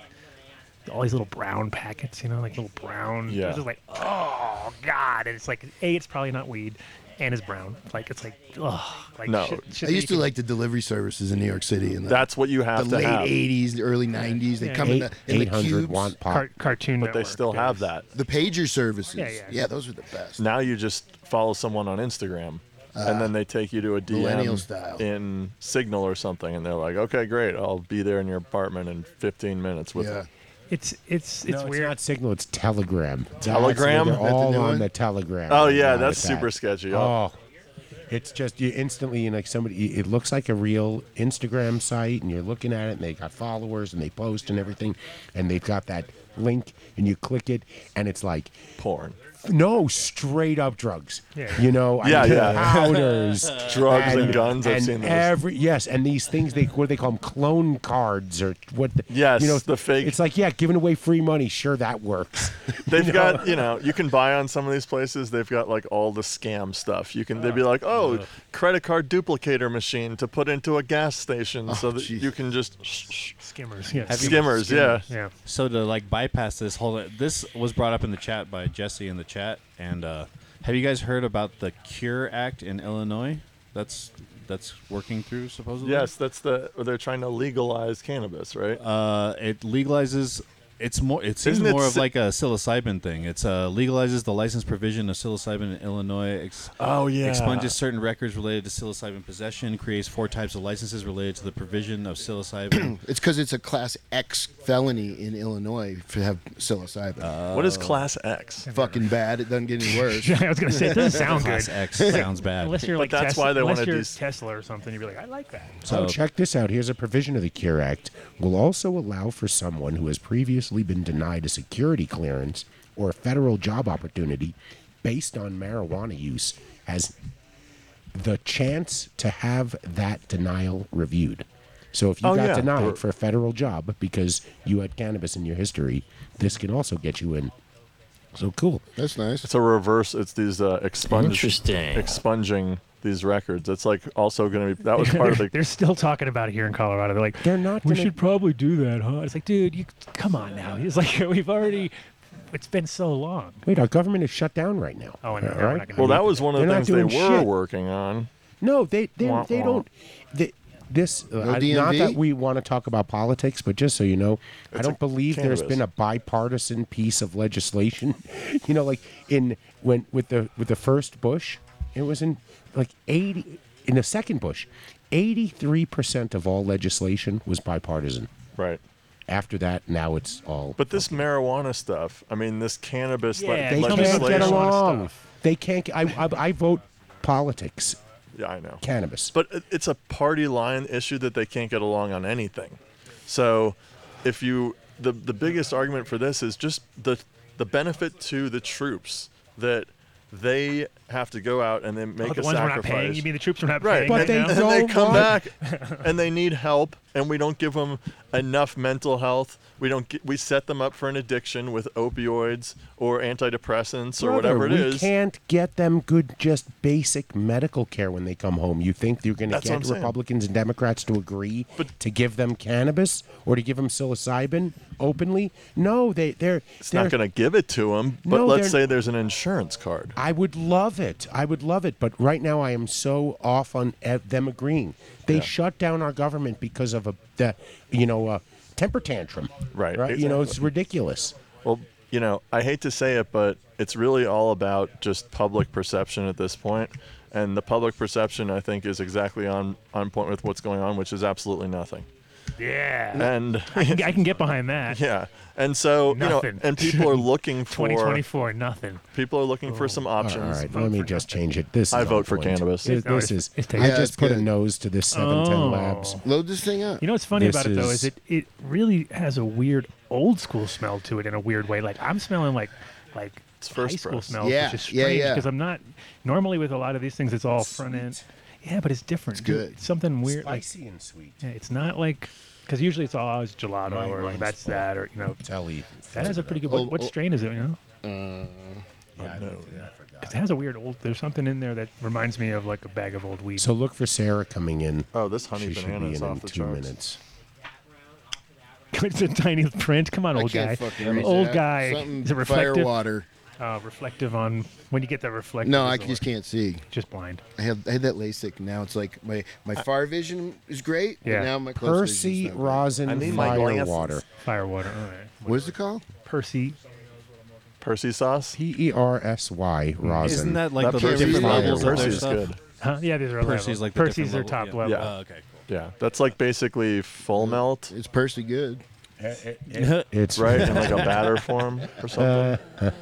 D: all these little brown packets, you know, like little brown.
F: Yeah.
D: It's just like oh god, and it's like a, it's probably not weed, and it's brown. Like it's like oh, like
F: No.
D: shit, shit
G: I
D: that
G: used
D: you
G: to like the delivery services in New York City in the,
F: That's what you
G: the
F: have to
G: late
F: have.
G: '80s, the early '90s. They
D: Yeah.
G: come in
E: Eight
G: the in
E: eight
G: the
E: hundred
G: cubes.
E: want
D: can-
E: pop.
D: car- cartoon,
F: But they still have that.
G: The pager services.
D: Yeah, yeah.
G: those are the best. Ah.
F: Now you just follow someone on Instagram. And then they take you to a DM
G: millennial style.
F: in Signal or something, and they're like, "Okay, great, I'll be there in your apartment in 15 minutes with
G: yeah.
D: It's it's
E: No,
D: it's weird.
E: not Signal. It's Telegram. That's where
F: Telegram?
E: They're
F: That's the
E: all
G: new
E: on
G: one?
E: the Telegram.
F: Oh, yeah,
E: now with
F: that's
E: that.
F: super sketchy.
E: Oh, it's just you instantly and like somebody. It looks like a real Instagram site, and you're looking at it, and they got followers, and they post and everything, and they've got that link and you click it, and it's like
F: porn.
E: No, straight up drugs.
F: Yeah.
E: You know, I
F: Yeah,
E: mean,
F: yeah.
E: powders,
F: Drugs and guns, I've
E: and
F: seen those.
E: every yes, and these things they what do they call them clone cards or what? The,
F: Yes,
E: you know
F: the fake-
E: It's like yeah, giving away free money. Sure, that works.
F: They've
E: You know?
F: got, you know, you can buy on some of these places. They've got like all the scam stuff. You can, they'd be like, oh, credit card duplicator machine to put into a gas station so that you can just
D: skimmers. Yeah,
C: Oh, Have you-
F: skimmers, yeah.
C: So to like bypass this, hold on. This was brought up in the chat by Jesse in the chat, and uh, have you guys heard about the Cure Act in Illinois? That's that's working through supposedly.
F: Yes, that's the they're trying to legalize cannabis, right?
C: Uh, it legalizes. It's more. It seems
F: Isn't it
C: more of
F: si-
C: like a psilocybin thing. It's uh, legalizes the license provision of psilocybin in Illinois. Ex-
F: Oh, yeah.
C: Expunges certain records related to psilocybin possession. Creates four types of licenses related to the provision of psilocybin.
G: It's because it's a class X felony in Illinois to have psilocybin.
F: What is class X?
G: Fucking bad. It doesn't get any worse.
D: Yeah, I was gonna say it doesn't sound
C: Class
D: good.
C: X
D: Like,
C: sounds bad.
D: Unless you're
F: But
D: like
F: that's
D: Tesla,
F: why they Oh,
D: unless
F: wanted
D: you're
F: these-
D: Tesla or something, you'd be like, I like that.
E: So Oh, check this out. Here's a provision of the Cure Act will also allow for someone who has previously been denied a security clearance or a federal job opportunity based on marijuana use as the chance to have that denial reviewed. So if you
F: Oh,
E: got
F: yeah.
E: denied
F: Or-
E: for a federal job because you had cannabis in your history, this can also get you in. So cool.
G: That's nice.
F: It's a reverse. It's these uh, expunge,
E: Interesting.
F: expunging these records. It's like also going to be that was part of
D: they're,
F: the
D: they're still talking about it here in Colorado. They're like, they're not. We
F: gonna-
D: should probably do that, huh? It's like, dude, you come on now. It's like we've already. It's been so long.
E: Wait, our government is shut down right now.
D: Oh, I know.
E: All
D: Yeah, we're
E: right?
D: not gonna
F: Well, that was one of the
E: They're not
F: things they
E: doing
F: were
E: shit.
F: working on.
E: No, they they,
F: Wah,
E: they
F: wah.
E: don't. They, this uh,
F: No
E: I- not
F: DMV?
E: that we want to talk about politics, but just so you know, I
F: It's
E: don't
F: a
E: believe there's
F: cannabis.
E: been a bipartisan piece of legislation. you know, like in when with the with the first Bush, it was in like eighty in the second Bush, eighty three percent of all legislation was bipartisan.
F: Right.
E: After that, now it's all.
F: But this marijuana stuff, I mean, this cannabis le-
E: they can't
F: legislation.
E: get along. They can't. get- I I, I vote politics.
F: Yeah, I know.
E: Cannabis.
F: But it- it's a party line issue that they can't get along on anything. So, if you the the biggest argument for this is just the the benefit to the troops that they have to go out and they make
D: Oh, the
F: a
D: ones we're not
F: sacrifice.
D: paying. You mean the troops are not
F: Right,
D: paying?
F: and,
D: right now?
F: and they come back and they need help, and we don't give them enough mental health. We don't. Get, we set them up for an addiction with opioids or antidepressants or
E: Brother,
F: whatever it
E: we
F: is.
E: can't get them good, just basic medical care when they come home. You think you're going to
F: That's what I'm
E: get
F: saying.
E: Republicans and Democrats to agree to give them cannabis or to give them psilocybin openly? No, they they're
F: It's not going to give it to them. But
E: No,
F: let's
E: they're-
F: say there's an insurance card.
E: I would love it. I would love it. But right now, I am so off on eh, them agreeing. They
F: Yeah.
E: shut down our government because of a the, you know, a temper tantrum.
F: Right.
E: Right. You know, it's
F: exactly.
E: ridiculous.
F: Well, you know, I hate to say it, but it's really all about just public perception at this point. And the public perception, I think, is exactly on, on point with what's going on, which is absolutely nothing.
D: Yeah.
F: And
D: I can, I can get behind that.
F: yeah, and so you
D: Nothing.
F: know, and people are looking for
D: 2024, nothing.
F: People are looking for some options.
E: Oh. All right, let me just change it. This
F: I
E: is
F: vote
E: on
F: for
E: point.
F: cannabis.
E: This,
D: No,
E: this is.
D: it's- it's
E: I
D: tasty.
E: just put a nose to this 710
D: Oh.
E: Labs.
G: Load this thing up.
D: You know what's funny
E: This
D: about it though is
E: is-
D: it it really has a weird old school smell to it in a weird way. Like I'm smelling like like
F: first
D: high school
F: press.
D: smells,
G: Yeah,
D: which is
G: yeah,
D: strange
G: yeah.
D: because I'm not normally with a lot of these things. It's all front end. Yeah, but it's different.
G: It's
D: dude.
G: good.
D: It's something weird. like-
E: Spicy and sweet.
D: yeah, it's not like because usually it's always gelato
E: Mine-
D: or like
E: mine's
D: that's
E: full.
D: that or you know
E: Telly.
D: that has a pretty good.
G: Oh,
D: what, what
G: oh.
D: strain is it? You know,
G: uh,
E: Yeah, I know.
D: because it has a weird old. There's something in there that reminds me of like a bag of old weed.
E: So look for Sarah coming in.
F: Oh, this honey
E: she should be
F: banana
E: in
F: is
E: in
F: off the
E: two
F: charts.
E: minutes.
D: it's a tiny print. Come on,
G: I
D: old guy.
G: can't fucking read
D: Old
G: that.
D: guy.
G: Something
D: is it
G: fire
D: reflective?
G: water.
D: Uh, reflective on when you get that reflective.
G: No,
D: is
G: I
D: the
G: just
D: word.
G: can't see.
D: Just blind.
G: I had I had that LASIK. Now it's like my my far vision is great.
D: Yeah.
G: And now my close vision's
E: Percy
G: not great.
E: rosin
F: I need my
E: fire
F: glasses.
E: water.
D: Fire water. All right.
G: What is it called?
D: Percy.
F: Percy sauce.
E: P e r s y rosin.
C: Isn't that like the
G: Percy
C: different
G: fire
C: levels of their
F: Percy's
C: stuff?
F: good.
D: Huh? Yeah, these are
C: Percy's
D: level.
C: like the
D: Percy's their
C: different
D: top
C: level,
D: level. Uh,
F: Yeah.
C: Oh, okay. Cool.
F: Yeah, that's like basically full melt,
G: It's Percy good.
E: It's Uh,
F: right? In like a batter form or something.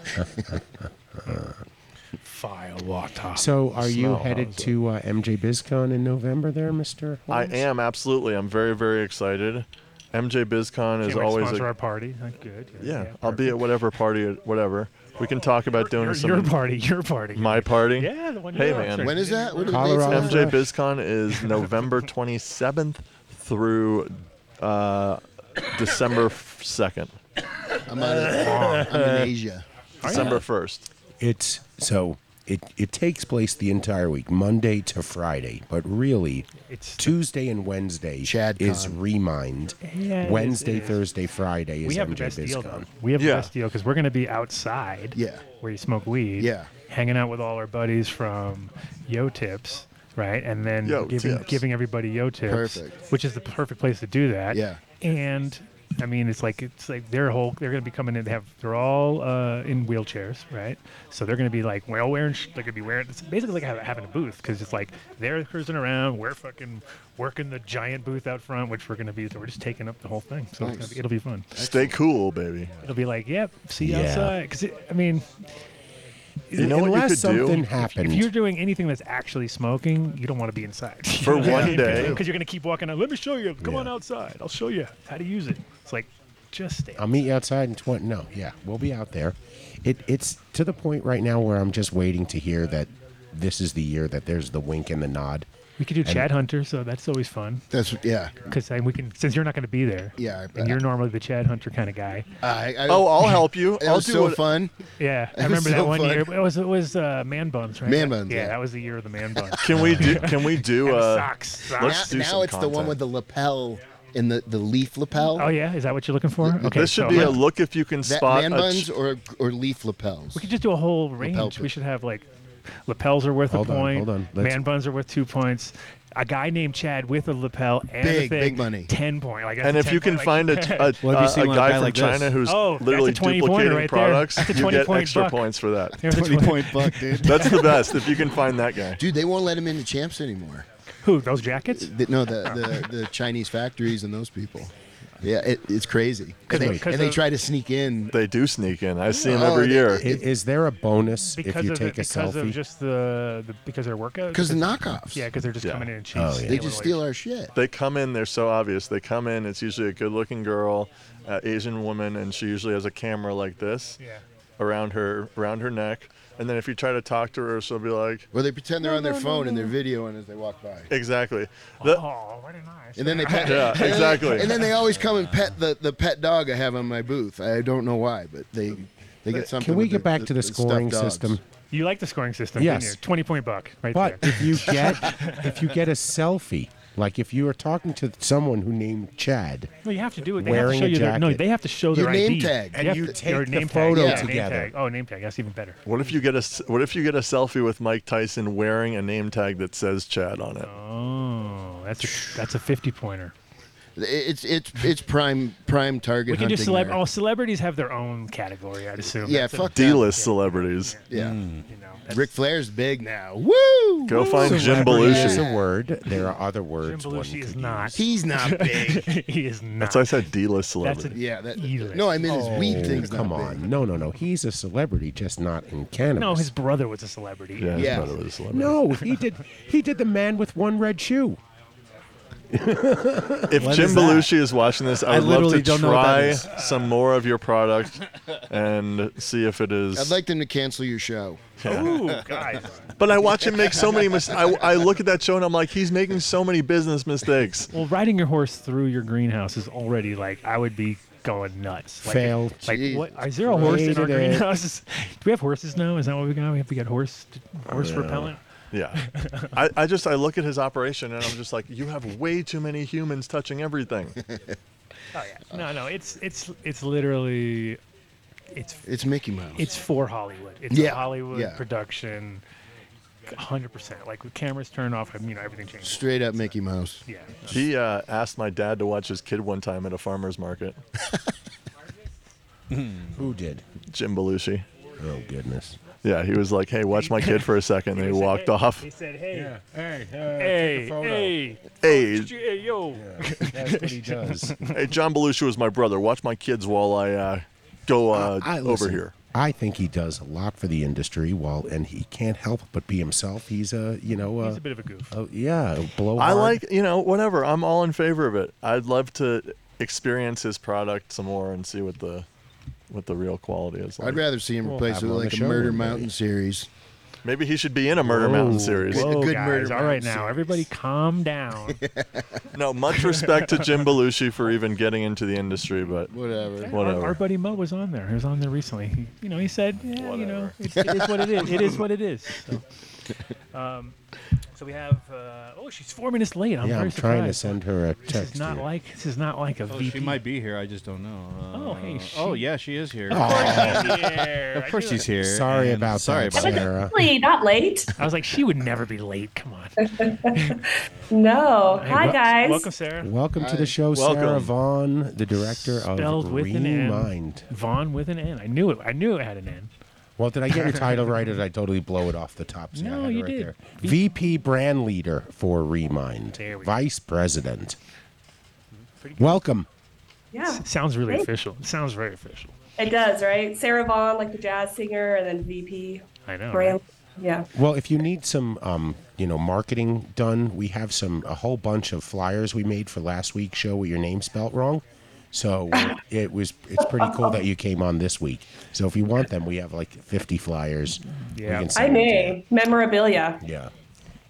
D: Fire water.
E: So are you
F: Smell,
E: headed to uh, MJ BizCon in November there, Mister?
F: I am absolutely. I'm very very excited. MJ BizCon
D: Can't
F: is
D: wait to
F: always
D: sponsor
F: a
D: our party. That's good.
F: yeah, I'll be at whatever party, or whatever. We can talk about doing
D: your-
F: some.
D: your party, your party.
F: My party.
D: Yeah, the one
F: Hey
D: you're
F: man,
D: sponsoring. When is that? What are the dates on Colorado
F: MJ
D: Rush.
F: BizCon is November 27th through uh, December 2nd.
G: I'm out of. I'm in Asia.
F: December 1st.
E: It's so it it takes place the entire week, Monday to Friday, but really
D: It's-
E: Tuesday and Wednesday
G: Chad
E: is
G: Con.
E: Remind.
D: Yeah, it
E: Wednesday,
D: is, it is.
E: Thursday, Friday is
D: we have
E: MJ
D: the best
E: BizCon.
D: deal though. We have
E: Yeah.
D: the best deal because we're going to be outside.
E: Yeah.
D: Where you smoke weed.
E: Yeah.
D: Hanging out with all our buddies from Yo Tips, right? And then
F: Yo
D: giving
F: Tips.
D: giving everybody Yo Tips,
F: Perfect.
D: which is the perfect place to do that.
F: Yeah.
D: And I mean, it's like it's like their whole they're going to be coming in. They have they're all uh, in wheelchairs, right? So they're going to be like well wearing. Sh- they're going to be wearing. It's basically like ha- having a booth because it's like they're cruising around. We're fucking working the giant booth out front, which we're going to be. We're just taking up the whole thing. So
F: Nice.
D: it's gonna be, it'll be fun.
F: Stay cool, baby.
D: It'll be like, yep, see you
F: Yeah.
D: outside. Because I mean,
F: You know what you
D: unless
F: could do?
D: something
F: If- if
D: If
F: happened-
D: you're doing anything that's actually smoking, you don't want to be inside
F: For one day-
D: because you're gonna keep walking out. Let me show you. Come on outside. I'll show you how to use it. It's like just stay.
E: I'll meet you outside in 20. No, yeah, we'll be out there. It, it's to the point right now where I'm just waiting to hear that this is the year that there's the wink and the nod.
D: We could do
E: And-
D: Chad Hunter, so that's always fun.
G: That's yeah.
D: Because we can since you're not going to be there.
G: Yeah, I-
D: and you're normally the Chad Hunter kind of guy.
G: I, I,
F: Oh, I'll help you.
G: It
F: I'll
G: was
F: do
G: so
F: what-
G: fun.
D: Yeah,
G: It
D: I remember
G: was
D: that
G: so
D: one
G: fun.
D: year. It was it was uh, man buns, right?
G: Man buns,
D: Yeah,
G: yeah.
D: that was the year of the man buns.
F: Can we do? Can we do?
D: And
F: Uh,
D: socks, socks.
F: Let's
G: now
F: do
G: now
F: some
G: it's the one
F: content.
G: with the lapel and the, the leaf lapel.
D: Oh yeah, is that what you're looking for? Okay,
F: this should
D: so
F: be a
D: let's-
F: look if you can
G: That
F: spot
G: man
F: a
G: buns
F: ch-
G: or or leaf lapels.
D: We could just do a whole
G: Lapel
D: range. We
G: pin.
D: should have like lapels are worth
G: Hold
D: a
G: on,
D: point.
G: hold on. Let's-
D: Man buns are worth two points. A guy named Chad with a lapel and a
G: Big,
D: thing,
G: big money.
D: ten point. Like that's
F: And
D: a
F: if you
D: 10
F: can
D: point,
F: find
D: like-
F: a, a, a,
C: Well, have you seen
F: a
C: one
F: guy
C: guy
F: from
C: like this?
F: China who's
D: Oh, that's a
F: literally
D: 20 pointer
F: duplicating
D: right there.
F: products,
D: That's a
F: you
D: 20
F: get
D: point
F: extra
D: buck.
F: points for that.
D: There's a 20 20 point
G: buck, dude.
F: That's the best if you can find that guy.
G: Dude, they won't let him into champs anymore.
D: Who those jackets? Oh.
G: The, no, the, the the Chinese factories and those people. Yeah, it, it's crazy.
F: Cause
G: And they,
F: of- cause
G: and they
F: of-
G: try to sneak in.
F: They do sneak in. I see them
G: Oh,
F: every
G: they-
F: year.
E: I- Is there a bonus if
D: Because
E: you
D: of
E: take
D: the,
E: a
D: because
E: selfie?
D: of just the, the because of their workout.
G: 'Cause the knockoffs.
D: Yeah, because they're just coming in and cheating.
E: Oh, yeah. They
G: just steal our shit.
F: They come in. They're so obvious. They come in. It's usually a good-looking girl, uh, Asian woman, and she usually has a camera like this around her around her neck. And then if you try to talk to her, she'll be like,
G: Well, they pretend they're on their phone and they're videoing as they walk by.
F: exactly.
E: Oh,
F: The-
G: And then they pet.
F: Yeah,
G: and then they-
F: exactly.
G: And then they always come and pet the, the pet dog I have on my booth. I don't know why, but they they get something.
E: Can we
G: with
E: get back to the
G: stuffed
E: scoring
G: dogs.
E: system?
D: You like the scoring system, didn't
E: Yes.
D: you? Twenty point buck, right
E: but
D: there.
E: if you get if you get a selfie, like if you are talking to someone who named Chad,
D: No, you have to do it. They have to
E: wearing
D: show
E: a
D: you their no.
E: jacket.
D: They have to show their
E: Your
D: ID.
E: name tag.
D: They
E: And
D: have
E: you
D: to-
E: take
D: your
E: the
D: name
E: photo
D: tag. yeah,
E: together.
D: Name tag. Oh, name tag. That's even better.
F: What if you get a s- What if you get a selfie with Mike Tyson wearing a name tag that says Chad on it?
D: Oh, that's a, that's a fifty pointer.
G: It's it's it's prime prime target.
D: We can do
G: hunting
D: celeb.
G: there.
D: All celebrities have their own category, I'd assume.
G: Yeah,
D: That's a-
G: fuck that.
F: D-list celebrities. Hmm.
G: Yeah. Ric Flair's big now. Woo!
F: Go
G: Woo!
F: find Jim
E: Celebrity
F: Belushi.
E: is a word. There are other words.
D: Jim
E: one
D: Belushi is
E: could
D: not.
E: use.
G: He's not big.
D: he is not.
F: That's why I said D-list
D: That's a
F: celebrity.
G: Yeah, that-
D: E-list.
G: no, I mean his weed
E: Oh,
G: thing's not
E: come
G: big.
E: on. No, no, no. He's a celebrity, just not in Canada.
D: No, his brother was a celebrity.
F: Yeah, his
G: Yeah.
F: brother was a celebrity.
E: No, he did. He did the man with one red shoe.
F: If
E: What
F: Jim
E: is that?
F: Belushi is watching this, I
E: I
F: would love to
E: literally don't know what that
F: try
E: is.
F: some more of your product and see if it is-
G: I'd like them to cancel your show.
D: Ooh, guys.
F: but I watch him make so many mistakes. I, I look at that show and I'm like, he's making so many business mistakes.
D: Well, riding your horse through your greenhouse is already like I would be going nuts. Like,
E: Fail.
D: Like,
E: Jesus
D: what? Is there a horse in our
E: Christ.
D: greenhouses? Do we have horses now? Is that what we got? We have to get horse horse
F: Yeah.
D: repellent.
F: Yeah. I, I just, I look at his operation and I'm just like, you have way too many humans touching everything.
D: Oh yeah. No, no. It's it's it's literally it's
G: It's Mickey Mouse.
D: it's for Hollywood. It's
G: Yeah,
D: a Hollywood
G: yeah.
D: production. 100%. Like, with cameras turned off, I mean, you know, everything changes.
G: Straight up Mickey Mouse.
D: Yeah.
F: He uh, asked my dad to watch his kid one time at a farmer's market.
E: Who did?
F: Jim Belushi.
E: Oh goodness.
F: Yeah, he was like, "Hey, watch my kid for a second. and he walked off.
D: He said, hey,
E: Hey, uh,
D: hey, hey,
F: Hey,
D: did you- hey, yo.
E: that's what he does.
F: hey, John Belushi was my brother. Watch my kids while I uh, go uh,
E: I
F: over
E: listen,
F: here."
E: I think he does a lot for the industry. While and he can't help but be himself. He's a you know
D: He's a bit of a goof.
E: a- yeah a blowhard.
F: I like, you know, whatever. I'm all in favor of it. I'd love to. experience his product some more and see what the what the real quality is. Like.
G: I'd rather see him
F: We'll
G: replace
F: have
G: it
F: him
G: with
F: on
G: like
F: the
G: a
F: show
G: Murder
F: one day.
G: Mountain series.
F: Maybe he should be in a Murder Mountain series.
D: Whoa, guys, all right now, everybody, calm down.
F: No, much respect to Jim Belushi for even getting into the industry, but
G: whatever,
D: Our, our
F: whatever.
D: buddy Mo was on there. He was on there recently. He, you know, he said, yeah, you know, it's, it is what it is. It is what it is. So, um, so we have. Uh, oh, she's four minutes late. I'm
E: yeah,
D: very
E: I'm trying to
D: surprised.
E: send her a
D: This
E: text.
D: is not
E: here.
D: like this is not like a
C: Oh,
D: VP.
C: she might be here. I just don't know. Uh,
D: Oh, hey,
C: oh
D: she-
C: yeah, she is here.
E: Of course
D: she's here.
C: Of
D: I
C: course
D: knew
C: she's
D: it.
C: here.
E: Oh. Sorry
C: and
E: about
C: sorry
E: that,
C: about that.
E: Sarah.
L: Really, not late.
D: I was like, she would never be late. Come on.
L: No. Hi,
D: wel-
L: guys.
D: Welcome, Sarah.
E: Welcome to the show, Sarah
D: Welcome.
E: Vaughn, the director
D: Spelled
E: of
D: with
E: Green
D: an N.
E: Mind.
D: Vaughn with an N. I knew it. I knew it had an N.
E: Well, did I get your title right, or did I totally blow it off the top? See, I
D: No,
E: had it
D: you
E: right
D: did.
E: There. VP brand leader for Remind,
D: There we go.
E: vice president. Welcome.
L: Yeah.
D: Sounds really
L: Great.
D: official. Sounds very official.
L: It does, right? Sarah Vaughn, like the jazz singer, and then VP.
D: I know,
L: Brand. Yeah.
E: Well, if you need some, um, you know, marketing done, we have some a whole bunch of flyers we made for last week's show with your name spelt wrong. So it was it's pretty cool that you came on this week. So if you want them, we have like 50 flyers. We
D: Yeah.
E: can
L: I
E: send them to
L: may. Memorabilia.
E: you. Yeah.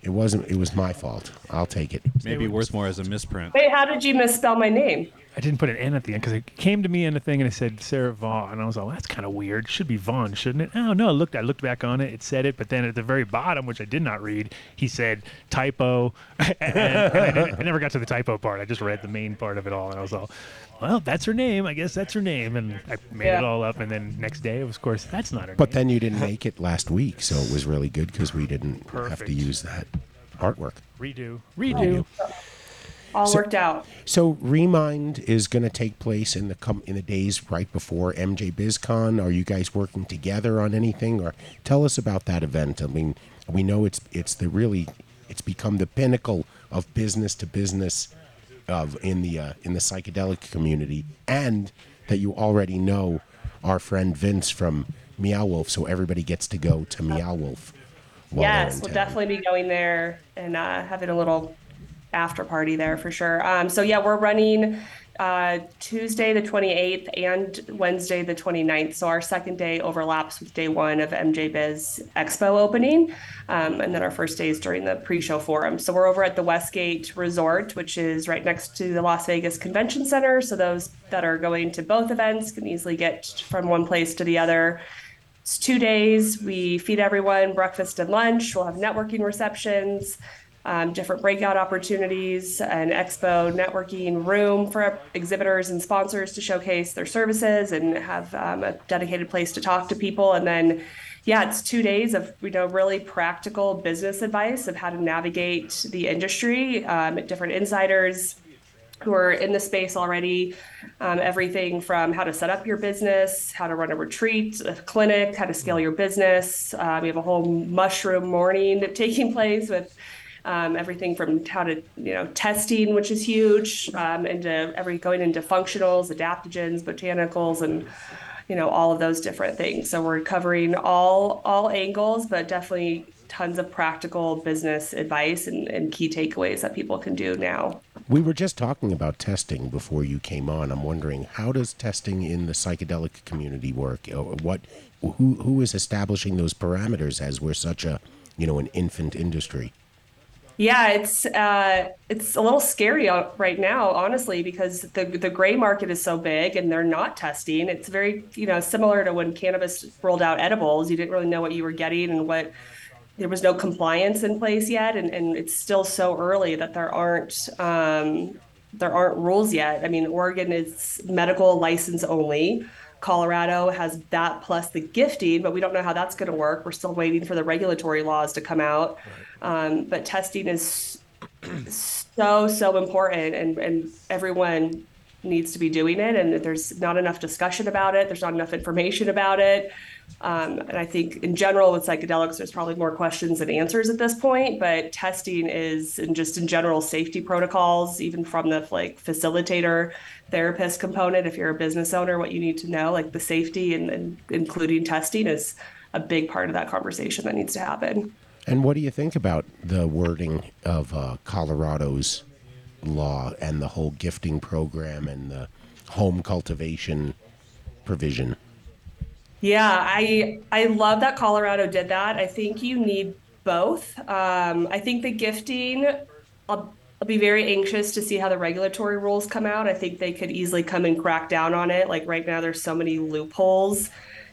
E: It wasn't. It was my fault. I'll take it.
C: Maybe worth more as a misprint.
L: Wait, how did you misspell my name?
D: I didn't put an N at the end because it came to me in a thing and it said Sarah Vaughn. And I was like, well, that's kind of weird. Should be Vaughn, shouldn't it? Oh, no. I looked, I looked back on it. It said it. But then at the very bottom, which I did not read, he said typo. and, and I, didn't- I never got to the typo part. I just read the main part of it all. And I was all, well, that's her name. I guess that's her name. And I made
L: Yeah.
D: it all up. And then next day, of course, that's not her
E: But
D: name.
E: then you didn't make it last week, so it was really good because we didn't have
D: Perfect.
E: to use that artwork.
D: Redo. Redo.
L: All
E: So-
L: worked out.
E: So Remind is going to take place in the com- in the days right before MJ BizCon. Are you guys working together on anything, or tell us about that event? I mean, we know it's it's the really it's become the pinnacle of business to business of in the uh, in the psychedelic community, and that you already know our friend Vince from Meow Wolf, so everybody gets to go to Meow Wolf. while they're
L: yes,
E: in
L: we'll
E: town.
L: definitely be going there and uh, having a little after party there for sure. Um, so yeah, we're running uh, Tuesday the 28th and Wednesday the 29th. So our second day overlaps with day one of MJ Biz Expo opening, um, and then our first day is during the pre-show forum. So we're over at the Westgate Resort, which is right next to the Las Vegas Convention Center. So those that are going to both events can easily get from one place to the other. It's two days. We feed everyone breakfast and lunch. We'll have networking receptions, um, different breakout opportunities, an expo networking room for exhibitors and sponsors to showcase their services and have um, a dedicated place to talk to people. And then, yeah, it's two days of you know really practical business advice of how to navigate the industry, um, different insiders, who are in the space already. Um, everything from how to set up your business, how to run a retreat, a clinic, how to scale your business. Uh, we have a whole mushroom morning taking place with um, everything from how to you know testing, which is huge, um, into every going into functionals, adaptogens, botanicals, and you know all of those different things. So we're covering all all angles, but definitely tons of practical business advice and, and key takeaways that people can do now.
E: We were just talking about testing before you came on. I'm wondering how does testing in the psychedelic community work? Or What who who is establishing those parameters as we're such a you know an infant industry?
L: Yeah, it's uh, it's a little scary o- right now, honestly, because the the gray market is so big and they're not testing. It's very, you know, similar to when cannabis rolled out edibles. You didn't really know what you were getting and what there was no compliance in place yet, and, and it's still so early that there aren't um, there aren't rules yet. I mean, Oregon is medical license only. Colorado has that plus the gifting, but we don't know how that's going to work. We're still waiting for the regulatory laws to come out. Um, but testing is so so important, and and everyone needs to be doing it. And there's not enough discussion about it. There's not enough information about it. Um, and I think in general with psychedelics, there's probably more questions than answers at this point. But testing is, and just in general, safety protocols, even from the like facilitator, therapist component. If you're a business owner, what you need to know, like the safety and, and including testing, is a big part of that conversation that needs to happen.
E: And what do you think about the wording of uh, Colorado's law and the whole gifting program and the home cultivation provision.
L: Yeah, I I love that Colorado did that. I think you need both. Um, I think the gifting, I'll, I'll be very anxious to see how the regulatory rules come out. I think they could easily come and crack down on it. Like right now, there's so many loopholes.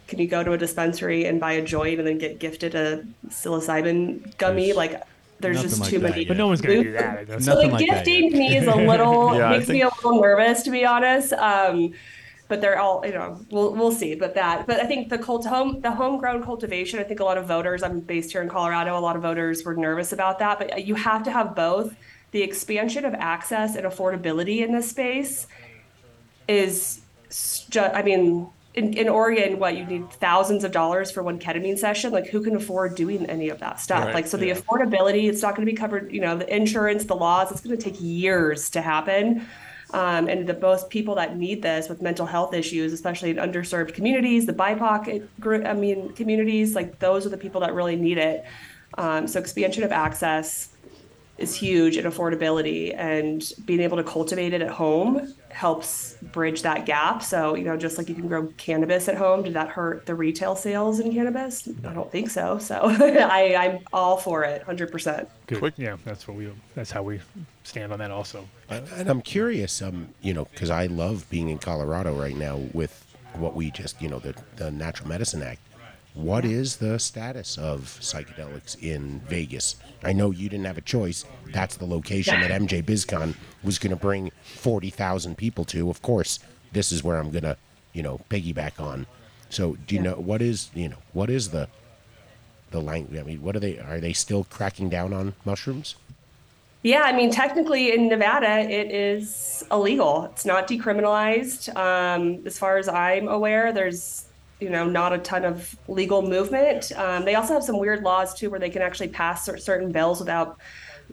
L: Can you go to a dispensary and buy a joint and then get gifted a psilocybin gummy? like there's
D: nothing
L: just
D: like
L: too
D: that
L: many.
D: yet. But no one's gonna do that.
L: loop-
D: That's-
L: So
D: Nothing
L: the
D: like that
L: gifting
D: yet.
L: me is a little
D: Yeah, I
L: makes me a
D: think-
L: little nervous to be honest. Um, but they're all you know we'll we'll see but that but i think the cult home the homegrown cultivation i think a lot of voters i'm based here in colorado a lot of voters were nervous about that but you have to have both the expansion of access and affordability in this space is just i mean in, in oregon what you need thousands of dollars for one ketamine session like who can afford doing any of that stuff
M: Right,
L: like so
M: yeah.
L: the affordability it's not going to be covered you know the insurance the laws it's going to take years to happen um, and the both people that need this with mental health issues, especially in underserved communities, the BIPOC, group, I mean, communities, like those are the people that really need it. Um, so expansion of access is huge and affordability and being able to cultivate it at home helps bridge that gap. So, you know, just like you can grow cannabis at home, did that hurt the retail sales in cannabis? I don't think so. So I, I'm all for it, 100%.
D: Good. Yeah, that's what we. That's how we stand on that. Also,
E: And I'm curious, um, you know, because I love being in Colorado right now with what we just, you know, the, the Natural Medicine Act. What is the status of psychedelics in Vegas? I know you didn't have a choice. That's the location that MJ BizCon was going to bring 40,000 people to. Of course, this is where I'm going to, you know, piggyback on. So, do you know what is, you know, what is the the language? I mean, what are they are they still cracking down on mushrooms?
L: Yeah, I mean, technically in Nevada, it is illegal. It's not decriminalized. Um, as far as I'm aware, there's you know not a ton of legal movement. Um, they also have some weird laws too, where they can actually pass cer- certain bills without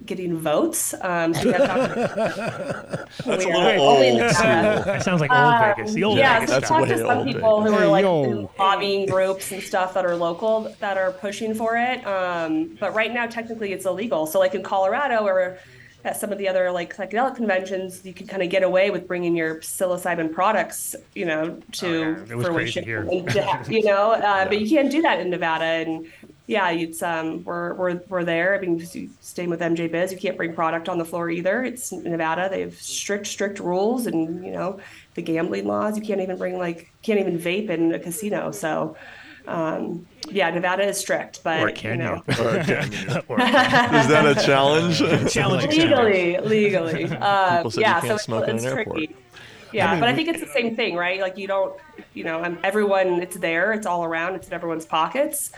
L: getting votes. Um, so you have Dr.
D: That's
L: a little Weird. old, Only in Nevada. too.
D: That sounds like old
L: Um,
D: Vegas. The old
L: yeah,
D: Vegas
L: so
D: style.
L: talk to some people who are like
D: Hey,
L: in
D: yo.
L: lobbying groups and stuff that are local that are pushing for it. Um, but right now, technically, it's illegal. So like in Colorado or at some of the other like psychedelic conventions, you can kind of get away with bringing your psilocybin products, you know, to
D: It was crazy
L: fruition.
D: here.
L: And to- you know, uh, but you can't do that in Nevada. And yeah, it's um, we're we're we're there. I mean, you- staying with MJ Biz, you can't bring product on the floor either. It's Nevada. They have strict strict rules, and you know, the gambling laws. You can't even bring like can't even vape in a casino. So. Um, yeah, Nevada is strict, but
D: Or can
L: you know,
D: you?
F: Or can
D: Or-
F: Is that a challenge?
D: Challenge
L: legally, legally. Uh,
F: People said you
L: yeah,
F: can't
L: so
F: smoke in
L: it's,
F: an
L: it's
F: airport.
L: tricky. Yeah,
F: mean,
L: but I
F: we-
L: think it's the same thing, right? Like you don't, you know, um, everyone, it's there, it's all around, it's in everyone's pockets.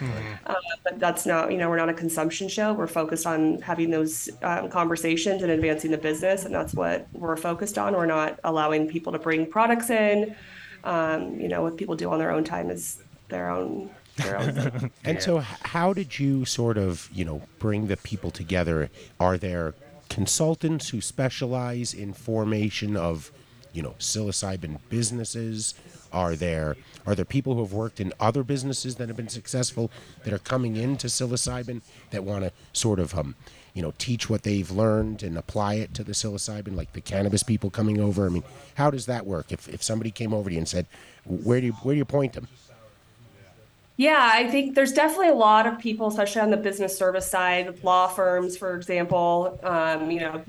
L: Uh, but that's not, you know, we're not a consumption show. We're focused on having those um, conversations and advancing the business, and that's what we're focused on. We're not allowing people to bring products in. Um, you know, what people do on their own time is their own. Their own
E: and so, h- how did you sort of, you know, bring the people together? Are there consultants who specialize in formation of, you know, psilocybin businesses? Are there are there people who have worked in other businesses that have been successful that are coming into psilocybin that want to sort of, um, you know, teach what they've learned and apply it to the psilocybin, like the cannabis people coming over? I mean, how does that work? If if somebody came over to you and said, where do you where do you point them?
L: Yeah, I think there's definitely a lot of people, especially on the business service side, law firms, for example. Um, you know,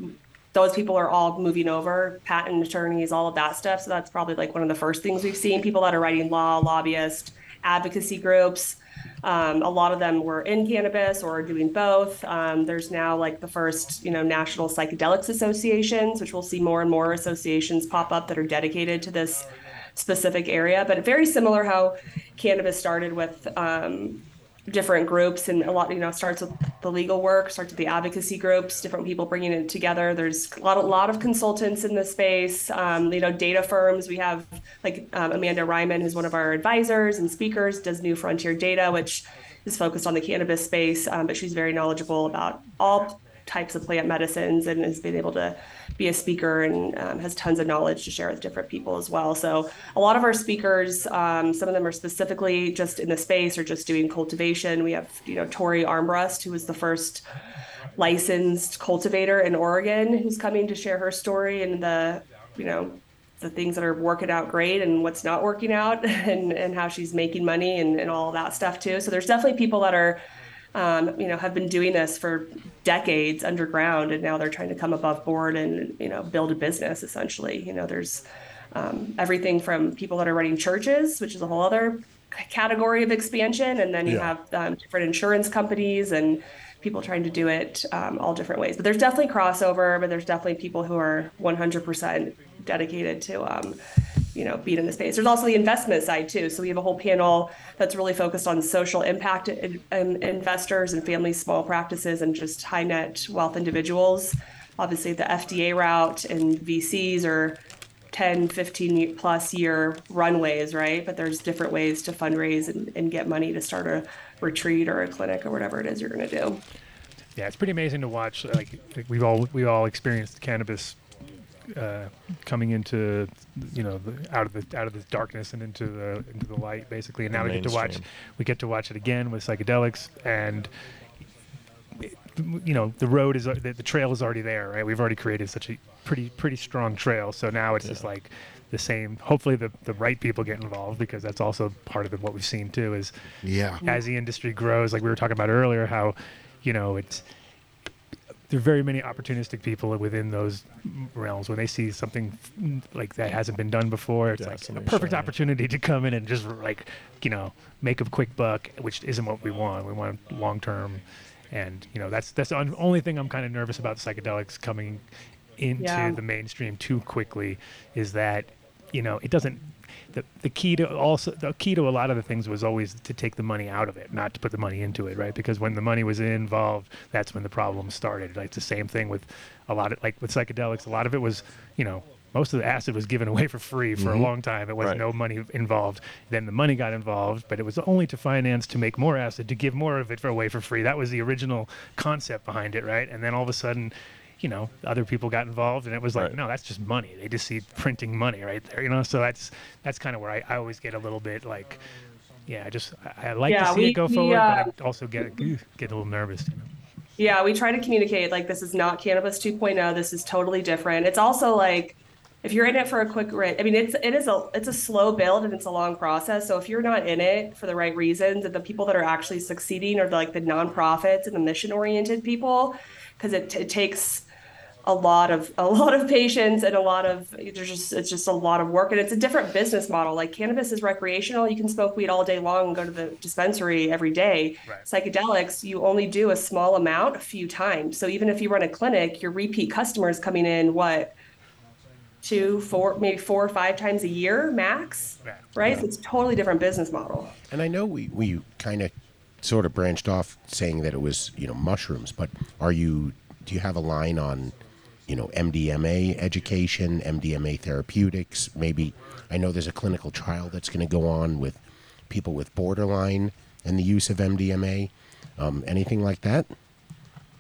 L: those people are all moving over, patent attorneys, all of that stuff. So that's probably like one of the first things we've seen. People that are writing law, lobbyists, advocacy groups. Um, a lot of them were in cannabis or doing both. Um, there's now like the first, you know, national psychedelics associations, which we'll see more and more associations pop up that are dedicated to this specific area, but very similar how cannabis started with um, different groups and a lot, you know, starts with the legal work, starts with the advocacy groups, different people bringing it together. There's a lot, a lot of consultants in this space, um, you know, data firms. We have like um, Amanda Ryman, who's one of our advisors and speakers, does New Frontier Data, which is focused on the cannabis space, um, but she's very knowledgeable about all types of plant medicines and has been able to be a speaker and um, has tons of knowledge to share with different people as well. So a lot of our speakers, um, some of them are specifically just in the space or just doing cultivation. We have you know Tori Armbrust, who was the first licensed cultivator in Oregon who's coming to share her story and the, you know, the things that are working out great and what's not working out and, and how she's making money and, and all that stuff too. So there's definitely people that are, um, you know, have been doing this for decades underground and now they're trying to come above board and, you know, build a business essentially. You know, there's um, everything from people that are running churches, which is a whole other c- category of expansion. And then you
M: Yeah.
L: have um, different insurance companies and people trying to do it um, all different ways. But there's definitely crossover, but there's definitely people who are 100% dedicated to um, you know being in the space there's also the investment side too so we have a whole panel that's really focused on social impact in, in- investors and family small practices and just high net wealth individuals obviously the fda route and vcs are 10 15 ye- plus year runways right but there's different ways to fundraise and, and get money to start a retreat or a clinic or whatever it is you're going to do
D: Yeah, it's pretty amazing to watch. Like like we've all we all experienced cannabis uh, coming into you know the, out of the out of the darkness and into the into the light basically. And now
F: The
D: we get to watch
F: mainstream.
D: we get to watch it again with psychedelics and you know the road is the, the trail is already there right we've already created such a pretty pretty strong trail so now it's just like the same hopefully the, the right people get involved because that's also part of what we've seen too is
G: Yeah.
D: as the industry grows like we were talking about earlier how you know it's there are very many opportunistic people within those realms when they see something like that hasn't been done before it's like a perfect opportunity to come in and just like you know make a quick buck which isn't what we want we want long term and you know that's that's the on- only thing i'm kind of nervous about psychedelics coming into
N: Yeah.
D: the mainstream too quickly is that you know it doesn't the, the key to also the key to a lot of the things was always to take the money out of it not to put the money into it right because when the money was involved that's when the problem started like it's the same thing with a lot of like with psychedelics a lot of it was you know most of the acid was given away for free for
N: Mhm.
D: a long time it was
N: Right.
D: no money involved then the money got involved but it was only to finance to make more acid to give more of it for away for free that was the original concept behind it right and then all of a sudden you know, other people got involved, and it was like, no, that's just money. They just see printing money right there, you know. So that's that's kind of where I, I always get a little bit like, yeah, I just I, I like
L: Yeah,
D: to see
L: we-
D: it go
L: we,
D: forward,
L: uh,
D: but I also get get a little nervous. You know?
L: Yeah, we try to communicate like this is not cannabis 2.0. This is totally different. It's also like if you're in it for a quick rate, I mean, it's it is a it's a slow build and it's a long process. So if you're not in it for the right reasons, and the people that are actually succeeding are like the nonprofits and the mission oriented people, because it, it takes a lot of a lot of patience and a lot of there's just it's just a lot of work and it's a different business model like cannabis is recreational you can smoke weed all day long and go to the dispensary every day psychedelics you only do a small amount a few times so even if you run a clinic your repeat customers coming in what two four maybe four or five times a year max right so it's a totally different business model
E: And I know we, we kind of sort of branched off saying that it was, you know, mushrooms, but are you, do you have a line on, you know, MDMA education, MDMA therapeutics? Maybe, I know there's a clinical trial that's going to go on with people with borderline and the use of MDMA. Um, anything like that?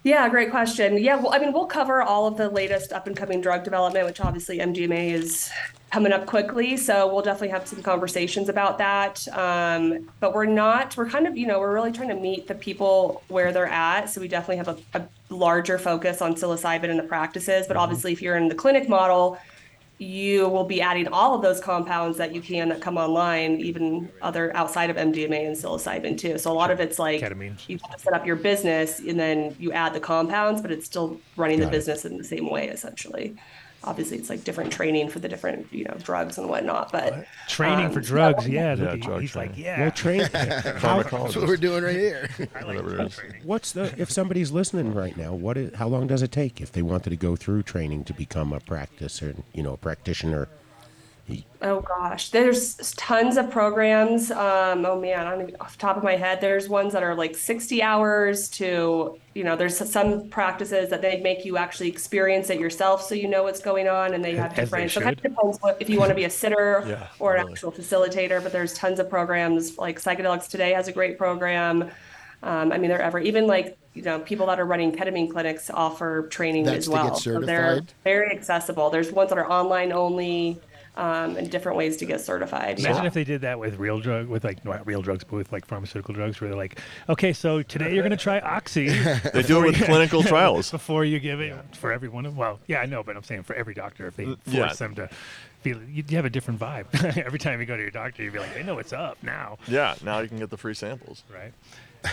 L: Yeah, great question. Yeah, well, I mean, we'll cover all of the latest up and coming drug development, which obviously MDMA is coming up quickly. So we'll definitely have some conversations about that. Um, but we're not, we're kind of, you know, we're really trying to meet the people where they're at. So we definitely have a, a larger focus on psilocybin and the practices. But obviously, if you're in the clinic model, you will be adding all of those compounds that you can that come online, even other outside of MDMA and psilocybin too. So a lot of it's like
D: Ketamine.
L: you have to set up your business and then you add the compounds, but it's still running the
E: Got it.
L: business in the same way essentially. Obviously, it's like different training for the different you know drugs and whatnot, but
D: Training
L: um,
D: for drugs, yeah.
F: Yeah,
D: look, he-
F: drug
D: he's like,
F: training.
D: yeah.
E: Well, train. how,
F: Pharmacologist. That's what we're
G: doing right here.
F: Whatever it is.
E: What's the if somebody's listening right now? What is, how long does it take if they wanted to go through training to become a practicer, you know, a practitioner?
L: Oh gosh, there's tons of programs. Um, oh man, I don't even off the top of my head. There's ones that are like 60 hours to, you know, there's some practices that they make you actually experience it yourself, so you know what's going on, and they have
M: As they
L: different. so it kind of depends what, if you want to be a sitter
M: Yeah,
L: or an actual facilitator. But there's tons of programs. Like Psychedelics Today has a great program. Um, I mean, they're ever even like you know people that are running ketamine clinics offer training
G: That's
L: as
G: to get
L: well. So they're
G: certified?
L: very accessible. There's ones that are online only. um, and different ways to get certified.
D: Imagine if they did that with real drug, with like not real drugs, but with like pharmaceutical drugs, where they're like, okay, so today you're gonna try oxy.
F: They do it with clinical trials.
D: before you give it for everyone. Well, yeah, I know, but I'm saying for every doctor, if they force
F: Uh, yeah.
D: them to feel, you have a different vibe every time you go to your doctor. You'd be like, they know what's up now.
F: Yeah, now you can get the free samples.
D: Right.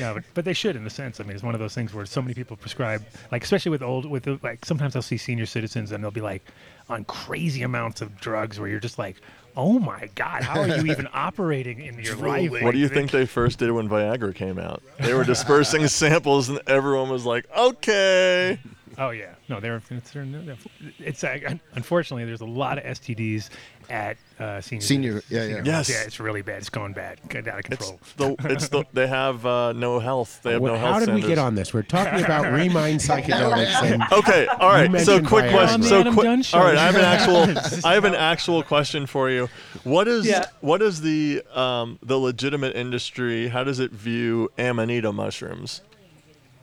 D: No, but, but they should in a sense. I mean, it's one of those things where so many people prescribe, like especially with old, with the- like sometimes I'll see senior citizens and they'll be like on crazy amounts of drugs where you're just like, oh my god, how are you even operating in your life?
F: What do you think they first did when Viagra came out? They were dispersing samples, and everyone was like, "Okay."
D: Oh yeah, no, they're it's, they're- they're- it's like, un- unfortunately there's a lot of STDs at uh, senior
G: Senior-
D: citizens-
G: yeah, yeah.
D: senior
F: Yes.
D: yeah, it's really bad. It's going bad, Got out of
F: It's
D: control.
F: the it's the they have uh, no health. They have
E: Well,
F: no health.
E: how did we
F: standards.
E: get on this? We're talking about Remind psychedelics. And
F: okay, all
E: You
F: right. So
E: mentioned
F: quick question.
E: Viagra. On the
F: So
E: Adam
F: quick.
E: Dunn
F: All right,
E: show.
F: I have an actual I have an actual question for you. What is
L: Yeah.
F: what is the um, the legitimate industry? How does it view amanita mushrooms?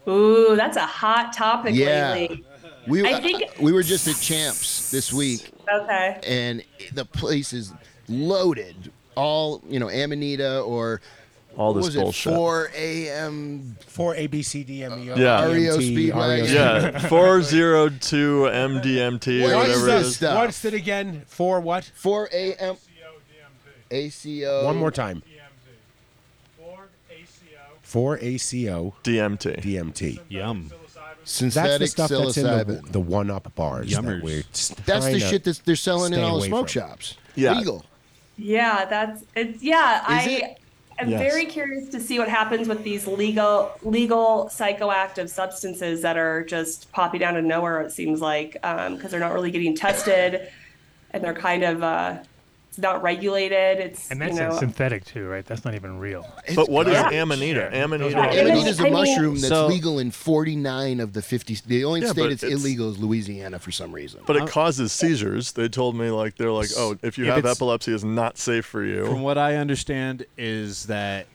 L: Ooh, that's a hot topic
G: Yeah.
L: lately.
G: We,
L: I think-
G: we were just at Champs this week,
L: Okay.
G: and the place is loaded. All you know, Amanita or
F: All
G: what
F: this
G: was
F: bullshit.
G: It, Four a.m.
E: Four A B C D M E O. E
F: Yeah.
G: REO
E: DMT,
C: E
G: Speedway.
E: REO.
F: Yeah, four zero two MDMT or
G: What is
F: E whatever it
G: this
F: is.
G: stuff?
E: What's it again? Four what?
G: Four a.m. ACO.
E: One more time. Four ACO
F: DMT.
E: DMT.
C: Yum.
E: That's the
G: Synthetic
E: stuff that's in
G: psilocybin.
E: the, the one-up bars. that
C: Yummers.
E: we're
G: That's the
E: trying to
G: shit that they're selling in
E: stay
G: all the
E: away
G: smoke
E: from.
G: shops.
F: Yeah.
G: Legal.
L: Yeah, that's it's yeah, I
G: it?
L: am
F: Yes.
L: very curious to see what happens with these legal legal psychoactive substances that are just popping out of nowhere it seems like because they're not really getting tested and they're kind of uh it's not regulated. It's
D: And that's
L: you know,
D: a synthetic too, right? That's not even real.
F: But what is
L: Yeah.
F: amanita?
D: Yeah.
F: Amanita.
D: Those are-
G: Amanita is
L: I
G: a
L: mean-
G: mushroom that's
C: So-
G: legal in 49 of the 50. The only
F: Yeah, but
G: state it's,
F: it's-
G: illegal is Louisiana for some reason.
F: But it causes seizures. They told me like they're like, oh, if you
C: If
F: have
C: it's-
F: epilepsy, it's not safe for
C: From
F: you.
C: what I understand is that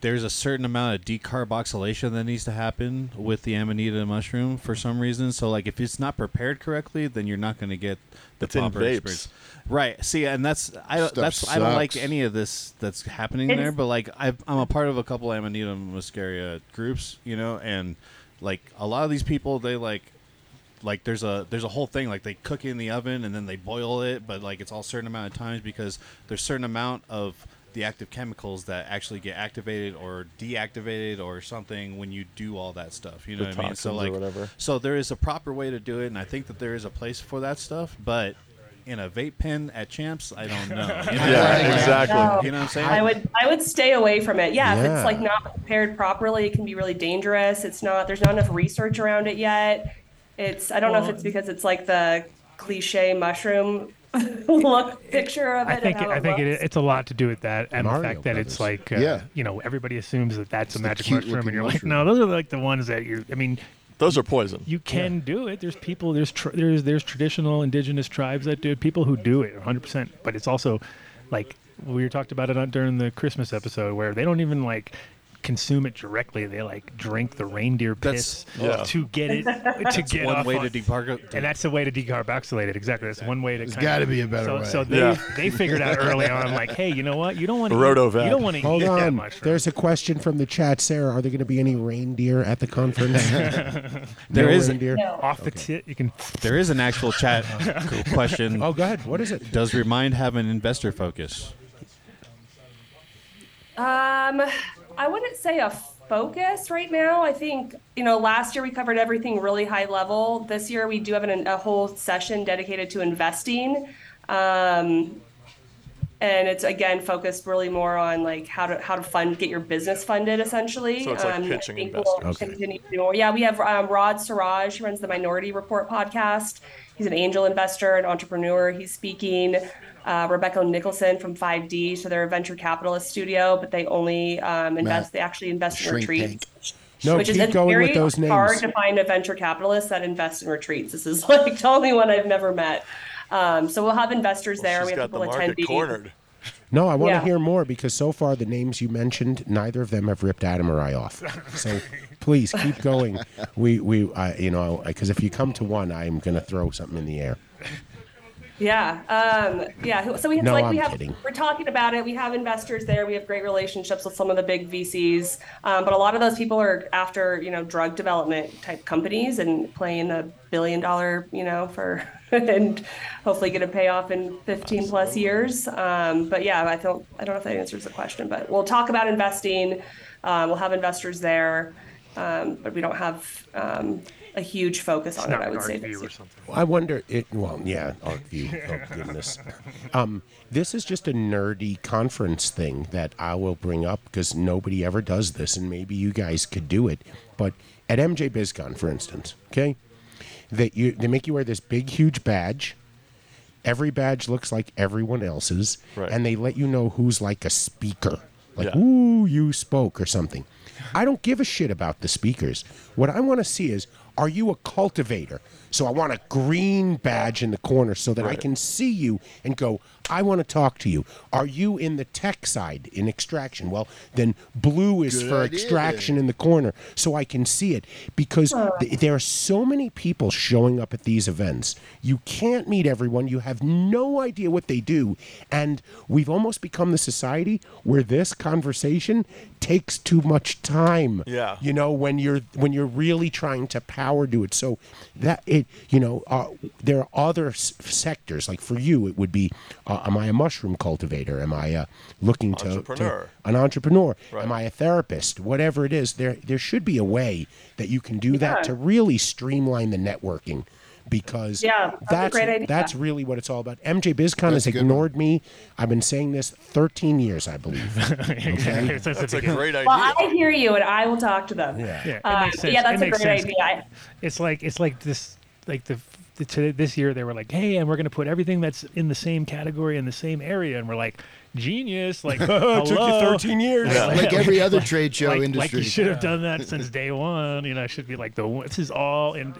C: there's a certain amount of decarboxylation that needs to happen with the amanita mushroom for some reason. So like if it's not prepared correctly, then you're not going to get the
F: It's in
C: proper
F: vapes.
C: experience. Right. See, and that's I don't
G: Stuff
C: that's I don't like
G: sucks.
C: any of this that's happening
L: It's-
C: there, but like i I'm a part of a couple amanita muscaria groups, you know, and like a lot of these people they like like there's a there's a whole thing like they cook it in the oven and then they boil it but like it's all certain amount of times because there's certain amount of the active chemicals that actually get activated or deactivated or something when you do all that stuff you know
F: The
C: what i mean
F: toxins
C: so
F: or
C: like
F: whatever.
C: so there is a proper way to do it and i think that there is a place for that stuff but in a vape pen at champs i don't know You know what I'm saying?
F: Yeah, exactly.
L: No.
C: you know what i'm saying
L: I would I would stay away from it. Yeah, if
E: Yeah.
L: it's like not prepared properly, it can be really dangerous. It's not there's not enough research around it yet. It's I don't know if
D: Well-
L: it's because it's like the cliche mushroom look picture of it.
D: I
L: and
D: think
L: how
D: it, I think it,
L: looks.
D: it's a lot to do with that and
E: Mario
D: the fact that it's
E: Brothers.
D: like uh,
G: Yeah.
D: you know everybody assumes that that's a
G: the
D: magic
G: cute
D: mushroom and
G: looking
D: you're like
G: mushroom.
D: no those are like the ones that you I mean
F: Those are poison.
D: you can do it there's people there's tr- there's there's traditional indigenous tribes that do it people who do it 100% but it's also like we were talked about it on, during the Christmas episode where they don't even like consume it directly they like drink the reindeer
C: That's-
D: piss
F: yeah.
D: to get it to get
C: one
D: off
C: way
D: on-
C: to depargo-
D: and that's a way to decarboxylate it. Exactly. That's one way to. There's
G: gotta be a better
D: so,
G: way.
D: So they,
F: Yeah.
D: they figured out early on, like, hey, you know what? You don't want to.
F: Rotovac.
D: You don't want to
E: Hold
D: eat that
E: on.
D: mushroom.
E: There's a question from the chat, Sarah. Are there going to be any reindeer at the conference?
C: There
E: no
C: is-
E: reindeer.
L: No.
D: off the tip. You can.
C: there is an actual chat question
E: Oh, go ahead. What is it?
C: does remind have an investor focus
L: Um, I wouldn't say a focus right now. I think, you know, last year we covered everything really high level. This year we do have an, a whole session dedicated to investing. Um, and it's again focused really more on like how to how to fund get your business funded essentially.
F: So it's like
L: um, I
F: pitching
L: think We'll
F: investors.
L: continue to do more. Yeah, we have um, Rod Siraj, who runs the Minority Report podcast. He's an angel investor and entrepreneur. He's speaking. Uh, Rebecca Nicholson from 5D, so they're a venture capitalist studio, but they only um, invest. They actually invest in
G: Shrink
L: retreats.
E: No,
L: which is
E: keep
L: it's
E: going
L: very
E: with those names.
L: hard to find a venture capitalist that invests in retreats. This is like the only one I've never met. Um, so we'll have investors there.
F: She's
L: we have
F: got the
L: people
F: market
L: attending.
F: cornered.
E: No, I want to
L: Yeah.
E: hear more because so far the names you mentioned, neither of them have ripped Adam or I off. So please keep going. We we I you know because if you come to one, I'm going to throw something in the air.
L: Yeah, um, yeah. who- So we
E: No,
L: like we have
E: I'm kidding.
L: we're talking about it. We have investors there. We have great relationships with some of the big VCs, um, but a lot of those people are after you know drug development type companies and playing the billion dollar you know for and hopefully going to pay off in 15 plus years. Um, but yeah, I don't I don't know if that answers the question, but we'll talk about investing. Uh, we'll have investors there, um, but we don't have um, a huge focus on it. I would say this year.
E: I wonder it. Well, yeah, ArcView. Oh goodness. Um, this is just a nerdy conference thing that I will bring up because nobody ever does this, and maybe you guys could do it. But at MJ BizCon, for instance, okay, that you they make you wear this big, huge badge. Every badge looks like everyone else's, and they let you know who's like a speaker. Like, ooh, you spoke or something. I don't give a shit about the speakers. What I want to see is, are you a cultivator? So I want a green badge in the corner so that I can see you and go, I want to talk to you. Are you in the tech side in extraction? Well, then blue is
M: Good
E: for
M: idea,
E: extraction in the corner so I can see it because th- there are so many people showing up at these events. You can't meet everyone. You have no idea what they do. And we've almost become the society where this conversation takes too much time.
F: Yeah.
E: You know, when you're when you're really trying to power do it. So that it, you know, uh, there are other s- sectors. Like for you, it would be, uh, am I a mushroom cultivator? Am I uh, looking to-
F: Entrepreneur.
E: to an entrepreneur? Am I a therapist? Whatever it is, there there should be a way that you can do that
L: Yeah.
E: to really streamline the networking because
L: Yeah, that's a
E: that's
L: great idea.
E: that's really what it's all about. MJ BizCon
G: That's
E: has
G: a good one.
E: ignored me. I've been saying this 13 years, I believe. Okay?
D: That's a great
L: Well, I hear you, and I will talk to them.
E: Yeah.
D: Yeah, it
L: Uh,
D: makes sense.
L: yeah, that's
D: It
L: a
D: makes
L: great
D: sense.
L: idea. I-
D: It's like it's like this like the, the to this year they were like, hey, and we're gonna put everything that's in the same category in the same area, and we're like, genius. Like,
E: Took you
D: hello.
E: 13 years. Yeah. Like every other trade show
D: like, Like
E: industry.
D: you should have
E: Yeah.
D: done that since day one. You know, it should be like the one- this is all in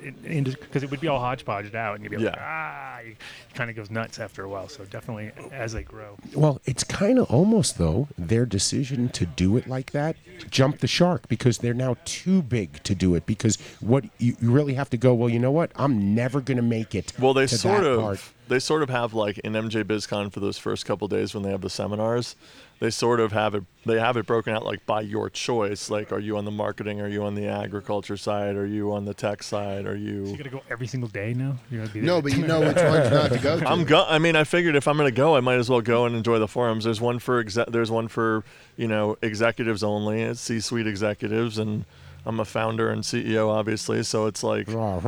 D: because it would be all hodgepodged out, and you'd be like,
E: Yeah.
D: ah, it kind of goes nuts after a while. So definitely as they grow.
E: Well, it's kind of almost though their decision to do it like that jumped the shark because they're now too big to do it because what you, you really have to go. Well, you know what? I'm never gonna make it.
F: Well, they
E: to that
F: sort of
E: part."
F: they sort of have like in MJ BizCon for those first couple days when they have the seminars, they sort of have it they have it broken out like by your choice. Like, are you on the marketing? Are you on the agriculture side? Are you on the tech side? Are you?
D: You're gonna go every single day now. You're gonna be
G: No,
D: there.
G: but you know which ones not to go to.
F: I'm go. I mean, I figured if I'm going to go, I might as well go and enjoy the forums. There's one for exe- there's one for you know executives only, it's C-suite executives, and I'm a founder and CEO, obviously. So it's like
D: Cigar,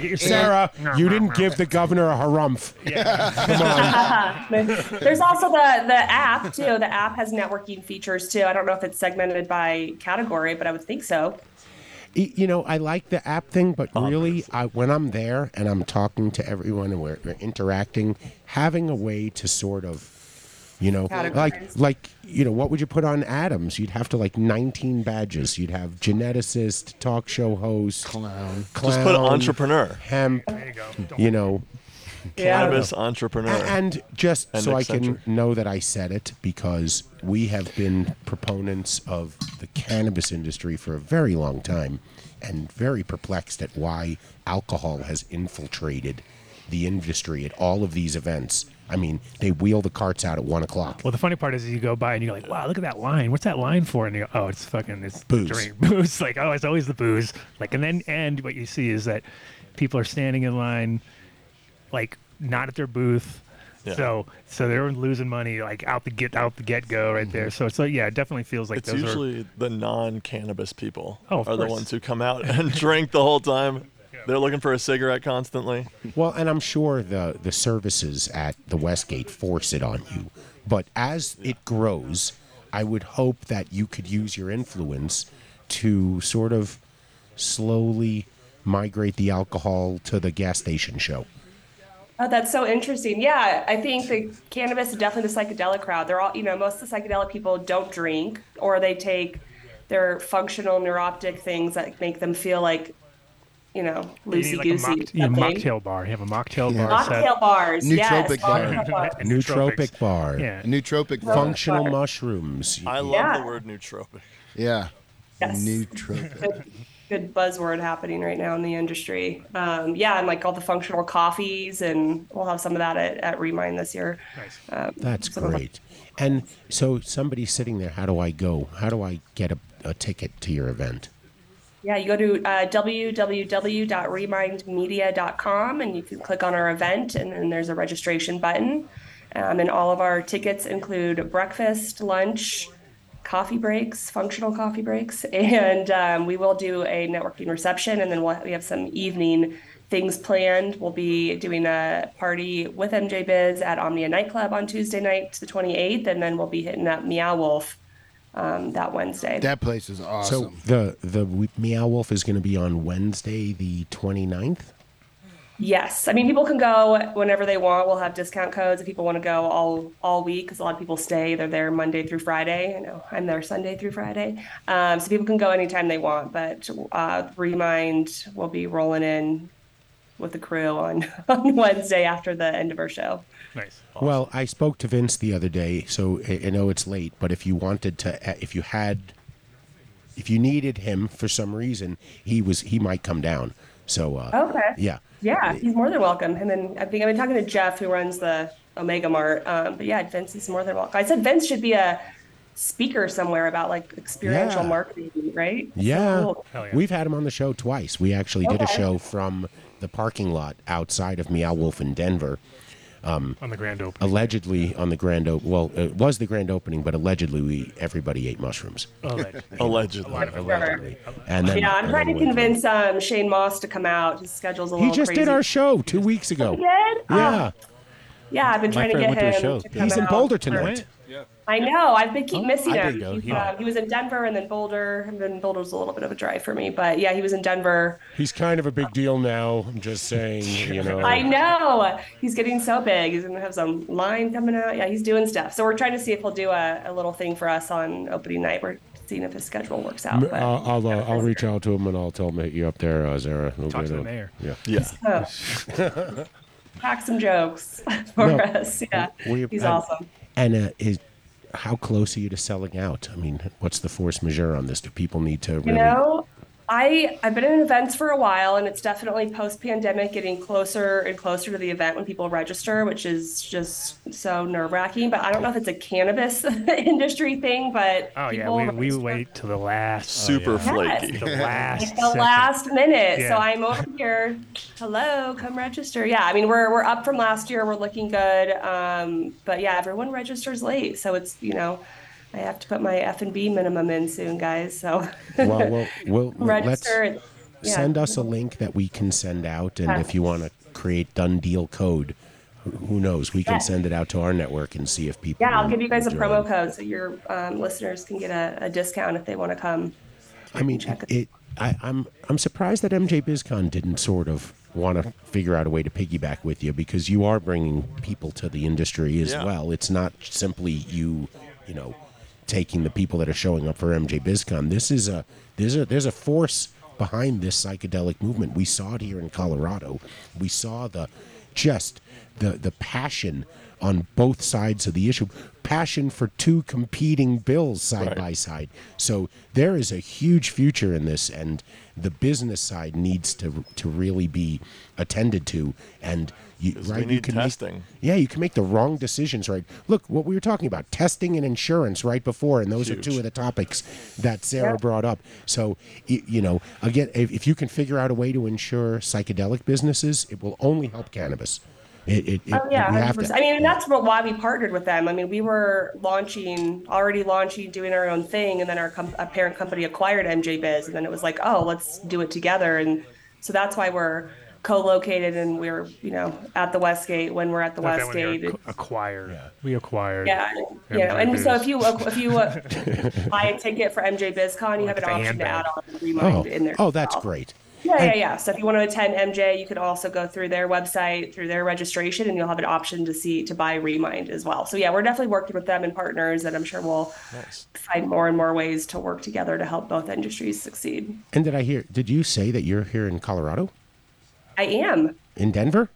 D: get your
E: Sarah,
D: cigar.
E: you didn't give the governor a harumph.
L: There's also the the app too. The app has networking features too. I don't know if it's segmented by category, but I would think so.
E: Y- E, You know, I like the app thing, but
F: Oh,
E: really, I, when I'm there and I'm talking to everyone and we're, we're interacting, having a way to sort of, you know, like
M: Categorize.
E: like you know, what would you put on Adams? You'd have to like 19 badges. You'd have geneticist, talk show host, clown, clown
F: Just put entrepreneur.
E: hemp. There you go. You know,
F: cannabis entrepreneur.
E: a- And just
F: And
E: so I
F: Accenture.
E: can know that I said it because we have been proponents of the cannabis industry for a very long time and very perplexed at why alcohol has infiltrated the industry at all of these events. I mean, they wheel the carts out at one o'clock.
D: Well, the funny part is you go by and you go like, "Wow, look at that line! What's that line for?" And you go, "Oh, it's fucking it's
E: Booze.
D: drink booze." Like, oh, it's always the booze. Like, and then and what you see is that people are standing in line, like not at their booth.
F: Yeah.
D: So, so they're losing money like out the get out the get go right there. So it's like yeah, it definitely feels like
F: Mm-hmm. it's
D: those are
F: usually the non-cannabis people
D: Oh, of
F: are the
D: course.
F: ones who come out and drink the whole time. They're looking for a cigarette constantly.
E: Well, and I'm sure the the services at the Westgate force it on you. But as it grows, I would hope that you could use your influence to sort of slowly migrate the alcohol to the gas station show.
L: Oh, that's so interesting. Yeah, I think the cannabis is definitely the psychedelic crowd. They're all, you know, most of the psychedelic people don't drink or they take their functional neuroptic things that make them feel like, you know,
D: you need
L: loosey
D: like a, mock,
L: goosey.
D: you need a mocktail bar. You have a mocktail bar. set.
L: Mocktail bars. yes,
E: Nootropic
L: mocktail
E: bar.
L: bars.
E: Nootropic bar.
D: Yeah.
G: Nootropic bar.
E: Functional mushrooms.
F: I love
L: Yeah.
F: the word nootropic.
G: Yeah.
L: Yes.
G: Nootropic.
L: good buzzword happening right now in the industry. Um, yeah, and like all the functional coffees, and we'll have some of that at, at Remind this year. Nice. Um,
E: That's
L: some of the-
E: great. And so somebody's sitting there. How do I go? How do I get a, a ticket to your event?
L: Yeah, you go to uh, www.remindmedia.com and you can click on our event, and then there's a registration button. Um, and all of our tickets include breakfast, lunch, coffee breaks, functional coffee breaks, and um, we will do a networking reception, and then we'll, we have some evening things planned. We'll be doing a party with MJ Biz at Omnia Nightclub on Tuesday night, the 28th, and then we'll be hitting up Meow Wolf um, that Wednesday.
G: That place is awesome.
E: So the the w- Meow Wolf is going to be on Wednesday, the 29th.
L: Yes, I mean people can go whenever they want. We'll have discount codes if people want to go all all week because a lot of people stay. They're there Monday through Friday. I know I'm there Sunday through Friday, um, so people can go anytime they want. But uh, Remind will be rolling in with the crew on on Wednesday after the end of our show.
D: Nice.
E: Well, I spoke to Vince the other day, so I I know it's late, but if you wanted to, uh, if you had, if you needed him for some reason, he was he might come down. So uh,
L: Okay.
E: yeah,
L: Yeah, he's more than welcome. Him and I think I've been talking to Jeff, who runs the Omega Mart. Um, but yeah, Vince is more than welcome. I said Vince should be a speaker somewhere about like experiential
E: Yeah.
L: marketing, right? So
E: Yeah.
L: cool.
E: We've had him on the show twice. We actually did a
L: Okay.
E: show from the parking lot outside of Meow Wolf in Denver. Um,
D: On the grand opening.
E: Allegedly on the grand opening. Well, it was the grand opening, but allegedly we everybody ate mushrooms.
D: Allegedly.
E: allegedly.
L: Allegedly.
E: And then,
L: yeah, I'm
E: and
L: trying to
E: then went through.
L: convince um, Shane Moss to come out. His schedule's a little
E: He just
L: crazy.
E: did our show two weeks ago.
L: He did? Oh,
E: Yeah.
L: yeah, I've been trying to get him. to come
E: He's in
L: out.
E: Boulder tonight.
L: I know. I've been keep
E: Oh,
L: missing
E: I
L: him.
E: did go.
L: He's,
E: He-
L: um, he was in Denver and then Boulder. And then Boulder was a little bit of a drive for me, but yeah, he was in Denver.
E: He's kind of a big deal now. I'm just saying, you know.
L: I know. He's getting so big. He's gonna have some line coming out. Yeah, he's doing stuff. So we're trying to see if he'll do a, a little thing for us on opening night. We're seeing if his schedule works out.
E: M-
L: But
E: I'll I'll, uh, I'll reach out to him and I'll tell him that you're up there, uh, Zara. We'll
L: Talk
E: get
L: to the
E: him.
D: mayor.
E: Yeah.
L: so, oh. pack some jokes for
E: No.
L: us. Yeah,
E: We-
L: he's
E: and-
L: awesome.
E: And uh, is how close are you to selling out? I mean, what's the force majeure on this? Do people need to really?
L: You know, I I've been in events for a while, and it's definitely post pandemic, getting closer and closer to the event when people register, which is just so nerve wracking. But I don't know if it's a cannabis industry thing, but
D: Oh yeah,
L: people
D: we, we wait till the last oh,
F: Super flaky.
D: The last
L: Like the last minute. So
D: Yeah.
L: I'm over here. Hello, come register. Yeah, I mean we're we're up from last year. We're looking good. Um, but yeah, everyone registers late, so it's you know, I have to put my F and B minimum in soon, guys. So
E: well, well, well let's
L: register. and- yeah.
E: send us a link that we can send out, and
L: Yeah.
E: if you want to create done deal code, wh- who knows? We can
L: Yeah.
E: send it out to our network and see if people. uh,
L: Yeah, I'll
E: will-
L: give you guys a
E: will
L: promo
E: join.
L: code so your um, listeners can get a, a discount if they want to come.
E: I mean, it. I, I'm I'm surprised that MJ BizCon didn't sort of want to figure out a way to piggyback with you because you are bringing people to the industry as
M: Yeah.
E: well. It's not simply you, you know, taking the people that are showing up for MJ BizCon. This is a there's a there's a force behind this psychedelic movement. We saw it here in Colorado. We saw the just the the passion on both sides of the issue. Passion for two competing bills side by side. So there is a huge future in this, and the business side needs to to really be attended to. And you,
F: we
E: right, you
F: need
E: can
F: testing.
E: Make, yeah, you can make the wrong decisions. Right. Look, what we were talking about, testing and insurance, right before, and those are two of the topics that Sarah
M: Yeah.
E: brought up. So y- you know, again, if, if you can figure out a way to insure psychedelic businesses, it will only help cannabis. It, it,
L: Oh
E: it-
L: yeah,
E: we
L: hundred
E: have to-
L: percent. I mean, and that's what, why we partnered with them. I mean, we were launching, already launching, doing our own thing, and then our, com- our parent company acquired MJ Biz, and then it was like, oh, let's do it together, and so that's why we're co-located and we're you know at the Westgate when we're at the
D: Not that one,
L: Westgate.
D: we ac- acquired. We acquired.
L: Yeah, you know, and so if you if you uh, buy a ticket for MJ BizCon, you have an
D: the
L: option to
D: handbag.
L: add on Remind
E: oh,
L: in there.
E: oh, that's great.
L: Yeah, yeah, yeah. So if you want to attend MJ, you can also go through their website, through their registration, and you'll have an option to see to buy Remind as well. So yeah, we're definitely working with them and partners, and I'm sure we'll find more and more ways to work together to help both industries succeed.
E: And did I hear? Did you say that you're here in Colorado,
L: I am.
E: in Denver?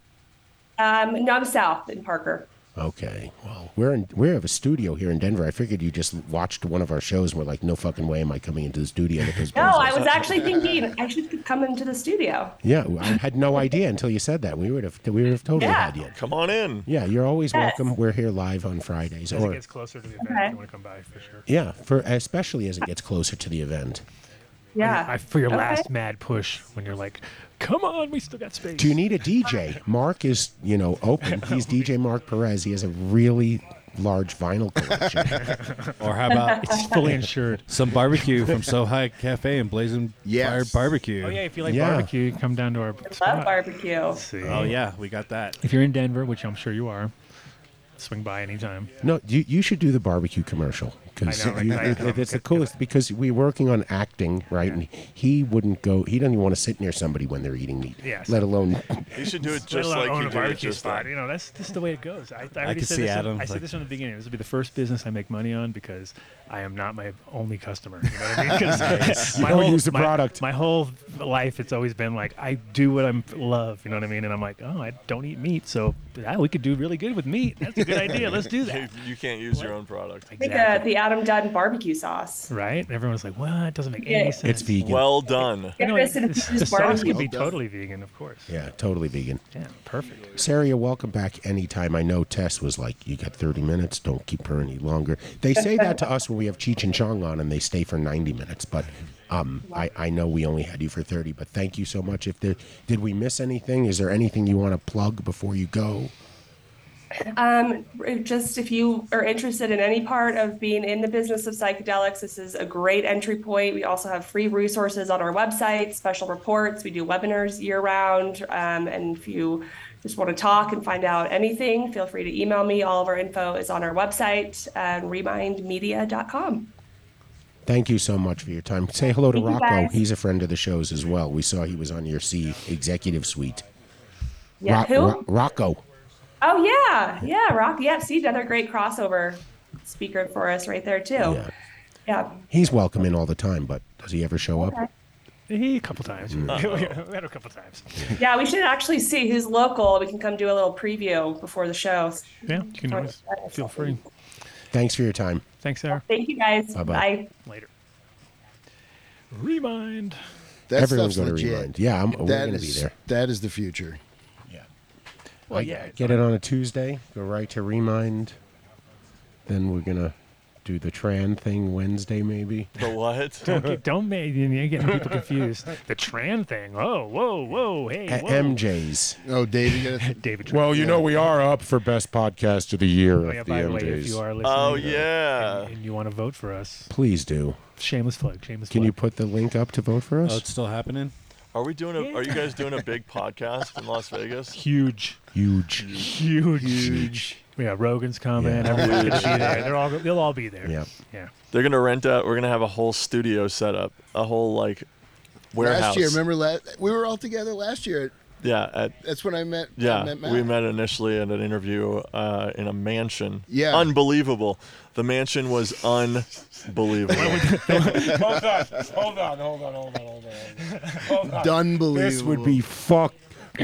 L: Um, no, I'm south in Parker.
E: Okay. Well, we're in we have a studio here in Denver. I figured you just watched one of our shows and were like, no fucking way am I coming into the studio with those
L: No,
E: bozos."
L: Oh, I was actually thinking I should come into the studio.
E: Yeah, I had no idea until you said that. We would have we would have totally
L: Yeah.
E: had you.
F: Come on in.
E: Yeah, you're always
L: Yes.
E: welcome. We're here live on Fridays
D: As it
E: or
D: gets closer to the event,
L: Okay.
D: you want to come by for sure.
E: yeah, for especially as it gets closer to the event.
L: Yeah.
D: I, for your
L: Okay.
D: last mad push when you're like, come on, we still got space.
E: Do you need a DJ? Mark is, you know, open. He's DJ Mark Perez. He has a really large vinyl collection.
C: Or how about
D: It's fully insured.
C: Some barbecue from So High Cafe and Blazing Fire Barbecue.
D: Oh yeah, if you like barbecue, you can come down to our
L: Love
D: spot.
L: barbecue.
D: See.
C: Oh yeah, we got that.
D: If you're in Denver, which I'm sure you are, swing by anytime.
E: No, you, you should do the barbecue commercial because
D: I know, right? I know.
E: it's the coolest. Because we're working on acting, right? And he wouldn't go. He doesn't even want to sit near somebody when they're eating meat.
D: Yes.
E: Let alone.
F: You should do it
D: Let
F: just
D: alone
F: like
D: own
F: you did
D: a
F: it
D: barbecue
F: just
D: spot.
F: then.
D: You know, that's just the way it goes. I, I, already
C: could
D: said
C: see
D: this
C: Adam,
D: In, I said
C: like-
D: this from the beginning. This will be the first business I make money on because I am not my only customer. You know what I mean? 'Cause
E: You don't use the
D: my-
E: product.
D: My whole life, it's always been like I do what I love. You know what I mean? And I'm like, oh, I don't eat meat, so yeah, we could do really good with meat. That's a good idea. Let's do that.
F: You, you can't use your own product.
L: I think uh, the Adam Dunn barbecue sauce.
D: Right? And everyone's like, what? It doesn't make
L: Yeah.
D: any sense.
E: It's vegan.
F: Well done.
D: You
L: Get
D: know,
L: this and
D: it's-
L: infuse
D: the sauce
L: barbecue.
D: could be totally vegan, of course.
E: Yeah, totally vegan.
D: Yeah, perfect.
E: Sarah, you're welcome back anytime. I know Tess was like, "You got 30 minutes. Don't keep her any longer." They say that to us when we have Cheech and Chong on, and they stay for 90 minutes. But um, I, I know we only had you for 30. But thank you so much. If there did we miss anything? Is there anything you want to plug before you go?
L: Um, just if you are interested in any part of being in the business of psychedelics, this is a great entry point. We also have free resources on our website, special reports. We do webinars year round. Um, and if you just want to talk and find out anything, feel free to email me. All of our info is on our website, uh, remindmedia.com.
E: Thank you so much for your time. Say hello to
L: Thank you,
E: Rocco.
L: guys.
E: He's a friend of the shows as well. We saw he was on your C executive suite.
L: Yeah, who?
E: Rocco.
L: Oh, yeah. Yeah, Rock. Yeah, see, another great crossover speaker for us right there, too.
E: Yeah.
L: yeah.
E: He's welcome in all the time, but does he ever show up?
D: Eh, A couple times.
E: Mm.
D: we had a couple times.
L: Yeah, we should actually see who's local. We can come do a little preview before the show.
D: Yeah, you can always feel free.
E: Thanks for your time.
D: Thanks, Sarah.
L: Thank you guys.
E: Bye-bye.
L: Bye.
D: Later. Remind.
G: That
E: Everyone's
G: stuff's
E: gonna
G: legit.
E: rewind. Yeah, I'm- we're
G: That
E: gonna be
G: is-
E: there.
G: That is the future.
D: Well, Oh, yeah.
E: Get it on a Tuesday. Go right to Remind. Then we're gonna do the Tran thing Wednesday, maybe.
F: The what?
D: Don't get, don't make you're getting people confused. The Tran thing. Oh, whoa, whoa, hey,
E: At
D: whoa.
E: MJ's.
G: Oh, Dave, you gotta
D: David. Tran.
E: Well, you know we are up for best podcast of the year
D: Oh, yeah,
E: at the
D: by the way, if you
E: MJ's.
D: are listening,
F: Oh
D: uh,
F: yeah.
D: and, and you want to vote for us,
E: Uh, Please do.
D: shameless plug, shameless
E: Can you put
D: plug.
E: the link up to vote for
C: Oh,
E: us?
C: it's still happening.
F: Are we doing a? Are you guys doing a big podcast in Las Vegas?
D: huge,
E: Huge.
D: huge, huge. Yeah, Rogan's coming. Everyone's gonna be there. They're all they'll all be there.
E: Yeah.
D: yeah.
F: They're gonna rent out. We're gonna have a whole studio set up, a whole like warehouse.
G: Last year, remember last we were all together last year.
F: Yeah, at,
G: That's when I met. I
F: yeah.
G: met Matt.
F: we met initially at an interview uh, in a mansion.
G: Yeah.
F: unbelievable. The mansion was unbelievable.
I: Hold on, hold on, hold on, hold on, hold on. Hold on.
G: Done
E: This would be fuck.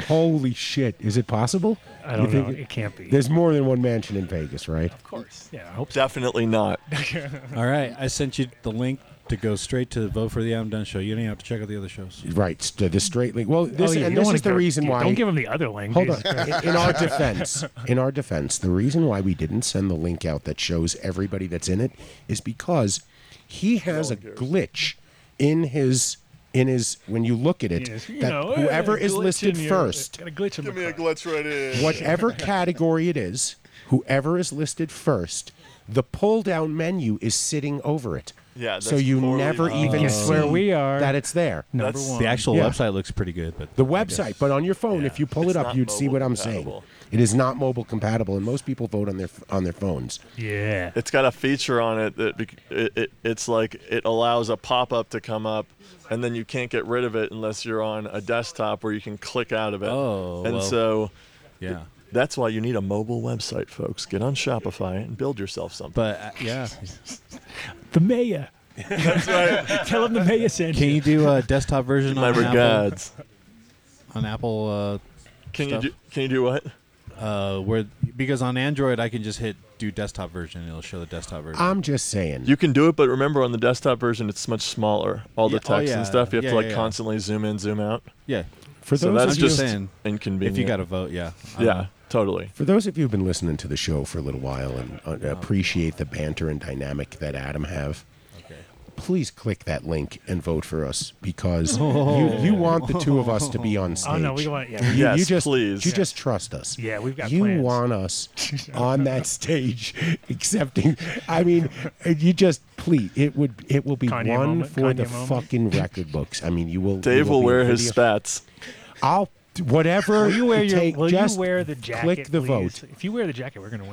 E: Holy shit! Is it possible?
D: I
E: You
D: don't know.
E: think-
D: It can't be.
E: There's more than one mansion in Vegas, right?
D: of course. Yeah, I hope so.
F: Definitely not.
C: All right, I sent you the link to go straight to vote for the Adam Dunn show. You don't even have to check out the other shows.
E: Right. st- The straight link. Well, this,
D: oh, yeah, you
E: and
D: don't
E: this
D: wanna
E: is the
D: go-
E: reason
D: dude,
E: why.
D: Don't give him the other link.
E: Hold
D: Jesus
E: on.
D: Christ.
E: In, in our defense, in our defense, the reason why we didn't send the link out that shows everybody that's in it is because he has a glitch in his in his when you look at it
D: Yes, you
E: that
D: know, eh,
E: whoever is
D: glitch
E: listed
D: in your-
E: first,
D: got a glitch in my car.
F: glitch right in.
E: whatever category it is, whoever is listed first, the pull down menu is sitting over it.
F: Yeah,
E: So
F: that's
E: you
F: poorly
E: never
F: done.
E: even
D: Guess
E: see
D: where we are.
E: that it's there.
D: Number
F: That's-
D: one.
C: The actual
E: Yeah.
C: website looks pretty good, but
E: The website, but on your phone, if you pull
F: It's
E: it up,
F: not
E: you'd see
F: mobile
E: what I'm
F: compatible.
E: saying. It is not mobile compatible, and most people vote on their on their phones.
D: Yeah.
F: It's got a feature on it that bec- it, it, it's like it allows a pop up to come up, and then you can't get rid of it unless you're on a desktop where you can click out of it.
C: Oh,
F: and
C: well.
F: so
C: yeah.
F: that's why you need a mobile website, folks. Get on Shopify and build yourself something.
C: But uh, yeah,
D: The mayor. Tell him the mayor sent
C: can
D: you.
C: you do a desktop version
F: My
C: on Apple?
F: regards.
C: On Apple, uh,
F: Can
C: Stuff.
F: you do, can you do what?
C: uh, uh, where because on Android I can just hit do desktop version and it'll show the desktop version.
E: I'm just saying.
F: You can do it, but remember on the desktop version, it's much smaller. All the
C: Yeah, oh,
F: text
C: yeah.
F: and stuff, you have
C: Yeah,
F: to like
C: yeah, yeah.
F: constantly zoom in, zoom out.
C: Yeah.
E: For
F: so
E: those
F: that's
E: of you-
F: just
E: I'm just saying,
F: inconvenient.
C: if you gotta vote, yeah. I
F: Yeah,
C: don't know.
F: totally.
E: For those of you who've been listening to the show for a little while and
D: Oh,
E: uh, appreciate the banter and dynamic that Adam have, please click that link and vote for us because
D: Oh.
E: you, you want the two of us to be on stage.
D: Oh, no, we want- yeah.
E: You- you
D: Yes,
E: just,
D: please.
E: You
D: Yes.
E: just trust us.
D: Yeah, we've got
E: You
D: plans.
E: want us on that stage accepting. I mean, you just please. It would. It will be
F: Kanye
E: one
F: moment,
E: for
F: Kanye
E: the
F: moment.
E: fucking record books. I mean, you will.
F: Dave
E: you
F: will
E: be
F: wear
E: in
F: his
E: video-
F: spats.
E: I'll whatever.
D: Will you wear
E: it
D: your?
E: take-
D: will
E: just
D: you wear the jacket?
E: Click the
D: please?
E: vote.
D: If you wear the jacket, we're gonna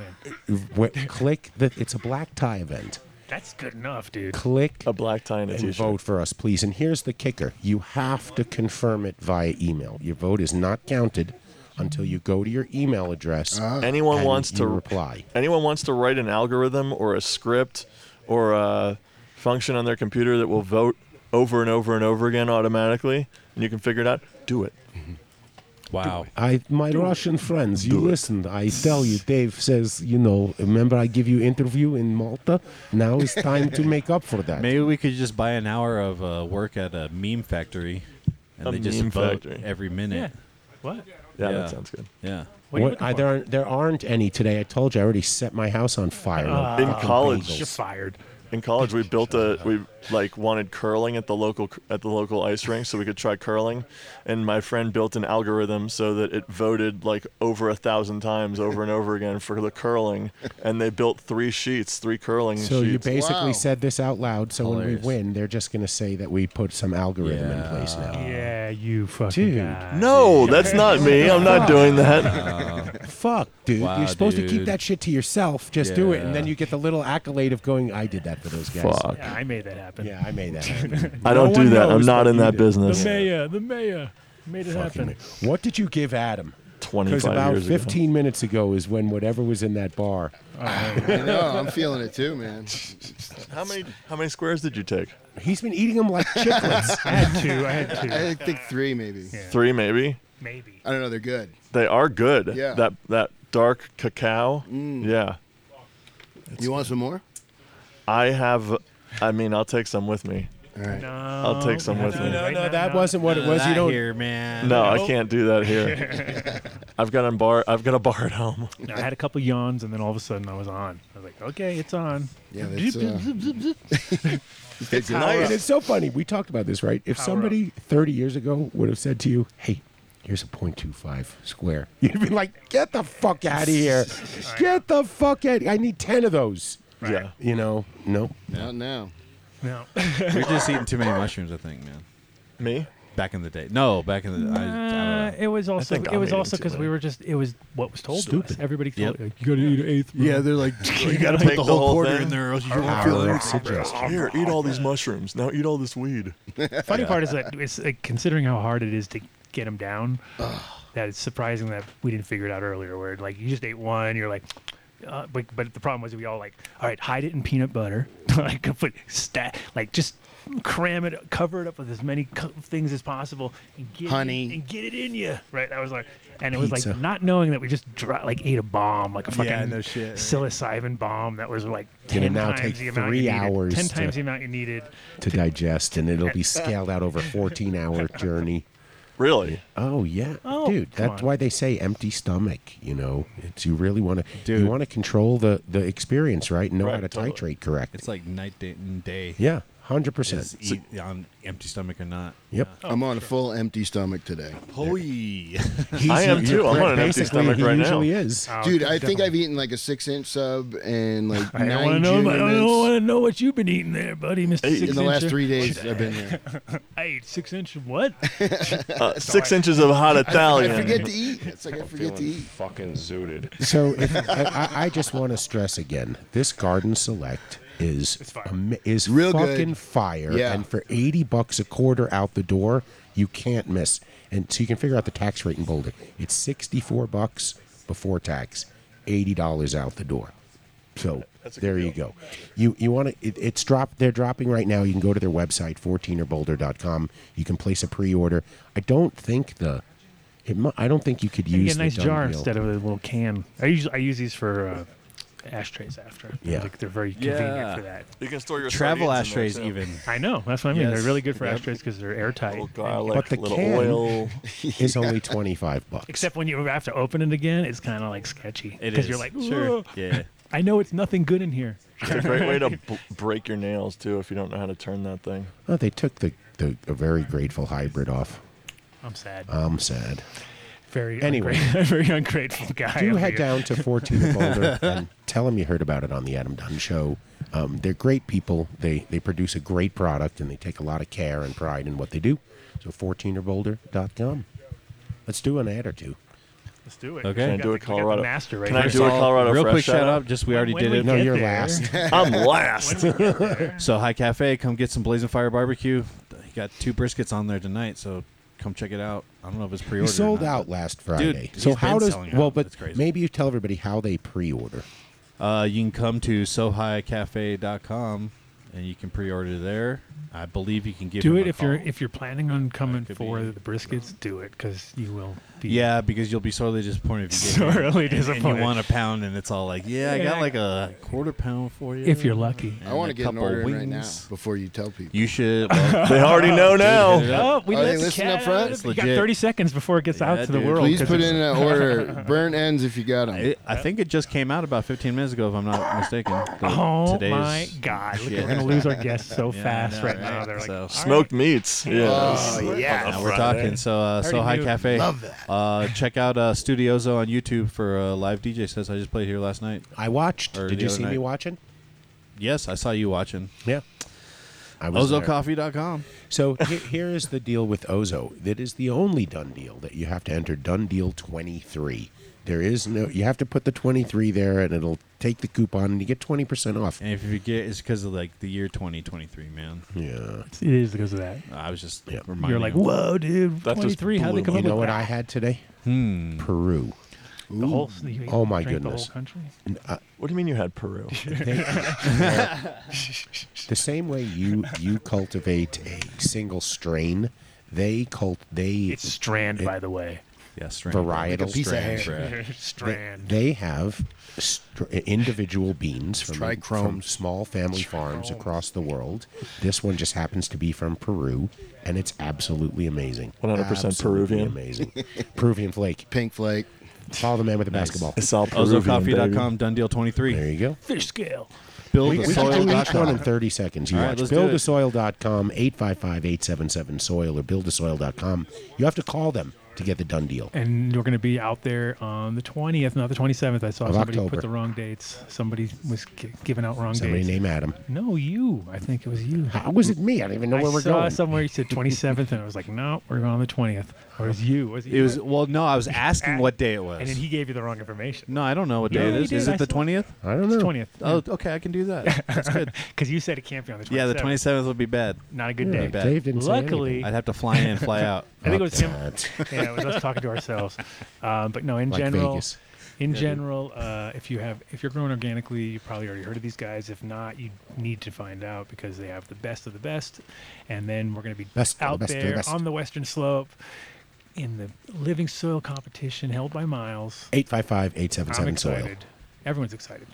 D: win.
E: What, click the. It's a black tie event.
D: That's good enough, dude.
E: Click
F: a black tie and a
E: t-shirt. Vote for us, please. And here's the kicker: you have to confirm it via email. Your vote is not counted until you go to your email address.
C: Uh,
F: Ah. anyone
E: and
F: wants to
E: you reply.
F: Anyone wants to write an algorithm or a script or a function on their computer that will vote over and over and over again automatically, and you can figure it out. Do it.
C: Wow.
E: I, my Russian friends, you listen. I tell you, Dave says, you know, remember I give you interview in Malta. Now it's time to make up for that.
C: Maybe we could just buy an hour of uh, work at a meme factory, and
F: A
C: they just
F: meme
C: vote
F: factory.
C: every minute.
D: What?
F: Yeah, that sounds good.
C: Yeah.
E: What I, there, aren't, there aren't any today. I told you, I already set my house on fire.
D: Ah.
F: in college,
E: bagels.
D: You're fired.
F: In college, we built a we like wanted curling at the local at the local ice rink so we could try curling, and my friend built an algorithm so that it voted like over a thousand times over and over again for the curling, and they built three sheets, three curling
E: So
F: sheets.
E: you basically said this out loud. So when we win, they're just going to say that we put some algorithm in place now.
D: Yeah, you fucking
E: Dude.
D: guy.
F: No, that's not me. I'm not doing that.
E: Fuck, dude.
F: Wow,
E: You're supposed to keep
F: dude.
E: that shit to yourself. Just do it. And then
F: Yeah.
E: you get the little accolade of going, I did that for those guys.
F: Fuck.
D: Yeah, I made that happen.
E: Yeah, I made that happen.
F: I
E: No
F: don't do
E: one
F: that. I'm
E: knows
F: not
E: what
F: in
E: you
F: that
E: did.
F: business.
D: The mayor, the mayor made it
E: Fucking
D: happen.
E: ma- What did you give Adam?
F: 25
E: Because about
F: years ago.
E: 15 minutes ago is when whatever was in that bar.
G: I know. I'm feeling it too, man.
F: How many how many squares did you take?
E: He's been eating them like chicklets.
D: I had two. I had two.
G: I think three, maybe.
F: Three maybe.
D: Maybe.
G: I don't know. They're good.
F: They are good.
G: Yeah. Mm.
F: That that dark cacao. Yeah.
G: You want some more?
F: I have. I mean, I'll take some with me.
G: All right.
F: I'll take some with me.
E: Oh, No, no, that wasn't what it was. You
C: that
E: don't.
C: here, man.
F: No, I can't do that here. I've got a bar. I've got a bar at home.
D: No, I had a couple yawns, and then all of a sudden I was on. I was like, okay, it's on.
G: Yeah, that's, uh,
E: It's, nice. it's so funny. We talked about this, right? If somebody 30 years ago would have said to you, hey, here's a 0.25 square, you'd be like, get the fuck out of here. Get the fuck out. I need 10 of those.
F: Yeah.
E: You know, no.
G: Not now.
D: No.
C: You're just eating too many mushrooms, I think, man.
F: Me?
C: Back in the day. No, back in the day. I, I
D: Uh,
C: don't know.
D: it was also
F: think
D: it
F: I'm
D: was
F: eating
D: also
F: too
D: because we
F: many.
D: were just it was what was told to us.
C: Stupid.
D: Everybody
C: Yep.
D: told like, you gotta eat an eighth. Bro.
C: Yeah, they're like,
F: you gotta put the whole quarter in there,
C: or else you
E: won't feel right. Suggestion.
F: Here, eat all these mushrooms. Now eat all this weed.
D: Funny part is that it's like, considering how hard it is to get them down. that it's surprising that we didn't figure it out earlier. Where like you just ate one, you're like. Uh, but, but the problem was we all like, all right, hide it in peanut butter, like put stat, like just cram it, cover it up with as many co- things as possible, and get it-
G: Honey.
D: and get it in you. Right, that was like, and it was like
G: Pizza.
D: not knowing that we just dro- like ate a bomb, like a
C: Yeah,
D: fucking
C: no shit.
D: psilocybin bomb that was like
E: Gonna
D: ten
E: now
D: times
E: take
D: the amount
E: three
D: you needed,
E: hours
D: ten
E: to-
D: times the amount you needed.
E: To digest, and it'll be scaled out over a 14 hour journey.
F: Really?
E: Oh yeah,
D: Oh,
E: dude.
D: come
E: That's
D: on.
E: why they say empty stomach. You know, it's you really want to. You want to control the the experience, right? and Know how
C: Right,
E: to
C: totally.
E: titrate correct.
C: It's like night, day, and day.
E: Yeah, hundred percent.
C: Is eat on empty stomach or not.
E: Yep.
D: Oh,
G: I'm on a full empty stomach today.
C: Holy.
F: I am too. I'm on an empty
E: Basically,
F: stomach
E: he
F: right now.
E: usually is.
D: Oh,
G: Dude, I think I've eaten like a six inch sub and like
D: I don't
G: nine
D: want to know. I
G: junior
D: don't,
G: mints.
D: want to know what you've been eating there, buddy, Mister.
F: Hey, in
G: In the last three days, I've been there.
D: I ate six inch of what?
F: Uh, six inches of hot Italian.
G: I forget to eat. It's like I forget to eat.
I: Fucking zooted.
E: So if, I, I- I just want to stress again: this Garden Select is ama- is
G: Real good.
E: fucking fire,
G: Yeah.
E: and for eighty bucks a quarter out the door, you can't miss. And so you can figure out the tax rate in Boulder. It's sixty four bucks before tax, eighty dollars out the door. So there you go. You you want to? It, it's drop. They're dropping right now. You can go to their website, 14erboulder.com. You can place a pre order. I don't think the It mu- I don't think you could
D: You
E: use
D: get a nice
E: the dung
D: jar
E: heel.
D: instead of a little can. I usually I use these for uh, ashtrays after.
E: Yeah.
D: like they're very convenient
C: Yeah.
D: for that.
F: You can store your
C: Travel
F: sardines in there,
C: ashtrays
F: too.
C: even.
D: I know Oh, that's what I mean.
C: Yes.
D: They're really good for
C: Yep.
D: ashtrays because they're airtight. and you
F: garlic,
D: can-
E: but the can is only twenty five bucks.
D: Except when you have to open it again, it's kind of like sketchy.
E: It
D: you're
E: is.
D: like,
E: Sure.
D: "Whoa,
E: Yeah.
D: I know it's nothing good in here.
F: It's a great way to b- break your nails too if you don't know how to turn that thing.
E: Oh, they took the, the a very grateful hybrid off.
D: I'm sad.
E: I'm sad.
D: Very
E: Anyway.
D: ungra- very ungrateful guy.
E: Do
D: over
E: head
D: here.
E: down to 14 and Boulder and tell them you heard about it on the Adam Dunn Show. Um, they're great people. They they produce a great product and they take a lot of care and pride in what they do. So 14erboulder.com. Let's do an ad or two.
D: Let's do it.
C: Okay. Can I
D: We got
C: do
D: the-
C: a
D: we got the
C: Colorado-
D: master right
C: can I
D: here.
C: do a First of all, Colorado real fresh quick shout shout-out? out? Just- we already
D: When
C: did it.
D: we
C: No,
D: get
C: you're
D: there-
C: last.
F: I'm last.
D: When we get there-
C: So High Cafe, come get some Blazing Fire Barbecue. You got two briskets on there tonight, so come check it out. I don't know if it's
E: You
C: pre-ordered. or
E: sold
C: not,
E: out
C: but-
E: last Friday.
C: Dude,
E: so
C: he's
E: how
C: been
E: does
C: selling out.
E: well? But
C: It's crazy.
E: maybe you tell everybody how they pre-order.
C: Uh, you can come to sohighcafe.com and you can pre-order there. I believe you can give
D: do
C: him
D: it
C: a
D: if
C: call.
D: you're if you're planning on coming for the briskets. Do it because you will be.
C: Yeah, because you'll be sorely disappointed if you get it.
D: Sorely
C: And- and
D: disappointed.
C: you want a pound, and it's all like, yeah, I got like a Uh, quarter pound for you.
D: If you're lucky.
G: I want to get an order in right now
C: wings.
G: before you tell people.
C: You should. well,
F: They already know
C: dude,
F: now.
C: hit it up.
D: Oh, we
G: Are they
D: let the
G: listening
D: cat
G: up front?
D: out of
G: It's
D: the- You got
C: legit.
D: 30 seconds before it gets out to the
C: dude.
D: world.
G: Please
D: 'cause
G: put
D: it's-
G: in an order. Burn ends if you got them.
C: I, I think it just came out about 15 minutes ago, if I'm not mistaken. The-
D: Oh
C: today's-
D: my God! Look,
C: Yeah.
D: We're gonna lose our guests so
C: Yeah, I
D: fast
C: know,
D: right,
C: right?
D: now. They're like,
C: So-
D: "All
F: Smoked meats. Yeah.
G: Oh, yes.
C: Now we're talking. So,
D: I
C: uh,
D: already
C: so High
D: knew.
C: Cafe.
G: Love that.
C: Uh, check out uh, Studiozo on YouTube for uh, live DJ sets. I just played here last night.
E: I watched.
C: Or
E: Did
C: the
E: you
C: other
E: see me
C: night.
E: watching?
C: Yes, I saw you watching.
E: Yeah. I was there.
C: OzoCoffee.com.
E: So he- here is the deal with Ozo. That is the only done deal that you have to enter done deal 23. There is no you have to put the 23 there and it'll take the coupon and you get 20% off.
C: And if you get, it's because of like the year 2023, man.
E: Yeah.
D: right." It is because of that.
C: I was just
E: Yeah.
C: reminding
D: You're like,
C: you.
D: whoa, dude!
F: That just
D: Twenty three. How they
F: blew
D: come
E: You
D: up
E: know
D: with
E: what
D: that?
E: I had today?
C: Hmm.
E: Peru.
D: the whole. you
E: Oh, my
D: drank the whole
E: goodness.
D: country?
E: And, uh,
F: What do you mean you had Peru?
E: the same way you you cultivate a single strain, they cult they
D: It's strand, by the way.
C: Yeah, strand.
E: varietal
G: Like a piece of
E: strain.
G: hair.
D: strand.
E: They have str- individual beans from, from
G: trichromes.
E: small family farms across the world. This one just happens to be from Peru, and it's absolutely amazing.
F: 100%
E: Absolutely
F: Peruvian.
E: Amazing. Peruvian flake.
G: Pink flake.
E: Follow the man with the basketball.
F: It's all Peruvian.
C: OzoCoffee.com, done deal 23.
E: There you go.
D: Fish scale.
E: We,
C: Build the
E: we can do each one in
C: soil.
E: 30 seconds. You
C: All right,
E: watch
C: let's do it.
E: buildasoil.com, 855-877-SOIL or buildasoil.com. You have to call them to get the done deal.
D: And you're going to be out there on the 20th, not the 27th. I saw
E: Of
D: somebody
E: October.
D: put the wrong dates. Somebody was gi- giving out wrong
E: Somebody
D: dates.
E: named Adam.
D: No, you. I think it was you.
E: How was it me? I don't even know
D: I
E: where we're
D: saw
E: going.
D: somewhere you said 27th, and I was like, no, we're going on the 20th. Or it was you. Was it,
C: It
D: you?
C: was, well, no, I was asking
D: At-
C: what day it was.
D: And then he gave you the wrong information.
C: no, I don't know what
D: Yeah,
C: day it
D: you
C: is.
D: did.
C: Is
D: I
C: it the
D: saw-
C: 20th?
E: I don't
D: It's
E: know.
D: 20th.
C: Oh, okay, I can do that. That's good.
D: Because you said it can't be on the 27th.
C: yeah, the 27th would be bad.
D: Not a good
E: Yeah,
D: day.
C: bad.
E: Hmm. Dave didn't say
D: Luckily,
E: anything.
C: I'd have to fly in, fly out.
D: I think it was him.
E: That's-
D: yeah, it was us talking to ourselves. Um, but no, in
E: Like
D: general,
E: Vegas.
D: in general, uh, if you have if you're growing organically, you probably already heard of these guys. If not, you need to find out because they have the best of the best. And then we're going to be
E: Best of the
D: out
E: best of the
D: there
E: best.
D: on the western slope in the living soil competition held by Miles.
E: 855-877
D: I'm
E: soil.
D: excited. Everyone's excited.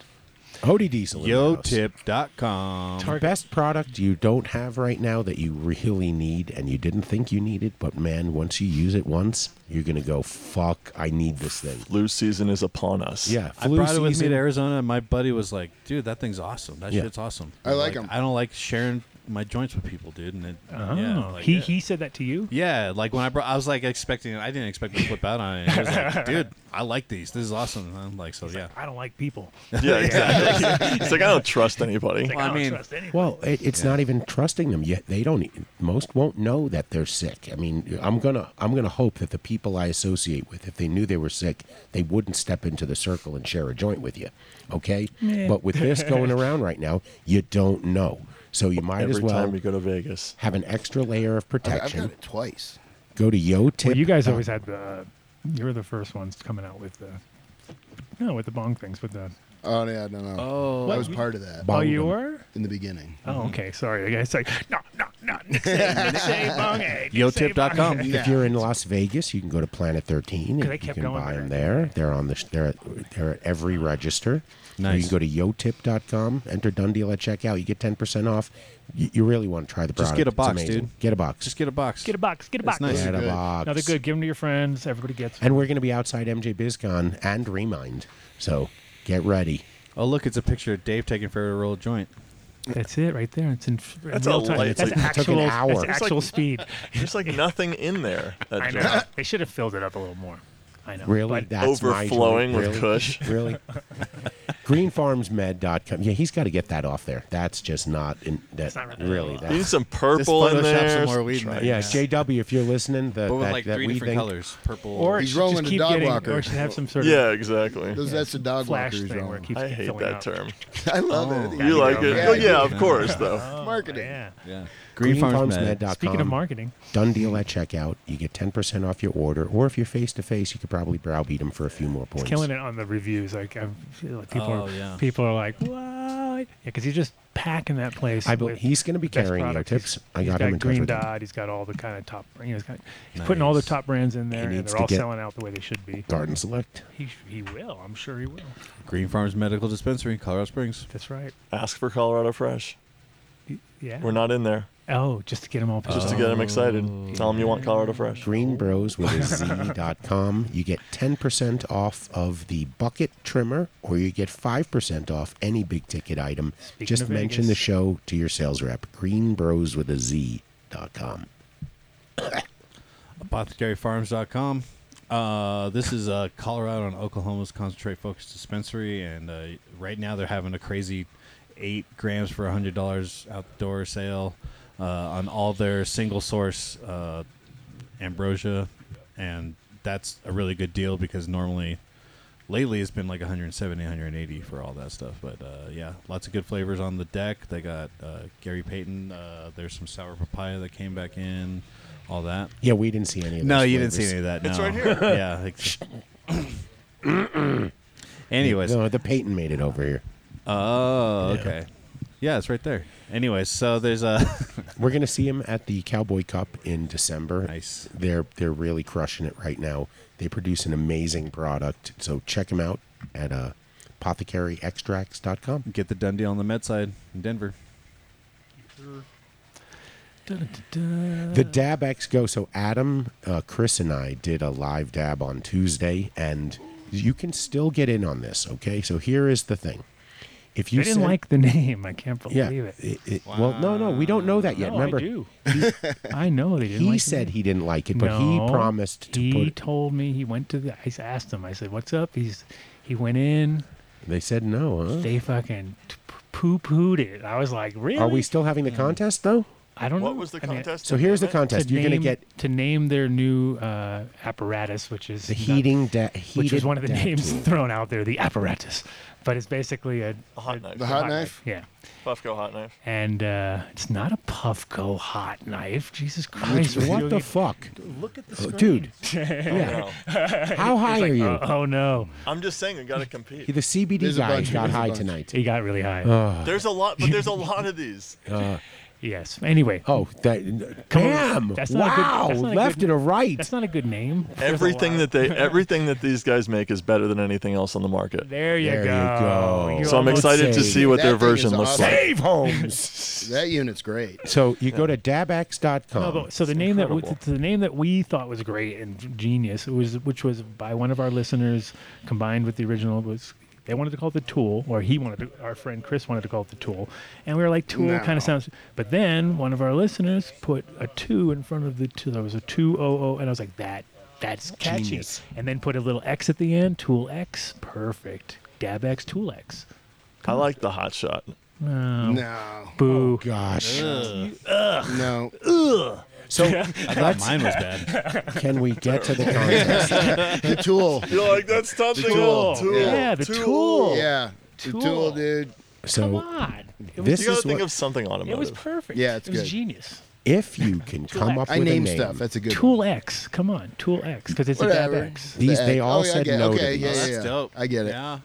E: Hody Diesel. in the house.
C: YoTip.com.
E: The best product you don't have right now that you really need and you didn't think you needed, but man, once you use it once, you're gonna go, fuck, I need this thing.
F: Flu season is upon us.
E: Yeah,
C: I brought it with me to Arizona, and my buddy was like, "Dude, that thing's awesome. That
E: Yeah.
C: shit's awesome."
G: I like 'em.
C: I don't like sharing my joints with people, dude. And it, yeah,
D: Oh,
C: like,
D: he
C: yeah.
D: he said that to you.
C: Yeah, like when I brought, I was like expecting it. I didn't expect to flip out on it. He was like, "Dude, I like these. This is awesome." And I'm like, "So yeah."
D: I don't like people.
F: Yeah, exactly. it's like I don't trust anybody.
C: I
D: I don't
C: mean-
D: trust anyone.
E: Well, it, it's not even trusting them yet. They don't. e- Most won't know that they're sick. I mean, I'm gonna I'm gonna hope that the people I associate with, if they knew they were sick, they wouldn't step into the circle and share a joint with you. Okay. But with this going around right now, you don't know. So you might
F: Every
E: as well
F: time we go to Vegas.
E: have an extra layer
G: I've,
E: of
G: I've
E: protection.
G: got it twice.
E: Go to Yo Tip.
D: Well, you guys always had the. You were the first ones coming out with the. No, with the bong things, with the.
G: Oh yeah, no no.
C: Oh.
G: I was part of that
E: Bong
D: oh, you
E: them.
D: were.
G: in the beginning.
F: Mm-hmm.
D: Oh, okay. Sorry, the guy's like, no, no, not say, say bong egg. say bong egg.
E: If you're in Las Vegas, you can go to Planet 13
D: Could I
E: and you
D: kept
E: can
D: going
E: buy
D: with
E: them there. They're on the sh- they're at, they're at every register. Or
C: Nice.
E: You can go to yotip.com, enter done deal at checkout. You get 10% off. You, you really want to try the product.
C: Just get a
E: It's
C: box,
E: amazing.
C: dude.
E: Get a box.
C: Just get a box.
D: Get a box. Get a
C: It's
D: box.
C: nice.
E: Get a box.
D: Another good. Give them to your friends. Everybody gets.
E: And we're going to be outside MJ BizCon and Remind. So get ready.
C: Oh, look, it's a picture of Dave taking for a roll joint.
D: That's it right there. It's in. f- in
F: That's a
D: real time.
F: light. It's
D: That's
F: like- it took an
D: actual.
F: hour.
D: That's
F: It's like-
D: actual speed.
F: There's like nothing in there. That
D: I know.
F: jar.
D: they should have filled it up a little more. I know.
E: Really?
D: but-
E: That's my joint.
F: Overflowing with
E: Really?
F: Kush.
E: really? Greenfarmsmed.com. Yeah, he's got to get that off there. That's just not in that
F: not really
E: really.
D: Uh,
F: that
E: That,
F: You need some purple in there.
E: Yeah,
F: Try
E: JW, if you're listening, the,
C: But with
E: that,
C: like
E: that
C: three
E: we
C: different
E: think-
C: colors, purple.
D: Or it should just keep getting, Or it should have some sort of.
F: Yeah, exactly.
G: Those- that's the dog
D: flash
G: walker he's
D: thing where
G: rolling.
D: it keeps
F: I hate
D: filling
F: that
D: up.
F: term.
G: I love it.
F: You like it? Oh, yeah, of course, though.
D: Oh,
G: Marketing.
D: Yeah.
C: Yeah.
E: Greenfarmsmed.com.
D: Speaking of marketing.
E: done deal at checkout. You get 10% off your order, or if you're face to face, you could probably browbeat him for a few more
D: He's
E: points.
D: killing it on the reviews. Like, i feel like people,
C: Oh,
D: are,
C: yeah.
D: people are like, what? Yeah, because he's just packing that place.
E: I bel-
D: with
E: he's gonna be
D: best
E: carrying your
D: products.
E: tips.
D: He's-
E: I got
D: he's got
E: him in touch
D: Green
E: with him.
D: Dot. He's got all the kind of top. You know, he's, got, he's putting all the top brands in there, and
E: needs
D: they're
E: to
D: all
E: get
D: selling out the way they should be.
E: Garden Select.
D: He sh- he will. I'm sure he will.
C: Green Farms Medical Dispensary, Colorado Springs.
D: That's right.
F: Ask for Colorado Fresh.
D: Yeah.
F: We're not in there.
D: Oh, just to get him all. Oh. pissed
F: Just to
D: off.
F: get them excited. Tell them you want Colorado Fresh.
E: Green Bros with a Z dot com. You get 10% off of the bucket trimmer, or you get 5% off any big ticket item.
D: Speaking
E: Just
D: of
E: mention
D: Vegas.
E: the show to your sales rep. Green Bros with a Z dot com.
C: apothecaryfarms.com. Uh, this is uh, Colorado and Oklahoma's concentrate focused dispensary, and uh, right now they're having a crazy eight grams for hundred dollars outdoor sale uh, on all their single source uh, ambrosia, and that's a really good deal because normally. Lately, it's been like 170, 180 for all that stuff. But uh, yeah, lots of good flavors on the deck. They got uh, Gary Payton. Uh, there's some sour papaya that came back in, all that.
E: Yeah, we didn't see any of
C: No,
E: those
C: you didn't see
E: flavors.
C: any of that. No.
F: It's right here.
C: yeah. ex- Anyways.
E: No, the Peyton made it over here.
C: Oh, okay. Yeah, it's right there. Anyways, so there's a.
E: We're gonna see him at the Cowboy Cup in December.
C: Nice.
E: They're they're really crushing it right now. They produce an amazing product, so check them out at uh, apothecaryextracts.com.
C: Get the done deal on the med side in Denver.
D: Dun-dun-dun-dun.
E: The Dab X Go. So Adam, uh, Chris, and I did a live dab on Tuesday, and you can still get in on this. Okay, so here is the thing: if you
D: They didn't
E: send-
D: like the name. I can't believe
E: yeah,
D: it.
E: it- it- well, no, no, we don't know that yet.
D: No,
E: Remember,
D: I do. I know they didn't.
E: he
D: like the
E: said
D: name.
E: he didn't like it, but
D: No,
E: he promised to
D: he
E: put
D: told me he went to the. I s- asked him. I said, "What's up?" He's he went in.
E: They said no, huh?
D: They fucking poo pooed it. I was like, "Really?"
E: Are we still having the contest though?
D: I don't know.
F: What was the
D: I mean,
F: contest?
E: So here's the
F: again?
D: to
E: contest. You're
D: name,
E: going to get
D: to name their new uh, apparatus, which is
E: the
D: not-
E: heating da-
D: which
E: heated
D: is one of the
E: dab
D: names
E: tool.
D: thrown out there, the apparatus. But it's basically a,
F: A hot knife.
G: The hot knife?
D: Yeah.
F: Puffco hot knife.
D: And uh, it's not a Puffco hot knife. Jesus Christ.
E: What the
D: Julian.
E: fuck,
D: Look at the
E: Oh,
D: screen.
E: dude?
F: Oh, No.
E: Yeah. How high are you?
D: Oh, oh, no.
F: I'm just saying we got to compete.
E: the CBD
G: There's a
E: guy
G: bunch,
E: got
G: there's a
E: high
G: bunch.
E: tonight.
D: He got really high.
F: There's a lot, but there's a lot of these.
D: yes. Anyway.
E: Uh, Oh, that
D: Come on.
E: damn!
D: That's not a good-
E: wow,
D: that's not a
E: left
D: good-
E: and a right.
D: That's not a good name. There's a
F: Everything
D: lot.
F: that they, everything that these guys make is better than anything else on the market.
D: There you
E: There you
D: go.
E: go.
D: You
F: So I'm
D: almost-
F: excited to
E: say-
F: see what
G: That
F: their
G: thing is
F: version looks
G: awesome.
F: like.
E: Dave Holmes.
G: That unit's great.
E: so you go to dabax.com.
D: No, but, so the name that
F: incredible.
D: we, the name that we thought was great and genius was which was by one of our listeners combined with the original was they wanted to call it the tool or he wanted to, our friend Chris wanted to call it the tool and we were like tool kind of sounds but then one of our listeners put a two in front of the two there was a two oh oh and I was like that that's catchy
E: Genius.
D: and then put a little X at the end tool X perfect dab X tool X
F: I like the hot shot.
G: No,
D: boo
E: Oh, Gosh,
G: no.
E: so
C: I thought mine was bad.
E: can we get to the contest?
G: The tool.
F: You're like that's something
G: tool.
F: else. Tool.
G: Yeah.
D: yeah the tool
G: Yeah, the tool,
D: Tool.
G: dude.
D: come
E: So
D: on It was
E: this
F: You got
E: is
F: to think
E: what,
F: of something
D: It was
F: automotive.
D: perfect.
G: Yeah, it's
D: it was
G: good.
D: genius.
E: if you can come up
G: I
E: with
G: name
E: a name.
G: stuff. That's a good. one.
D: Tool X, come on, Tool X, because it's a
G: Whatever.
D: Dab X.
E: These
G: The
E: they
G: egg.
E: all
G: Oh, yeah, I
E: said
G: get it.
E: no
G: Okay,
E: to these.
G: yeah, yeah,
C: That's
G: yeah.
C: dope.
G: I get it.
C: Yeah.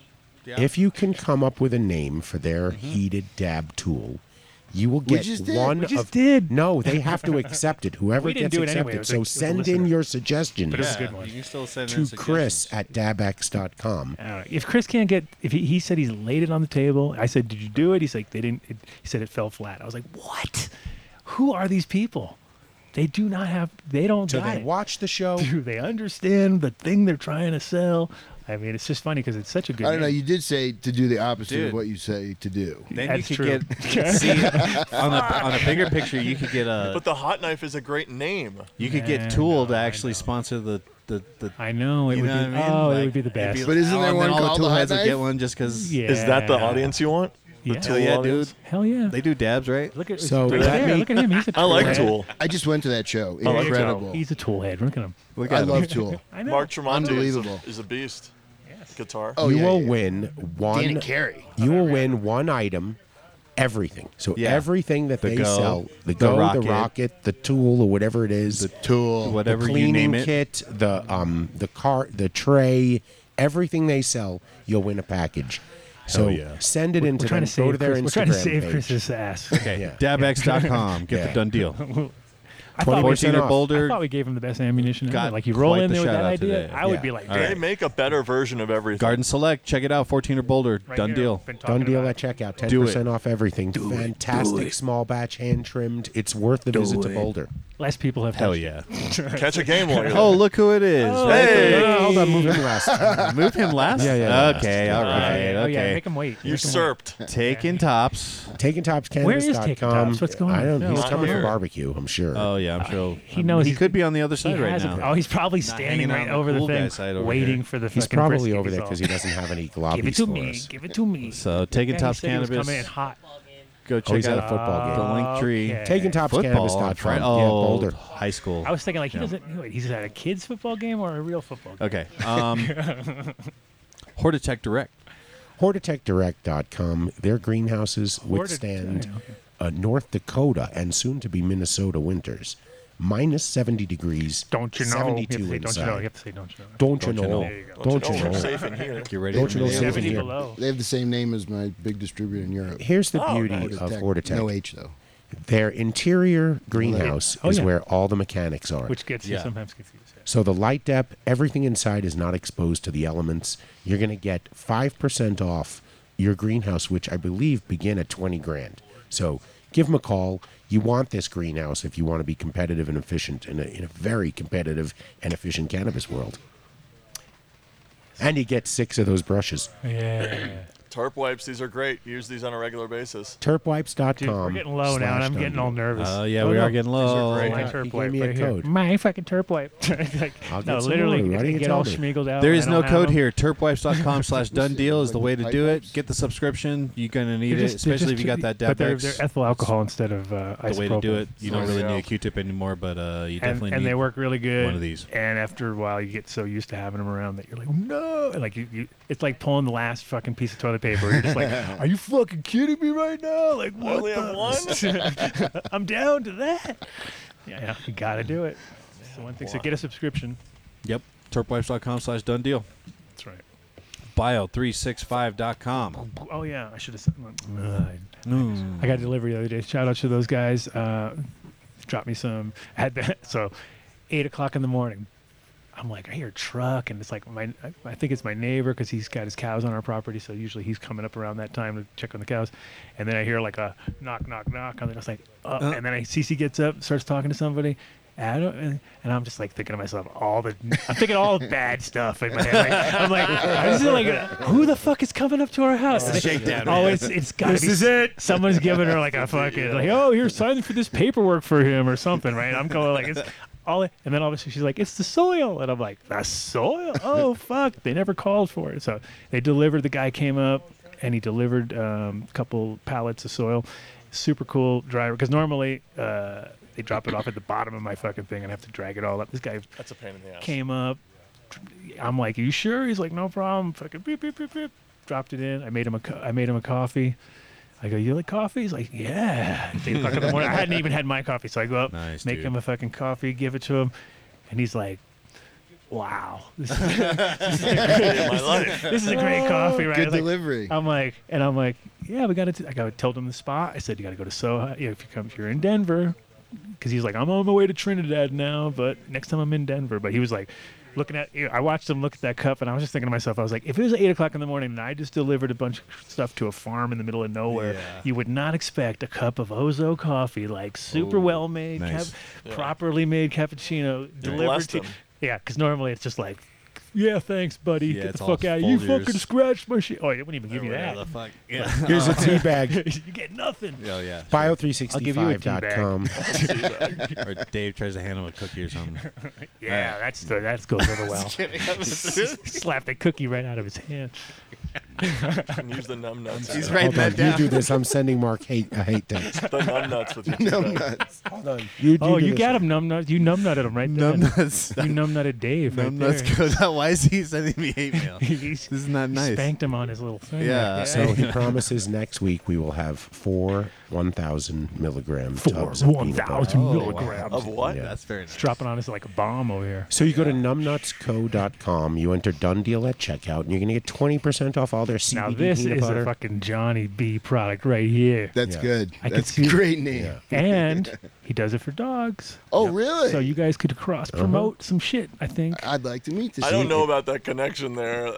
G: Mm-hmm.
E: If you can come up with a name for their heated dab tool, You will get
D: just did.
E: one
D: We just
E: of did. No, they have to accept it. Whoever
D: We didn't
E: gets
D: do it
E: accepted.
D: anyway. It was a- it
E: so
D: was a
E: send in your suggestions.
D: But it was a good Yeah, one.
C: you can still send in
E: to Chris at dabex.com.
D: if Chris can't get, if he, he said he's laid it on the table, I said, "Did you do it?" He's like, "They didn't." It, he said it fell flat. I was like, "What? Who are these people? They do not have. They don't.
E: Do
D: got
E: they
D: it.
E: watch the show?
D: Do they understand the thing they're trying to sell?" I mean, it's just funny because it's such a good.
G: I don't know.
D: name.
G: You did say to do the opposite
D: Dude.
G: of what you say to do.
C: Then you could get see on a on a bigger picture. You could get a
F: But the hot knife is a great name.
C: you could
F: Yeah,
C: get Tool to actually sponsor the. The, the,
D: uh, I know it
C: you
D: would
C: know
D: be-
C: what I mean?
D: oh, it
C: Like,
D: would be the
C: it'd
D: best.
C: like, oh, and then all the Tool heads would get one just because.
F: Is that the audience you want? The
C: Yeah.
F: Tool
C: Hell yeah,
F: audience?
C: dude.
D: Hell yeah.
C: They do dabs, right?
D: Look at
G: So
D: look,
G: let
D: at
G: me-
D: look at him. He's a
G: I like
D: toolhead.
G: Tool. I just went to that show.
D: I like
G: Incredible.
D: Tool. He's a tool head. Look at him.
G: Look at I him. love Tool.
D: I know.
F: Mark Tremonti is
G: Unbelievable. Oh,
F: a, is a beast. Guitar.
C: Oh,
E: you will win one.
F: Danny Carey.
E: You will win one item, everything. So
C: Yeah.
E: everything that
C: The
E: they
C: Go,
E: sell, the,
C: the
E: go,
C: Rocket.
E: the rocket, the tool, or whatever it is, the
G: tool,
C: whatever
E: the
C: you
E: cleaning
C: name it.
E: kit, the um, the cart, the tray, everything they sell, you'll win a package. So
C: Hell yeah.
E: send it
D: We're-
E: in to
D: we're trying
E: them.
D: to
E: go
D: save
E: to their
D: Chris-
E: Instagram
D: we're trying to save
E: page.
D: Chris's ass.
C: Okay, dabx.com. Get the done deal.
D: I thought we-
C: 14 or
D: I
C: bolder.
D: thought we gave him the best ammunition. ever.
C: Got
D: Like you roll
C: quite
D: in
C: the
D: there with that
C: shout-out
D: idea,
C: today.
D: I would
C: Yeah.
D: be like,
C: All right.
F: They make a better version of everything.
C: Garden Select. Check it out. 14 or bolder. done deal.
E: Done deal at checkout. Ten
C: Do it.
E: percent off everything. Fantastic small batch, hand trimmed. It's worth the visit to
D: it.
E: Boulder.
D: less people have.
E: Hell
D: touched
E: yeah.
D: it.
F: Catch a game while you're
C: Oh, look who it is.
D: Oh,
C: Right
D: hey.
C: there.
D: Yeah, hold on,
E: move him last.
C: move him last?
E: Yeah, yeah, yeah.
C: Okay, all
E: Yeah.
C: right.
E: Oh, yeah,
C: okay.
E: make him wait. Make
F: Usurped.
C: Taking tops.
E: Taking tops.
D: Where is Taking
E: Cannabis.com.
D: Tops? What's going
E: I
D: on?
E: don't.
D: No,
E: he's
D: not
E: coming for
D: here.
E: barbecue. I'm sure.
C: Oh, yeah, I'm sure.
D: He knows
C: He
D: he's-
C: could be on the other side
D: he
C: right
D: has a-
C: now.
D: oh, he's probably
C: Not
D: standing
C: hanging
D: right
C: on the
D: over the
C: cool
D: thing,
C: guy side over
D: waiting
C: here.
D: for the.
E: He's
D: fucking
E: probably
D: brisket
E: over there
D: is
E: because
D: all.
E: he doesn't have any globbies.
D: Give it to me.
E: for us.
D: Give it to me.
C: So, Oh, Taking
D: Yeah, he
C: Tops
D: said he was
C: Cannabis.
D: Coming in hot.
C: Go
E: Oh, he's
C: check out
E: at a football game.
C: the link tree.
D: Okay.
C: Football
E: TakingTopsCannabis.com.
C: on Fri-
E: Yeah,
C: Oh,
E: Boulder.
C: high school.
D: I was thinking like he
C: No.
D: doesn't. Wait, he's at a kids football game or a real football game.
C: Okay. Um, Hortitech Direct.
E: HortitechDirect.com. Their greenhouses withstand uh, North Dakota and soon to be Minnesota winters. Minus 70 degrees.
D: Don't you know? You
E: 72
D: have to say, don't you
E: inside.
D: know? You have to say, don't you know?
E: Don't you
D: Don't you
E: know?
D: know. There you go.
E: Don't you
F: We're
E: know?
F: safe in here.
C: Get ready
E: Don't
C: for
E: you know? safe in
C: Minnesota.
D: 70
E: here.
D: below.
G: They have the same name as my big distributor in Europe.
E: Here's the
G: Oh,
E: beauty
G: nice.
E: of
G: Tech-
E: Hortitech.
G: No H though.
E: Their interior greenhouse
D: Oh,
E: is
D: yeah.
E: where all the mechanics are.
D: Which gets you
C: Yeah.
D: sometimes confused.
E: So the light depth, everything inside is not exposed to the elements. You're going to get 5% off your greenhouse, which I believe begin at 20 grand. So give them a call. You want this greenhouse if you want to be competitive and efficient in a, in a very competitive and efficient cannabis world. And you get six of those brushes.
D: Yeah.
F: Tarp wipes, these are great. Use these on a regular basis.
E: Turpwipes.com.
D: Dude, we're getting low now, and I'm getting all nervous.
C: Oh, yeah, we are getting low.
D: My
E: He
D: turp
E: gave
D: wipe
E: me a
D: right here.
E: code.
D: My fucking turp wipe. Like,
E: I'll get
D: no,
E: some
D: literally,
E: more. Why
D: get,
E: didn't you
D: get
E: tell
D: all
E: me?
D: schmiegled out.
C: There
D: and
C: is
D: I
C: no
D: don't
C: code
D: have 'em.
C: here. Turpwipes.com slash done deal is the way to do it. Get the subscription. You're going to need
D: They're
C: it,
D: just- they're
C: especially if
D: just
C: you got
D: too-
C: that
D: But they're,
C: Dabex.
D: they're ethyl alcohol instead of uh,
C: the way to do it. You don't
D: isopropyl.
C: really
F: Yeah.
C: need a Q-tip anymore, but uh, you
D: and,
C: definitely
D: and
C: need
D: they work really good.
C: one of these.
D: And after a while, you get so used to having them around that you're like, no, And, like you, you it's like pulling the last fucking piece of toilet paper. You're just like, are you fucking kidding me right now? Like, what?
F: only have
D: the- I'm down to that. Yeah, yeah, you gotta do it. It's the one thing. So get a subscription.
C: Yep. Turpwipes.com slash done deal.
D: That's right.
C: Bio365.com.
D: Oh yeah, I should have sent one. I got a delivery the other day. Shout out to those guys. Uh, dropped me some. Had that. So, eight o'clock in the morning. I'm like, I hear a truck, and it's like my. I- I think it's my neighbor because he's got his cows on our property. So usually he's coming up around that time to check on the cows, and then I hear like a knock, knock, knock. And then I was like, uh,
C: Uh.
D: and then I CC gets up, starts talking to somebody. I don't, and, and I'm just like thinking to myself, all the, I'm thinking all the bad stuff in my head. Like, I'm like, I'm just like, who the fuck is coming up to our house?
C: It's a shakedown.
D: Oh, it's it's got.
C: This is
D: it. Someone's giving her like a fucking like, oh, here, sign for this paperwork for him or something, right? I'm going like it's all, and then all of a sudden she's like, it's the soil, and I'm like, the soil. Oh fuck, they never called for it. So they delivered. The guy came up and he delivered um, a couple pallets of soil. Super cool driver because normally uh, they drop it off at the bottom of my fucking thing and I have to drag it all up. This guy
F: That's a pain in the ass.
D: came up. I'm like, "You sure?" He's like, "No problem." Fucking beep beep beep beep. Dropped it in. I made him a co- I made him a coffee. I go, "You like coffee?" He's like, "Yeah." It's eight o'clock in the morning. I hadn't even had my coffee, so I go up,
C: Nice,
D: make
C: dude.
D: him a fucking coffee, give it to him, and he's like, wow. This
I: Day of my life.
D: this is a great coffee, right?
I: Good
D: Like,
I: delivery.
D: I'm like, and I'm like, yeah, we got to. I got to told him the spot. I said, you got to go to Soho. You know, if you come, if you're in Denver, because he's like, I'm on my way to Trinidad now, but next time I'm in Denver. But he was like, looking at, I watched him look at that cup, and I was just thinking to myself, I was like, if it was eight o'clock in the morning and I just delivered a bunch of stuff to a farm in the middle of nowhere,
I: Yeah.
D: you would not expect a cup of Ozo coffee, like super
I: Ooh,
D: well made,
I: nice.
D: cap-
I: Yeah.
D: properly made cappuccino delivered
I: Blessed
D: to.
I: him.
D: Yeah, because normally it's just like. Yeah, thanks, buddy.
I: Yeah,
D: Get
I: it's
D: the
I: all
D: fuck out! You
I: Folgers.
D: fucking scratched my shit. Oh, it wouldn't even give you that.
C: whatever the fuck. Yeah.
E: Here's a tea bag.
D: you get nothing.
C: Oh yeah.
E: Bio365.com.
C: I'll give you a tea bag.
E: Tea
C: or Dave tries to hand him a cookie or something.
D: Yeah, that's the, that's goes over well.
C: Just kidding. I'm just-
D: Slap the cookie right out of his hand.
F: Can use the numb nuts.
E: Hold on, You do this. I'm sending Mark hate a hate text.
F: the numb nuts with your
E: Numb
F: teeth back.
E: nuts.
I: Hold on.
E: You do
D: oh,
E: do
D: you
E: this.
D: got him numb nuts. You numb nutted him right there.
C: Numb nuts.
D: You numb nutted Dave.
C: Numb
D: right
C: nuts goes out. Why is he sending me hate mail?
D: this
C: is not nice.
D: Spanked him on his little finger.
C: Yeah.
E: So he promises next week we will have four 1,000 milligram tubs of
D: One
E: peanut butter.
D: thousand
F: Oh,
C: Oh,
D: milligrams
E: Yeah.
C: very nice.
D: It's dropping on us like a bomb over here.
E: So you go to numbnutsco.com, you enter done deal at checkout, and you're going to get 20% off all their CBD
D: Now this
E: peanut
D: is
E: butter.
D: a fucking Johnny B product right here.
E: That's Yeah. good.
D: I can
E: That's
D: see-
E: great name. Yeah.
D: And he does it for dogs.
G: Oh, really?
D: So you guys could cross
C: Uh-huh.
D: promote some shit. I think.
G: I'd like to meet this.
F: I don't know about that connection there.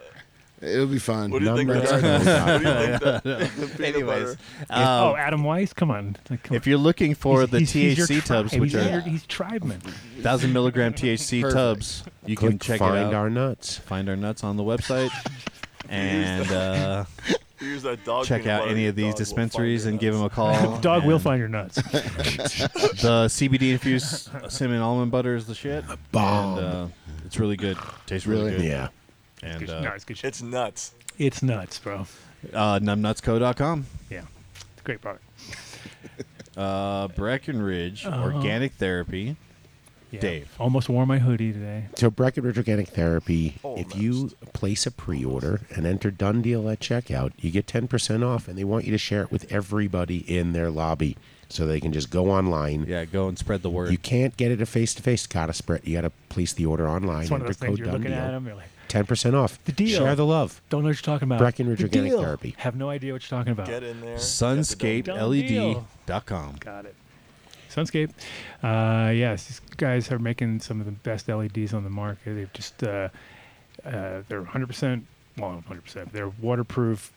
G: It'll be fun.
F: What do you think
G: Number
F: that-
G: two.
F: what do you think that- the peanut
C: Anyways,
F: butter-
C: um,
D: oh, Adam Weiss, come on.
C: if you're looking for the
D: He's- he's your
C: THC tubs,
D: tribe.
C: which
D: he's
C: are
D: your- he's tribeman.
C: thousand milligram THC
D: Perfect.
C: tubs. You can
E: Click
C: check it
E: Find
C: out.
E: Our Nuts.
C: Find our nuts on the website, and uh,
F: Use that dog
C: check
F: peanut
C: out
F: butter,
C: any of
F: the
C: these
F: dog will
C: dispensaries and give them a call.
D: Dog will
C: And
D: find your nuts.
C: the CBD infused cinnamon almond butter is the shit.
E: bomb.
C: And, uh, it's really good. Tastes really,
E: Really?
C: good.
E: Yeah.
C: And
D: No,
C: uh,
D: it's good shit.
F: It's nuts.
D: It's nuts, bro.
C: uh, numbnutsco.com.
D: Yeah, it's a great product.
C: Uh, Breckenridge
D: Uh-huh.
C: Organic Therapy.
D: Yeah.
C: Dave.
D: Almost wore my hoodie today.
E: So Breckenridge Organic Therapy, if you place a pre-order and enter done deal at checkout, you get 10% off and they want you to share it with everybody in their lobby so they can just go online.
C: Yeah, go and spread the word.
E: You can't get it a face-to-face, got to spread. You got to place the order online.
D: It's one of
E: enter
D: those things
E: code
D: you're
E: done
D: looking
E: deal.
D: at 'em, you're like,
E: 10% off.
D: The deal.
E: Share the love.
D: Don't know what you're talking about.
E: Breckenridge
D: The
E: Organic
D: deal.
E: Therapy.
D: Have no idea what you're talking about.
F: Get in there.
C: SunscapeLED.com.
D: Got it. Sunscape. Uh, yes, these guys are making some of the best LEDs on the market. They've just uh, uh, they're 100% well, not 100%. They're waterproof,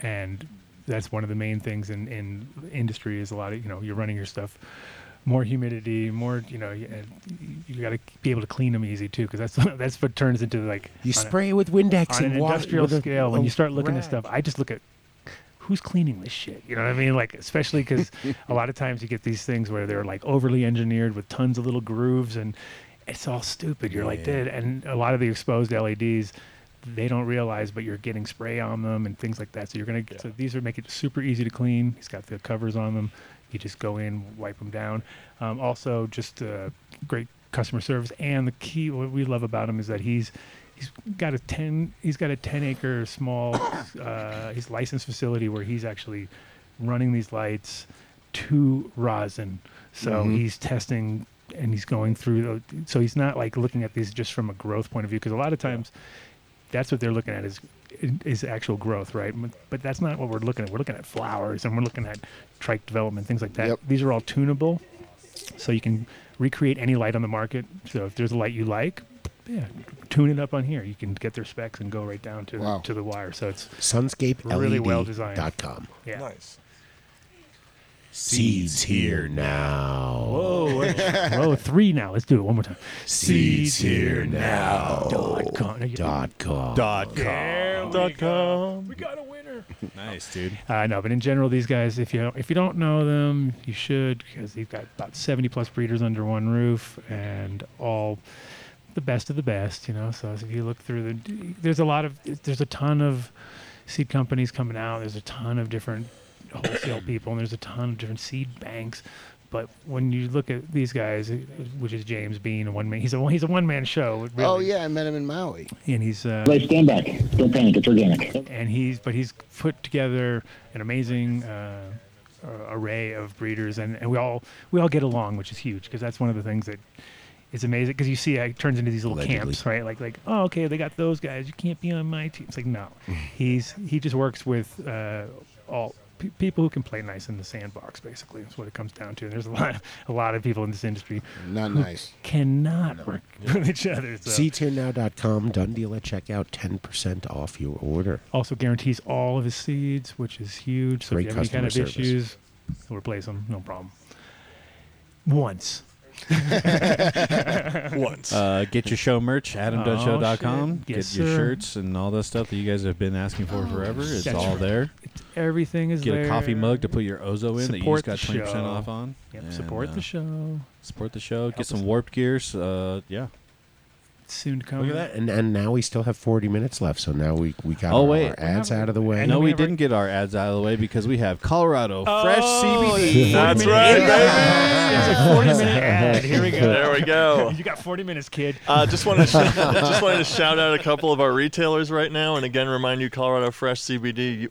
D: and that's one of the main things in in industry is a lot of you know you're running your stuff. More humidity, more you know, y- and you got to be able to clean them easy too, because that's that's what turns into like
E: You
D: on a-
E: spray it with Windex
D: on
E: and
D: an
E: wash it
D: industrial
E: with a-
D: scale. when
E: a
D: you start looking at
E: rag.
D: stuff, I just look at who's cleaning this shit. You know what I mean? Like especially because a lot of times you get these things where they're like overly engineered with tons of little grooves and it's all stupid. You're like,
I: Yeah.
D: dude, and a lot of the exposed LEDs. They don't realize, but you're getting spray on them and things like that. So you're gonna. So these are make it super easy to clean. He's got the covers on them. You just go in, wipe them down. Um, also, just uh, great customer service. And the key, what we love about him is that he's he's got a 10 he's got a 10 acre small uh, his licensed facility where he's actually running these lights to rosin so
I: Mhm.
D: he's testing and he's going through the, so he's not like looking at these just from a growth point of view because a lot of times that's what they're looking at is is actual growth right but that's not what we're looking at we're looking at flowers and we're looking at trike development things like that these are all tunable so you can recreate any light on the market so if there's a light you like yeah tune it up on here you can get their specs and go right down to
E: Wow.
D: to the wire so it's
E: SunscapeLED.com.
D: really well designed yeah
F: Nice.
E: Seeds here now.
D: Whoa, wait. whoa, three now. Let's do it one more time.
E: Seeds here now.
D: Dot com.
E: Dot com.
C: Dot
D: There we
F: Dot
D: go.
F: com.
D: We got a winner.
C: Nice, dude.
D: Uh, no, but in general, these guys, if you if you don't know them, you should because they've got about seventy plus breeders under one roof and all the best of the best, you know. So if you look through the, there's a lot of there's a ton of seed companies coming out. There's a ton of different wholesale people, and there's a ton of different seed banks. But when you look at these guys, which is James Bean, a one man, he's a he's a one man show. Really.
G: Oh yeah, I met him in Maui.
D: and he's uh,
G: Right, stand back.
D: Don't
G: panic, it's organic.
D: And he's but he's put together an amazing uh, uh, array of breeders, and, and we all we all get along, which is huge because that's one of the things that is amazing because you see how it turns into these little
E: Allegedly.
D: camps, right? Like like oh okay, they got those guys. You can't be on my team. It's like no, he's he just works with uh, all pe- people who can play nice in the sandbox. Basically, that's what it comes down to. And there's a lot a lot of people in this industry
G: not
D: who
G: nice.
D: cannot work with each other. So.
E: SeaTierNow.com, done deal at checkout, 10% off your order.
D: also guarantees all of his seeds, which is huge. So
E: Great
D: if you have any kind
E: customer
D: of
E: service.
D: issues, he'll replace them, no problem. Once.
C: Uh, get your show merch,
D: Oh,
C: adamdunshow.com.
D: shit. Yes,
C: get your
D: sir. Oh,
C: shirts and all that stuff that you guys have been asking for forever. It's
D: That's
C: all
D: right.
C: there.
D: Everything is
C: Get
D: there.
C: a coffee mug to put your Ozo in that you
D: Support
C: just got
D: the
C: 20%
D: show.
C: off on.
D: Yep,
C: And,
D: support the
C: uh,
D: show.
C: Support the show.
D: Help
C: get some
D: us.
C: warped gears. Uh, yeah.
D: Soon to come.
C: Look at that.
E: And, and now we still have 40 minutes left, so now we, we got
C: Oh,
E: all
C: wait.
E: our ads out of the way.
C: no, we, didn't get our ads out of the way because we have Colorado Fresh
D: Oh,
C: CBD.
F: That's right,
D: It's a 40 minute ad. Here we go.
F: There we go.
D: you got 40 minutes, kid.
F: Uh, just wanted to sh- just wanted to shout out a couple of our retailers right now, and again remind you, Colorado Fresh CBD, 100%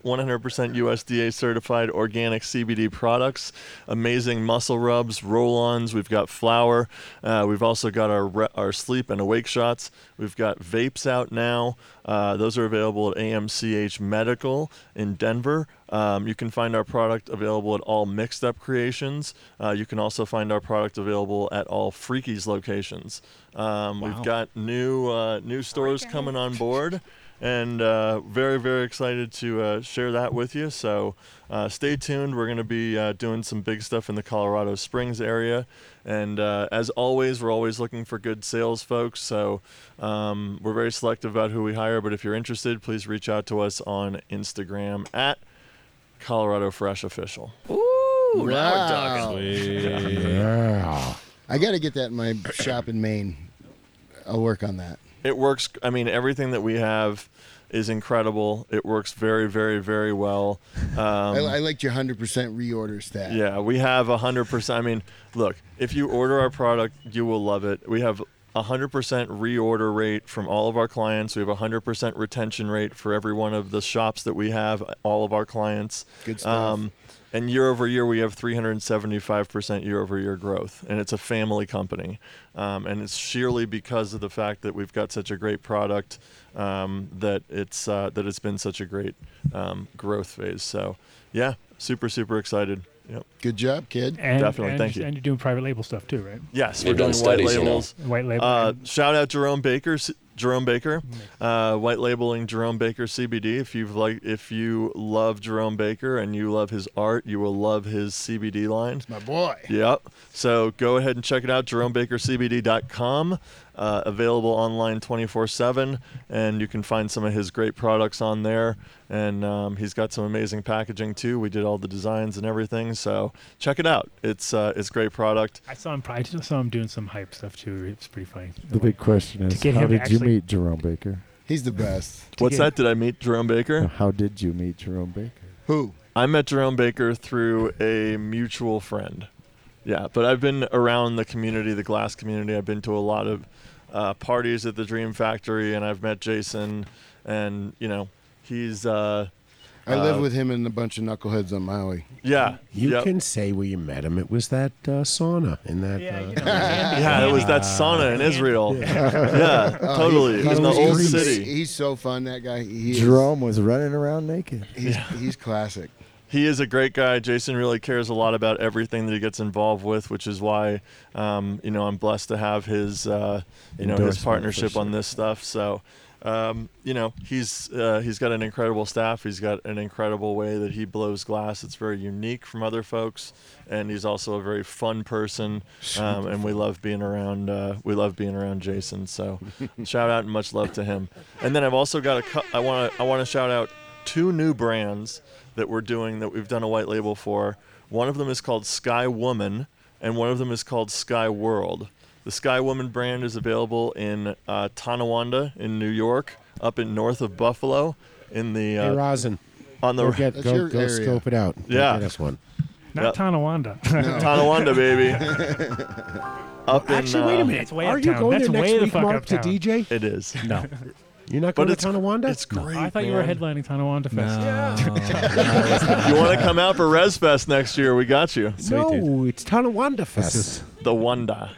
F: USDA certified organic CBD products, amazing muscle rubs, roll-ons. We've got flour. Uh, we've also got our re- our sleep and awake shots. We've got vapes out now. Uh, those are available at AMCH Medical in Denver. Um, you can find our product available at all Mixed Up Creations. Uh, you can also find our product available at all Freakies locations. Um,
C: Wow.
F: We've got new uh, new stores coming on board, and uh, very very excited to uh, share that with you. So uh, stay tuned. We're going to be uh, doing some big stuff in the Colorado Springs area, and uh, as always, we're always looking for good sales folks. So um, we're very selective about who we hire. But if you're interested, please reach out to us on Instagram at Colorado Fresh Official.
G: Ooh,
F: now we're talking.
H: Oh.
E: Yeah.
G: I got to get that in my shop in Maine. I'll work on that.
F: It works. I mean, everything that we have is incredible. It works very, very, very well. Um,
G: I, I liked your 100% reorder stat.
F: yeah, we have 100%. I mean, look, if you order our product, you will love it. We have 100% reorder rate from all of our clients. We have 100% retention rate for every one of the shops that we have, all of our clients. Um,
G: Good stuff.
F: and year over year, we have 375% year over year growth. And it's a family company. Um, and it's sheerly because of the fact that we've got such a great product um, that, it's, uh, that it's been such a great um, growth phase. So, yeah, super, super excited. Yep.
G: Good job, kid.
D: And,
F: Definitely,
D: and
F: thank
D: you're-
F: you.
D: And you're doing private label stuff too, right?
F: Yes, we're
D: They've
F: doing
D: done
F: white
D: studies, you know.
F: labels.
D: White label.
F: Uh, shout out Jerome Baker. S- Jerome Baker, uh, white labeling Jerome Baker CBD. If you've like, if you love Jerome Baker and you love his art, you will love his CBD line.
G: My boy.
F: Yep. So go ahead and check it out, jeromebakercbd.com. Uh, available online 24 7, and you can find some of his great products on there. And um, he's got some amazing packaging too. We did all the designs and everything, so check it out. It's uh, it's great product.
D: I saw him. I saw him doing some hype stuff too. It's pretty funny.
H: The big question
D: To
H: is,
D: get
H: how
D: him to
H: did you
D: actually-
H: meet Jerome Baker?
G: He's the best.
D: to
F: What's that?
D: get-
F: Did I meet Jerome Baker?
H: How did you meet Jerome Baker?
G: Who?
F: I met Jerome Baker through a mutual friend. Yeah, but I've been around the community, the glass community. I've been to a lot of uh, parties at the Dream Factory, and I've met Jason, and you know, he's. Uh,
G: I live
F: uh,
G: with him and a bunch of knuckleheads on Maui.
F: Yeah.
E: You
F: yep.
E: can say where you met him. It was that uh, sauna in that.
D: Yeah,
E: uh,
D: you know, Andy-
F: Yeah, it was that
E: Uh,
F: sauna in Israel.
E: Yeah.
F: Yeah,
G: Oh,
F: totally.
G: he's-
F: In the
G: he's-
F: old
G: he's-
F: city.
G: He's so fun, that guy. He is,
H: Jerome was running around naked.
G: He's, he's classic.
F: He is a great guy. Jason really cares a lot about everything that he gets involved with, which is why, um, you know, I'm blessed to have his, uh, you know,
E: Endorsement
F: his
E: for
F: partnership on
E: sure.
F: this stuff. So, um, you know, he's uh, he's got an incredible staff. He's got an incredible way that he blows glass. It's very unique from other folks, and he's also a very fun person. Um, and we love being around. Uh, we love being around Jason. So, shout out and much love to him. And then I've also got a. cou- I want to. I want to shout out two new brands that we're doing that we've done a white label for. One of them is called Sky Woman, and one of them is called Sky World. The Sky Woman brand is available in uh, Tonawanda in New York, up in north of Buffalo, in the
E: Hey,
F: uh,
E: Rosin,
F: on the
E: go, get,
G: That's
E: go,
G: your
E: go
G: area.
E: scope it out. Go
F: Yeah.
E: Get us one.
D: Not
F: Yep.
D: Tonawanda.
F: Tonawanda baby. up in,
E: Actually, wait
F: uh,
E: a minute.
D: That's way
E: Are
D: uptown.
E: you going
D: That's
E: to
D: way
E: next
D: the
E: week,
D: fuck
E: Mark, to
D: uptown.
E: DJ?
F: It is.
C: No.
E: You're not
F: But
E: going to
F: it's-
E: Tonawanda?
F: It's great.
D: I thought you were
F: man.
D: headlining Tonawanda Fest.
F: You want to come out for ResFest next year? We got you.
C: Sweet, dude.
E: no, it's Tonawanda Fest.
F: The Wanda.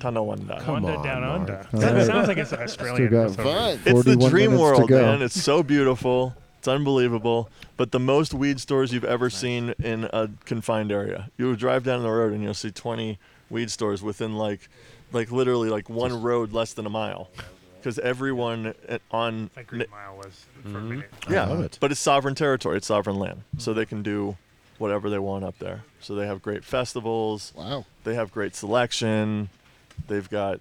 F: Tana Wanda.
D: Come Wanda on, down Mark. under.
H: All right.
D: sounds like it's an Australian
H: Still
D: for
H: got
D: some reason.
F: It's
H: 41
F: the dream
H: minutes to
F: world,
H: go.
F: man. It's so beautiful. It's unbelievable. But the most weed stores you've ever seen in a confined area. You drive down the road and you'll see 20 weed stores within like, like literally like one road less than a mile, because everyone at- uh, on
D: Like Green Mile was for
G: Mm-hmm.
D: a minute.
F: yeah,
E: love it.
F: but it's sovereign territory. It's sovereign land, so they can do whatever they want up there. So they have great festivals.
G: Wow.
F: They have great selection. They've got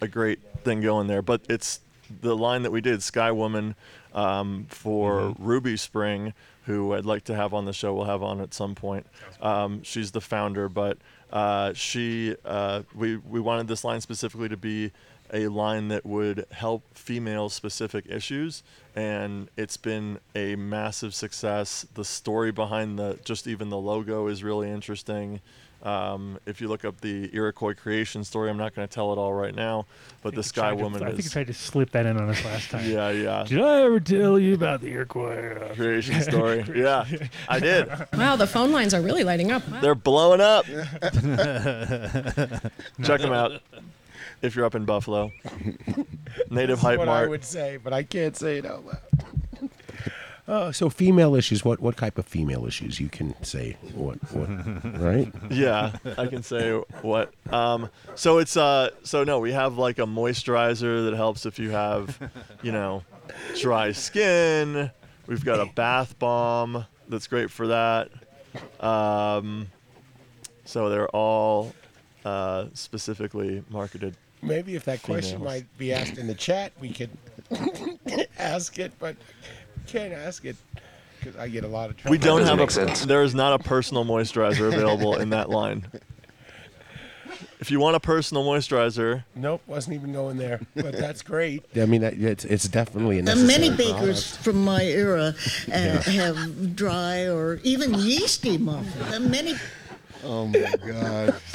F: a great thing going there. But it's the line that we did, Sky Woman, um, for
E: Mm-hmm.
F: Ruby Spring, who I'd like to have on the show. We'll have on at some point. Um, she's the founder, but uh, she uh, we we wanted this line specifically to be a line that would help female specific issues and it's been a massive success the story behind the just even the logo is really interesting um, if you look up the Iroquois creation story, I'm not going to tell it all right now, but the Sky
D: Tried to-
F: Woman
D: I think you
F: is.
D: tried to slip that in on us last time.
F: Yeah, yeah.
D: Did I ever tell you about the Iroquois?
F: Creation story. Yeah, I did.
M: Wow, the phone lines are really lighting up. Wow.
F: They're blowing up. Check them out if you're up in Buffalo. Native
E: That's
F: Hype
E: what I
F: Mart.
E: would say, but I can't say it out loud. Uh, so female issues. What what type of female issues you can say? What what? right?
F: yeah, I can say what. Um, so it's uh, so no, we have like a moisturizer that helps if you have, you know, dry skin. We've got a bath bomb that's great for that. Um, so they're all uh, specifically marketed.
E: Maybe if that question
F: Females.
E: might be asked in the chat, we could ask it, but can't ask it because I get a lot of trouble.
F: We don't have a. There is not a personal moisturizer available in that line. If you want a personal moisturizer,
E: Nope, wasn't even going there. But that's great. I mean, that- it's it's definitely a
N: Uh, many
E: necessary
N: bakers from my era uh, have dry or even yeasty muffins. Uh, many
G: Oh my God.
E: product.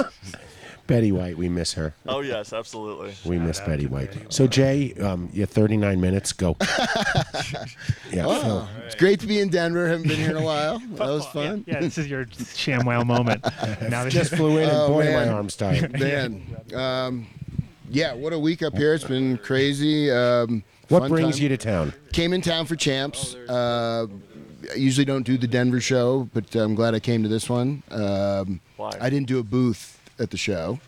E: Betty White, we miss her.
F: oh yes, absolutely.
E: We miss Betty White. So Jay, um, you 39 minutes. Go. yeah.
G: Oh,
E: Phil.
G: It's great to be in Denver. Haven't been here in a while. That was fun.
D: Yeah, this is your ShamWow moment. Now that-
E: Just flew in and
G: Oh,
E: boy,
G: man.
E: my arms tired.
G: Man, um, yeah, what a week up here. It's been crazy. Um,
E: What
G: fun
E: brings
G: time.
E: you to town?
G: Came in town for Champs. Uh, I usually don't do the Denver show, but uh, I'm glad I came to this one. Um,
F: Why?
G: I didn't do a booth at the show,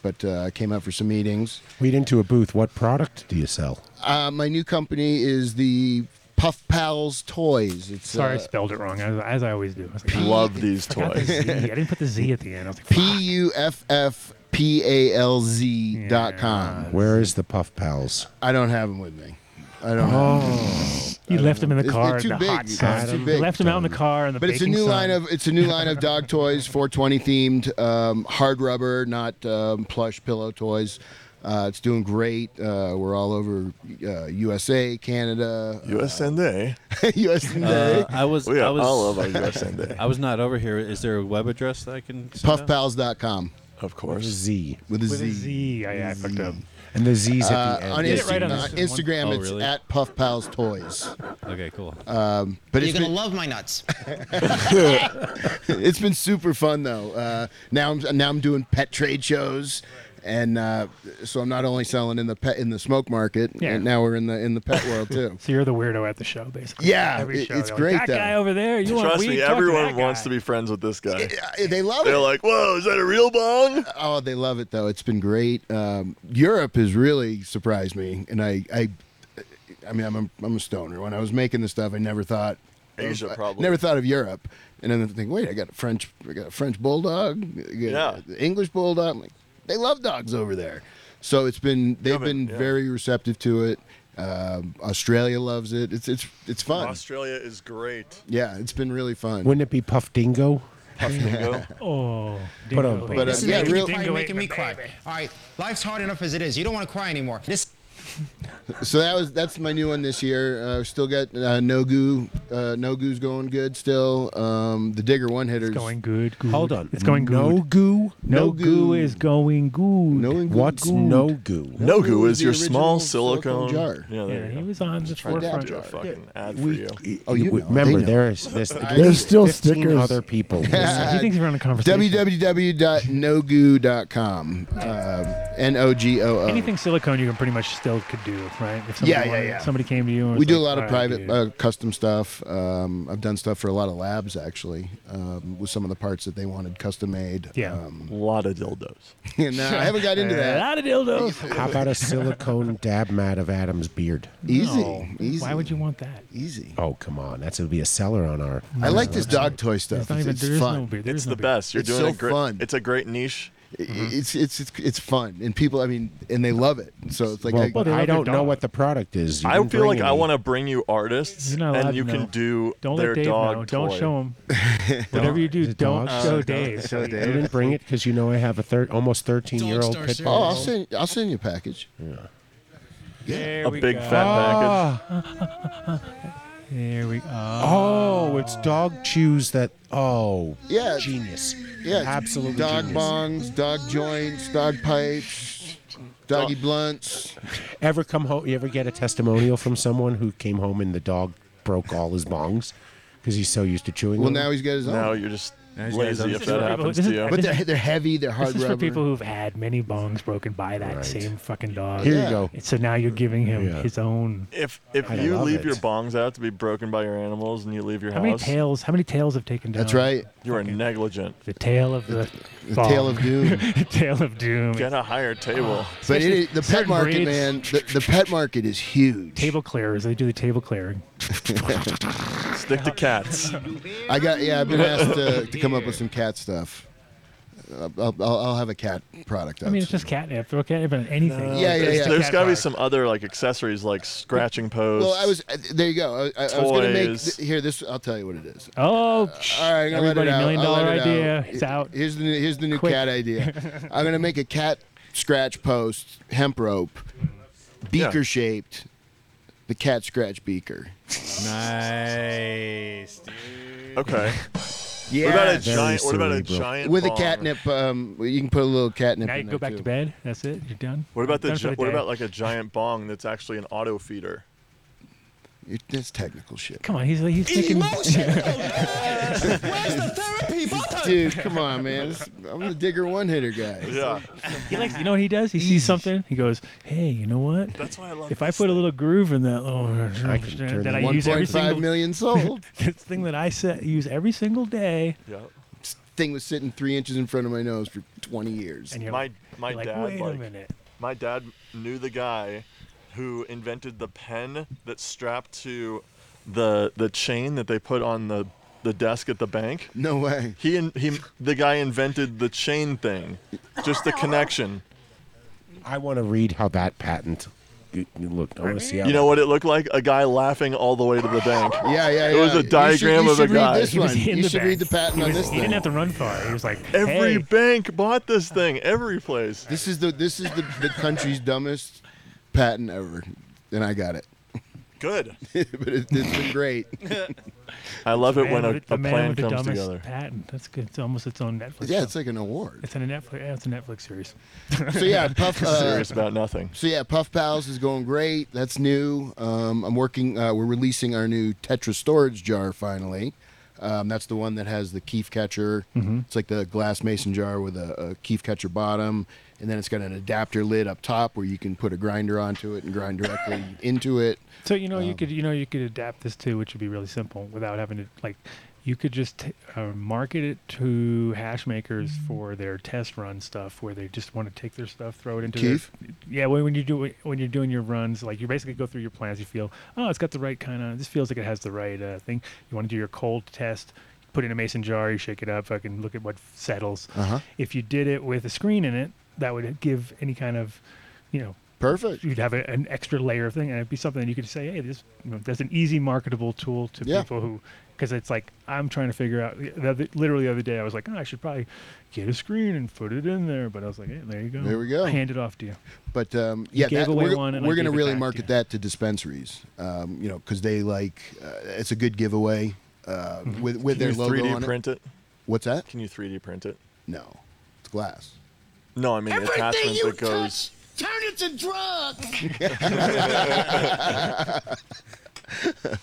G: but uh, I came out for some meetings.
E: We'd into a booth. What product do you sell?
G: Uh, my new company is the Puff Pals Toys. It's
D: Sorry, I
G: uh,
D: spelled it wrong, as, as I always do. I was like,
F: Love these
D: I, got the
F: toys.
D: Z. I didn't put the Z at the end. I was like,
G: P U F F P A L Z dot com.
E: Where is the Puff Pals?
G: I don't have them with me. I don't. have 'em.
E: Oh.
D: you left them in the
G: It's-
D: car
G: they're
D: in
G: too
D: the
G: big.
D: hot
G: It's
D: sun.
G: too
D: You
G: big.
D: left them out in the car in the
G: But it's a
D: baking
G: new
D: sun.
G: line of it's a new line of dog toys, 420 themed, um, hard rubber, not um, plush pillow toys. Uh, it's doing great. Uh, we're all over uh, USA, Canada,
F: USNA.
G: uh, USA.
C: Uh, I was.
F: We are
C: I was,
F: all of our USNA.
C: I was not over here. Is there a web address that I can? send out?
G: Puffpals.com
F: Of course.
E: Z.
G: with a
D: With a
G: Z.
D: Z. I, I fucked up.
E: And the Z's
G: Uh,
E: at the end.
G: on
D: Get it right
G: Instagram,
D: on
G: on
D: this one.
G: Instagram
C: Oh,
G: it's
C: really?
G: at Puff Pals Toys.
C: Okay, cool.
G: Um, but it's
O: You're gonna
G: been,
O: love my nuts.
G: it's been super fun though. Uh, now I'm now I'm doing pet trade shows, and uh, so I'm not only selling in the pet in the smoke market,
D: Yeah.
G: and now we're in the in the pet world too.
D: So you're the weirdo at the show, basically.
G: Yeah,
D: Every
G: it-
D: show,
G: it's
D: they're
G: great,
D: Like, that
G: though.
D: guy over there. You want
F: Trust
D: weed?
F: me,
D: Talk to
F: everyone
D: that
F: wants
D: guy.
F: to be friends with this guy.
G: Yeah, they love
F: They're
G: it.
F: like, "Whoa, is that a real bong?"
G: Oh, they love it though. It's been great. Um, Europe has really surprised me, and I, I, I mean, I'm a, I'm a stoner. When I was making this stuff, I never thought
F: Asia,
G: I
F: probably.
G: never thought of Europe, and then I think, wait, I got a French, I got a French bulldog, I got a English bulldog. I'm like, they love dogs over there, so it's been they've
F: Yeah, but-
G: been
F: yeah.
G: very receptive to it. Um, Australia loves it. It's it's it's fun.
F: Australia is great.
G: yeah, it's been really fun.
E: Wouldn't it be Puff Dingo?
F: Puff Dingo.
D: Oh,
E: Put on-
D: dingo.
E: put
G: But, uh,
O: this is
G: yeah,
O: making
G: real-
O: me cry,
D: Dingo ate
O: making
D: my
O: me cry.
D: baby.
O: All right, life's hard enough as it is. You don't want to cry anymore. This
G: so that was that's my new one this year. Uh, still got uh, no goo, uh, no goo's going good still. Um, the digger one hitters
D: going good, good.
E: Hold on.
D: It's going good.
E: No goo.
D: No, goo. is going good. No
E: What's no goo?
F: No goo is your small silicone,
E: jar.
F: Yeah, there
D: Yeah,
F: you
D: he
F: go.
D: was on the
F: Just tried to
D: forefront.
F: do a fucking ad for
E: We-
F: you.
E: Oh, you know.
G: They
E: remember
G: know.
E: there is this.
G: I-
E: there's
G: There's
E: still
G: still
E: 15
G: stickers.
E: other people.
D: He thinks we're on a conversation.
G: www.nogoo.com. Uh, N O G O
E: uh,
G: O.
D: Anything silicone you can pretty much still could do, right? If somebody
G: Yeah, yeah,
D: wanted-
G: yeah.
D: Somebody came to you. And
G: we
D: was
G: do a
D: like,
G: lot of
D: "All right,
G: private uh, custom stuff. Um, I've done stuff for a lot of labs actually, um, with some of the parts that they wanted custom made.
D: Yeah.
G: Um,
F: a lot of dildos.
G: no, I haven't got into that.
D: A lot of dildos.
E: How about a silicone dab mat of Adam's beard?
G: Easy,
D: No.
G: easy,
D: Why would you want that?
G: easy.
E: Oh come on, that's gonna be a seller on our.
G: I like this dog toy stuff.
D: It's not even.
G: it's
D: There is
G: fun.
D: no beard. There
F: It's
D: is no
F: the
D: beard.
F: best. You're
G: It's
F: doing
G: so
F: a great.
G: fun.
F: It's a great niche. Mm-hmm.
G: It's, it's it's it's fun, and people. I mean, and they love it. So it's like
E: Well,
G: I-
E: but
D: they
E: I
D: love their
E: don't know
D: dog.
E: what the product is. You
F: I
E: didn't
F: feel
E: bring
F: like I
E: any.
F: want to bring you artists,
D: You're not allowed
F: and you
D: to
F: can
D: know.
F: do
D: Don't
F: their
D: let Dave
F: dog
D: know.
F: toy.
D: Don't show him. Whatever you do,
E: Is it
D: don't
E: dogs?
D: show
E: Uh,
D: Dave.
G: show
D: So he-
E: I didn't bring it because you know I have a thir- almost 13 year old
M: Dogstar
E: pit
G: oh, I'll
E: bull.
G: send I'll send you a package.
D: There
F: A
D: we
F: big
D: go.
F: fat
G: Oh.
F: package.
E: Ah.
D: There we go.
E: Oh, it's dog chews that. Oh,
G: Yeah.
E: genius.
G: Yeah, it's
E: absolutely.
G: Dog
E: genius.
G: bongs, dog joints, dog pipes, doggy blunts.
E: Ever come home? You ever get a testimonial from someone who came home and the dog broke all his bongs because he's so used to chewing?
G: Well,
E: them?
G: now he's got his own.
F: Now you're just
C: Now he's got his
F: lazy
C: own
F: if
D: stuff.
F: that happens
D: This
F: to
D: is-
F: you.
G: but they're, they're heavy. They're hard
D: This is
G: rubber.
D: for people who've had many bongs broken by that same fucking dog.
E: Here
G: Yeah.
E: you go.
D: So now you're giving him
E: Yeah.
D: his own.
F: If if
E: I
F: you
E: love
F: leave
E: it.
F: your bongs out to be broken by your animals and you leave your
D: How many
F: house,
D: tails? How many tails have taken down?
G: That's right.
F: you are negligent.
D: The tail of the,
G: The tail of doom.
D: the tail of doom.
F: Get a higher table.
G: But it
D: Especially
G: is, the pet
D: Oh, certain
G: market,
D: breeds.
G: man. The, the pet market is huge.
D: Table clearers. They do the table clearing.
F: Stick to cats.
G: I got yeah. I've been asked to, to come up with some cat stuff. I'll, I'll, I'll have a cat product. Out
D: I mean, it's just catnip. Throw catnip in anything.
G: Yeah, yeah,
F: There's-
G: yeah.
F: There's got to be
D: Oh, Cat
F: some other like accessories like scratching posts.
G: well, I was uh, there. You go. I, I, I was gonna make
F: Toys.
G: th- here. This I'll tell you what it is.
D: Oh,
G: All right, I'm gonna let it
D: everybody,
G: out.
D: million
G: I'll
D: dollar
G: let it
D: idea.
G: out.
D: It's out.
G: Here's the new, here's the new
D: Quick.
G: cat idea. I'm gonna make a cat scratch post hemp rope, beaker shaped, the cat scratch beaker.
C: Nice, dude.
F: okay.
G: Yeah.
F: What about a
E: Very
F: giant? What about a
E: cerebral.
F: giant
G: with a
F: bong?
G: catnip. Um, you can put a little catnip.
D: Now you
G: in
D: can
G: there
D: go back
G: too.
D: to bed. That's it. You're done.
F: What about the?
D: Done for
F: Gi- what
D: day.
F: about like a giant bong that's actually an auto feeder?
G: It- That's technical shit,
D: Come on, he's he's thinking.
M: Emotional.
G: Oh,
M: Where's the therapy button?
G: dude. Come on, man. This- I'm the digger one hitter guy.
F: Yeah,
D: He likes. You know what he does? He sees something. He goes, "Hey, you know what?
F: that's why I love.
D: If I put a little groove in that little
E: I can turn
D: that
E: that
D: I use every
G: 1.5
D: single
G: million sold.
D: this thing that I set use every single day,
F: Yeah.
G: Thing was sitting three inches in front of my nose for 20 years.
D: and you're
F: My
D: like,
F: my
D: you're like,
F: dad
D: wait
F: like,
D: a minute.
F: my dad knew the guy who invented the pen that's strapped to the the chain that they put on the the desk at the bank.
G: No way.
F: He in, he the guy invented the chain thing, just the connection.
E: I want to read how that patent. you- you Look, I want to see how.
F: You
E: that-
F: know what it looked like? A guy laughing all the way to the bank.
G: Yeah, yeah, yeah.
F: It was a
G: You should-
F: diagram
G: you
F: of a
G: should read
F: guy.
G: This
D: He was
G: one.
D: in
G: You
D: the
G: should
D: bank.
G: read the patent
D: He,
G: on
D: was-
G: this
D: he didn't
G: thing.
D: have to run far. He was like,
F: Every
D: hey,
F: bank bought this thing. Every place.
G: This is the this is the, the country's dumbest patent ever, and I got it.
F: Good.
G: but it, it's been great.
F: I love it
D: man
F: when a,
D: with- the
F: a
D: man
F: plan
D: with the
F: comes
D: dumbest
F: together.
D: Patent. That's good. It's almost its own Netflix.
G: Yeah,
D: show.
G: it's like an award.
D: It's in a Netflix. Yeah, it's a Netflix series.
G: So yeah, Puff. Uh,
F: Serious about nothing.
G: so yeah, Puff Pals is going great. That's new. Um, I'm working. Uh, we're releasing our new Tetra storage jar finally. Um, that's the one that has the keef catcher.
D: Mm-hmm.
G: It's like the glass mason jar with a, a keef catcher bottom, and then it's got an adapter lid up top where you can put a grinder onto it and grind directly into it. Um,
D: So you know you could you know you could adapt this too, which would be really simple without having to like. You could just t- uh, market it to hash makers for their test run stuff, where they just want to take their stuff, throw it into. their-
G: Keef?
D: yeah, when, when you do when you're doing your runs, like you basically go through your plans. You feel, oh, it's got the right kind of. This feels like it has the right uh, thing. You want to do your cold test. Put it in a mason jar. You shake it up. Fucking look at what settles.
G: Uh-huh.
D: If you did it with a screen in it, that would give any kind of, you know,
G: perfect.
D: You'd have a, an extra layer of thing, and it'd be something that you could say, "Hey, this you know, that's an easy marketable tool to
G: Yeah.
D: people who." Because it's like I'm trying to figure out. The other, literally the other day, I was like, oh, "I should probably get a screen and put it in there," but I was like, "Hey, there you go.
G: There we go.
D: Hand it off to you."
G: But um,
D: You
G: yeah,
D: gave
G: that-
D: away
G: we're,
D: one and I
G: we're gonna
D: gave it
G: really
D: back to
G: market that to dispensaries, um, you know, because they like uh, it's a good giveaway uh,
D: Mm-hmm.
G: with with
F: Can
G: their
F: you
G: logo
F: 3D
G: on
F: print it?
G: What's that?
F: Can you 3D print it?
G: No, it's glass.
F: No, I mean the
M: Everything
F: attachment
M: you
F: that goes.
M: touch, turn it to drug.
F: like,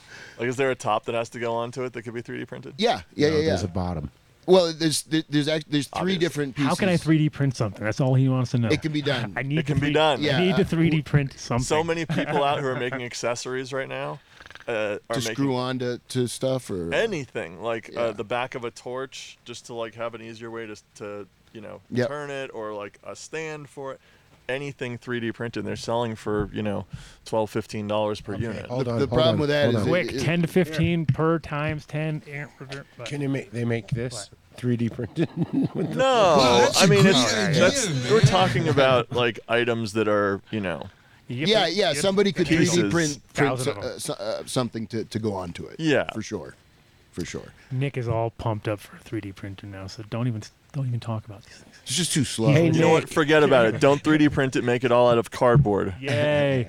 F: is there a top that has to go onto it that could be 3D printed?
G: Yeah, yeah,
E: No,
G: yeah, yeah.
E: There's a bottom.
G: Well, there's there- there's act- there's three different pieces.
D: How can I 3D print something? That's all he wants to know.
G: It can be done.
D: I need
F: It
D: to
F: can be
D: 3D
F: done.
D: I
F: Yeah,
D: need
F: uh,
D: to 3D print something.
F: So many people out who are making accessories right now uh, are
G: to
F: making
G: screw on to, to stuff or
F: anything like uh, the back of a torch just to like have an easier way to, to you know
G: Yep.
F: turn it or like a stand for it anything 3d printed they're selling for you know 12 15 dollars per unit
E: hold The- on,
G: the hold problem on, with that hold is on.
D: quick,
G: it- it-
D: 10 to 15 per times 10.
E: Can you make? They make this 3D printed.
F: no
E: Wow, that's
F: i
E: a
F: mean
E: great
F: it's
E: idea,
F: that's
E: man.
F: we're talking about like items that are you know
G: yeah, yeah. Somebody could 3D
F: Pieces.
G: print, print
F: Thousand
G: so,
F: of
G: uh, so, uh, something to, to go onto it.
F: Yeah.
G: for sure, for sure.
D: Nick is all pumped up for a 3D printer now, so don't even don't even talk about these things.
G: It's just too slow.
D: Hey,
F: you know what
D: Nick.
F: forget about it don't 3d print it make it all out of cardboard
D: Yay.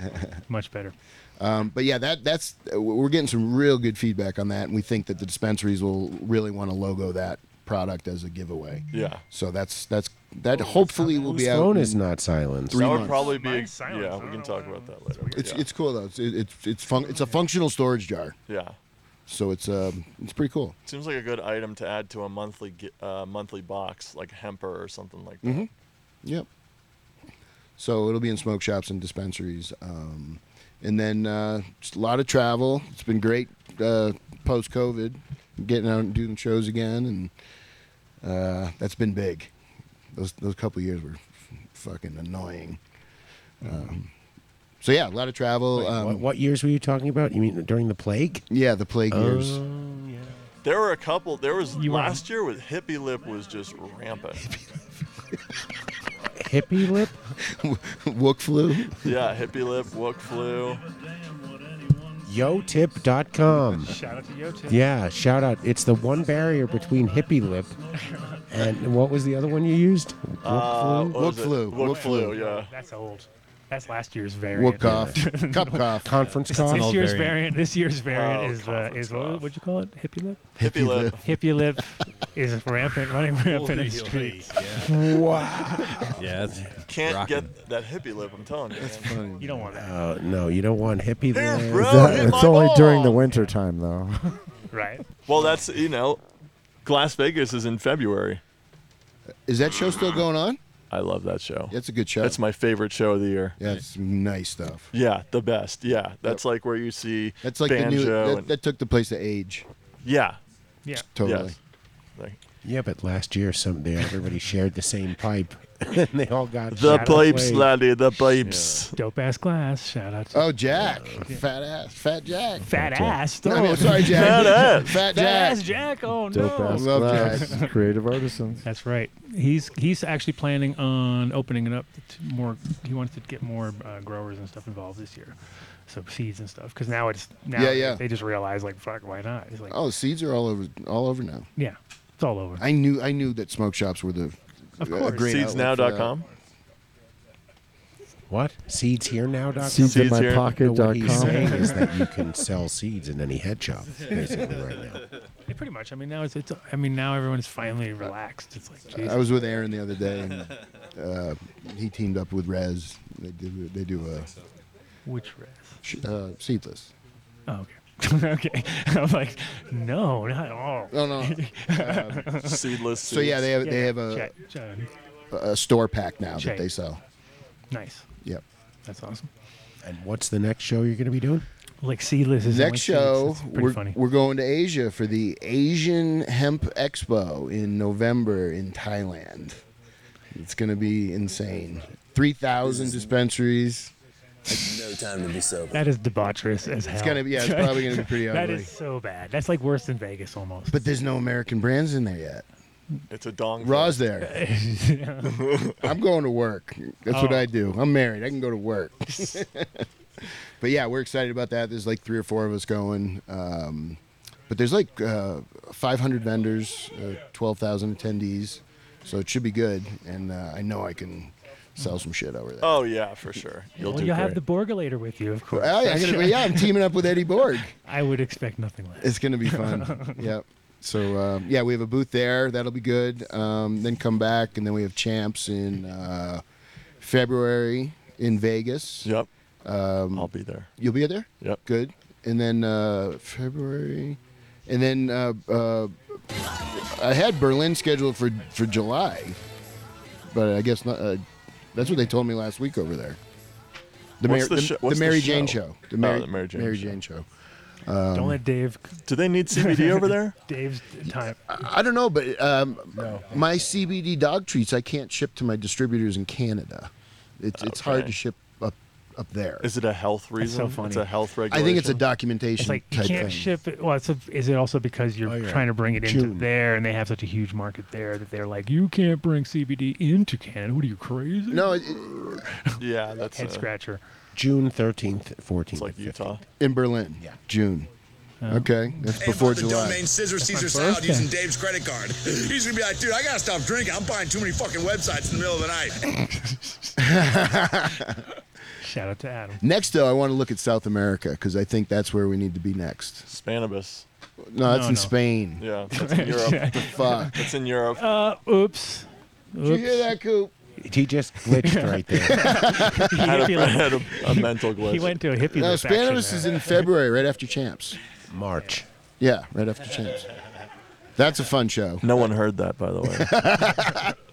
D: Much better.
G: Um, but yeah, that that's uh, we're getting some real good feedback on that, and we think that the dispensaries will really want to logo that product as a giveaway.
F: Yeah.
G: So that's that's that. hopefully will
E: Whose
G: be out.
E: phone
G: in-
E: is not silenced.
G: Three
F: that would
G: months.
F: probably be a, yeah we can talk about that later but
G: It's
F: yeah.
G: it's cool though. It's it, it's it's fun. It's a functional storage jar,
F: yeah
G: so it's um it's pretty cool.
F: Seems like a good item to add to a monthly gi- uh, monthly box, like Hemper or something like that.
G: Mm-hmm. Yep. So it'll be in smoke shops and dispensaries, um, and then uh, just a lot of travel. It's been great uh, post COVID, getting out and doing shows again, and uh, that's been big. Those those couple years were f- fucking annoying. Um, so yeah, a lot of travel. um,
E: what, what years were you talking about? You mean during the plague?
G: Yeah, the plague years.
F: There were a couple. There was
E: You wanna-
F: last year with Hippie Lip was just rampant.
E: Hippie lip.
G: Wook flu.
F: yeah, Hippie Lip, Wook Flu.
E: YoTip.com.
F: Shout out to YoTip.
E: Yeah, shout out. It's the one barrier between hippie lip and what was the other one you used? Wook
F: Uh,
E: flu?
F: what was it? Wook Flu. Yeah.
D: That's old. That's last year's variant.
E: cough. Cup cough. Conference
D: This-
E: cough. It's an
D: This
E: old
D: year's
E: variant.
D: variant. This year's variant
E: Oh,
D: is uh, is what would you call it? Hippie lip.
F: Hippie lip.
D: Hippie lip is rampant, running rampant in the streets.
E: Wow.
C: Yeah,
F: Can't get that Hippie Lip. I'm telling you. That's
D: funny. You don't want that.
E: Oh, no, you don't want hippie
F: Here,
E: lip.
F: bro,
H: That- it's only during the winter time though.
D: Right.
F: Well, that's you know, Las Vegas is in February.
G: Is that show still going on?
F: I love that show.
G: It's a good show.
F: That's my favorite show of the year.
G: Yeah, it's nice stuff.
F: Yeah, the best. Yeah, that's like where you see
G: That's like
F: banjo
G: the new.
F: and-
G: That, that took the place of age.
F: yeah,
D: Yeah.
G: Totally.
F: Yes. Like,
E: Yeah, but last year some there everybody shared the same pipe, and they all got
F: The
E: shot
F: pipes,
E: away.
F: laddie, the pipes.
D: Dope ass glass. Shout out to
G: Oh, Jack, fat ass, fat Jack,
D: Fat
H: Jack.
D: ass.
G: I mean,
D: Oh,
G: sorry, Jack.
F: Fat ass.
G: fat
D: Fat
G: Jack.
D: ass Jack. Oh no.
H: Dope ass
G: Love
H: glass. Creative artisans.
D: That's right. He's he's actually planning on opening it up to more. He wants to get more uh, growers and stuff involved this year, so seeds and stuff. Because now it's now
G: Yeah, yeah.
D: they just realize like fuck, why not? It's like
G: Oh, seeds are all over, all over now.
D: yeah, it's all over.
G: I knew, I knew that smoke shops were the
D: Of
G: a
D: course.
G: great outlet for that.
F: Seedsnow.com.
E: What seeds here now? Doc?
H: Seeds in my
E: here-
H: pocket
E: No, What he's
H: dot com.
E: saying is that you can sell seeds in any head shop, basically, right now.
D: Yeah, pretty much. I mean now it's, it's I mean now everyone's finally relaxed. It's like Jesus.
G: I was with Aaron the other day, and uh, he teamed up with Rez. They do, they do a
D: which red?
G: sh- uh, seedless.
D: Oh, okay. okay. I'm like, no, not at all.
G: No, no. Um,
F: Seedless
G: So yeah, they have, they
D: Yeah,
G: have a,
D: check, check.
G: a store pack now that
D: Check.
G: they sell.
D: Nice.
G: Yep.
D: That's awesome.
E: And what's the next show you're going to be doing?
D: Like seedless is
G: Next show,
D: pretty
G: we're,
D: funny.
G: we're going to Asia for the Asian Hemp Expo in November in Thailand. It's going to be insane. 3,000 dispensaries.
O: No time to be sober.
D: That is debaucherous as hell.
G: It's gonna be- yeah, it's probably gonna be pretty
D: That
G: ugly.
D: is so bad. That's like worse than Vegas almost.
G: But there's no American brands in there yet.
F: It's a dong.
G: Ra's there. I'm going to work. That's what
F: Oh.
G: I do. I'm married. I can go to work. but yeah, we're excited about that. There's like three or four of us going. Um, but there's like uh, 500 vendors, uh, 12,000 attendees. So it should be good. And uh, I know I can sell some shit over there.
F: Oh yeah, for sure. You'll
D: well,
F: do
D: you'll have
F: great.
D: the Borgelator with you, of course.
G: Oh, yeah, I'm gonna- yeah, I'm teaming up with Eddie Borg.
D: I would expect nothing less.
G: It's going to be fun. yep. So um, yeah, we have a booth there. That'll be good. Um, then come back, and then we have champs in uh, February in Vegas.
F: Yep.
G: Um,
F: I'll be there.
G: You'll be there.
F: Yep.
G: Good. And then uh, February, and then uh, uh, I had Berlin scheduled for for July, but I guess not. Uh, that's what they told me last week over there. The,
F: What's
G: Mar-
F: the
G: the,
F: sh-
G: the
F: what's the
G: Mary Jane
F: show?
G: show.
F: Oh,
G: The Mary,
F: the Mary Jane show.
G: Jane show. Um,
D: Don't let Dave.
F: Do they need CBD over there?
D: Dave's time.
G: I don't know, but um, my CBD dog treats I can't ship to my distributors in Canada. It's it's hard
F: Okay.
G: to ship up up there.
F: Is it a health
G: That's
F: reason?
G: so
F: It's
G: funny.
F: a health
G: I
F: regulation.
G: think it's a documentation
D: It's like you
G: type
D: can't
G: thing.
D: ship it. Well, it's a, is it also because
F: Oh,
D: you're
G: yeah.
D: trying to bring it into
G: June.
D: there, and they have such a huge market there that they're like, you can't bring CBD into Canada. What are you crazy?
G: No, it-
F: yeah, that's uh,
D: head
F: a-
D: scratcher.
E: June 13th, 14th. It's
F: like Utah.
G: in Berlin. Yeah, June.
D: Oh.
G: Okay, that's before
P: the
G: July.
P: domain Scissor
G: That's my
P: Caesar Salad
G: birthday.
P: using Dave's credit card. He's gonna be like, dude, I gotta stop drinking. I'm buying too many fucking websites in the middle of the night.
D: Shout out to Adam.
G: Next, though, I want to look at South America because I think that's where we need to be next.
F: Spanibus.
G: No, that's
F: No,
G: in
F: no.
G: Spain.
F: Yeah, that's in Europe.
G: The fuck?
F: It's in Europe.
D: Uh, oops.
G: Did you hear that, Coop?
E: He just glitched right there.
F: I had a, I had a, a mental glitch.
G: No, Spanibus is in February, right after Champs.
E: March.
G: Yeah, right after Champs. That's a fun show.
F: No one heard that, by the way.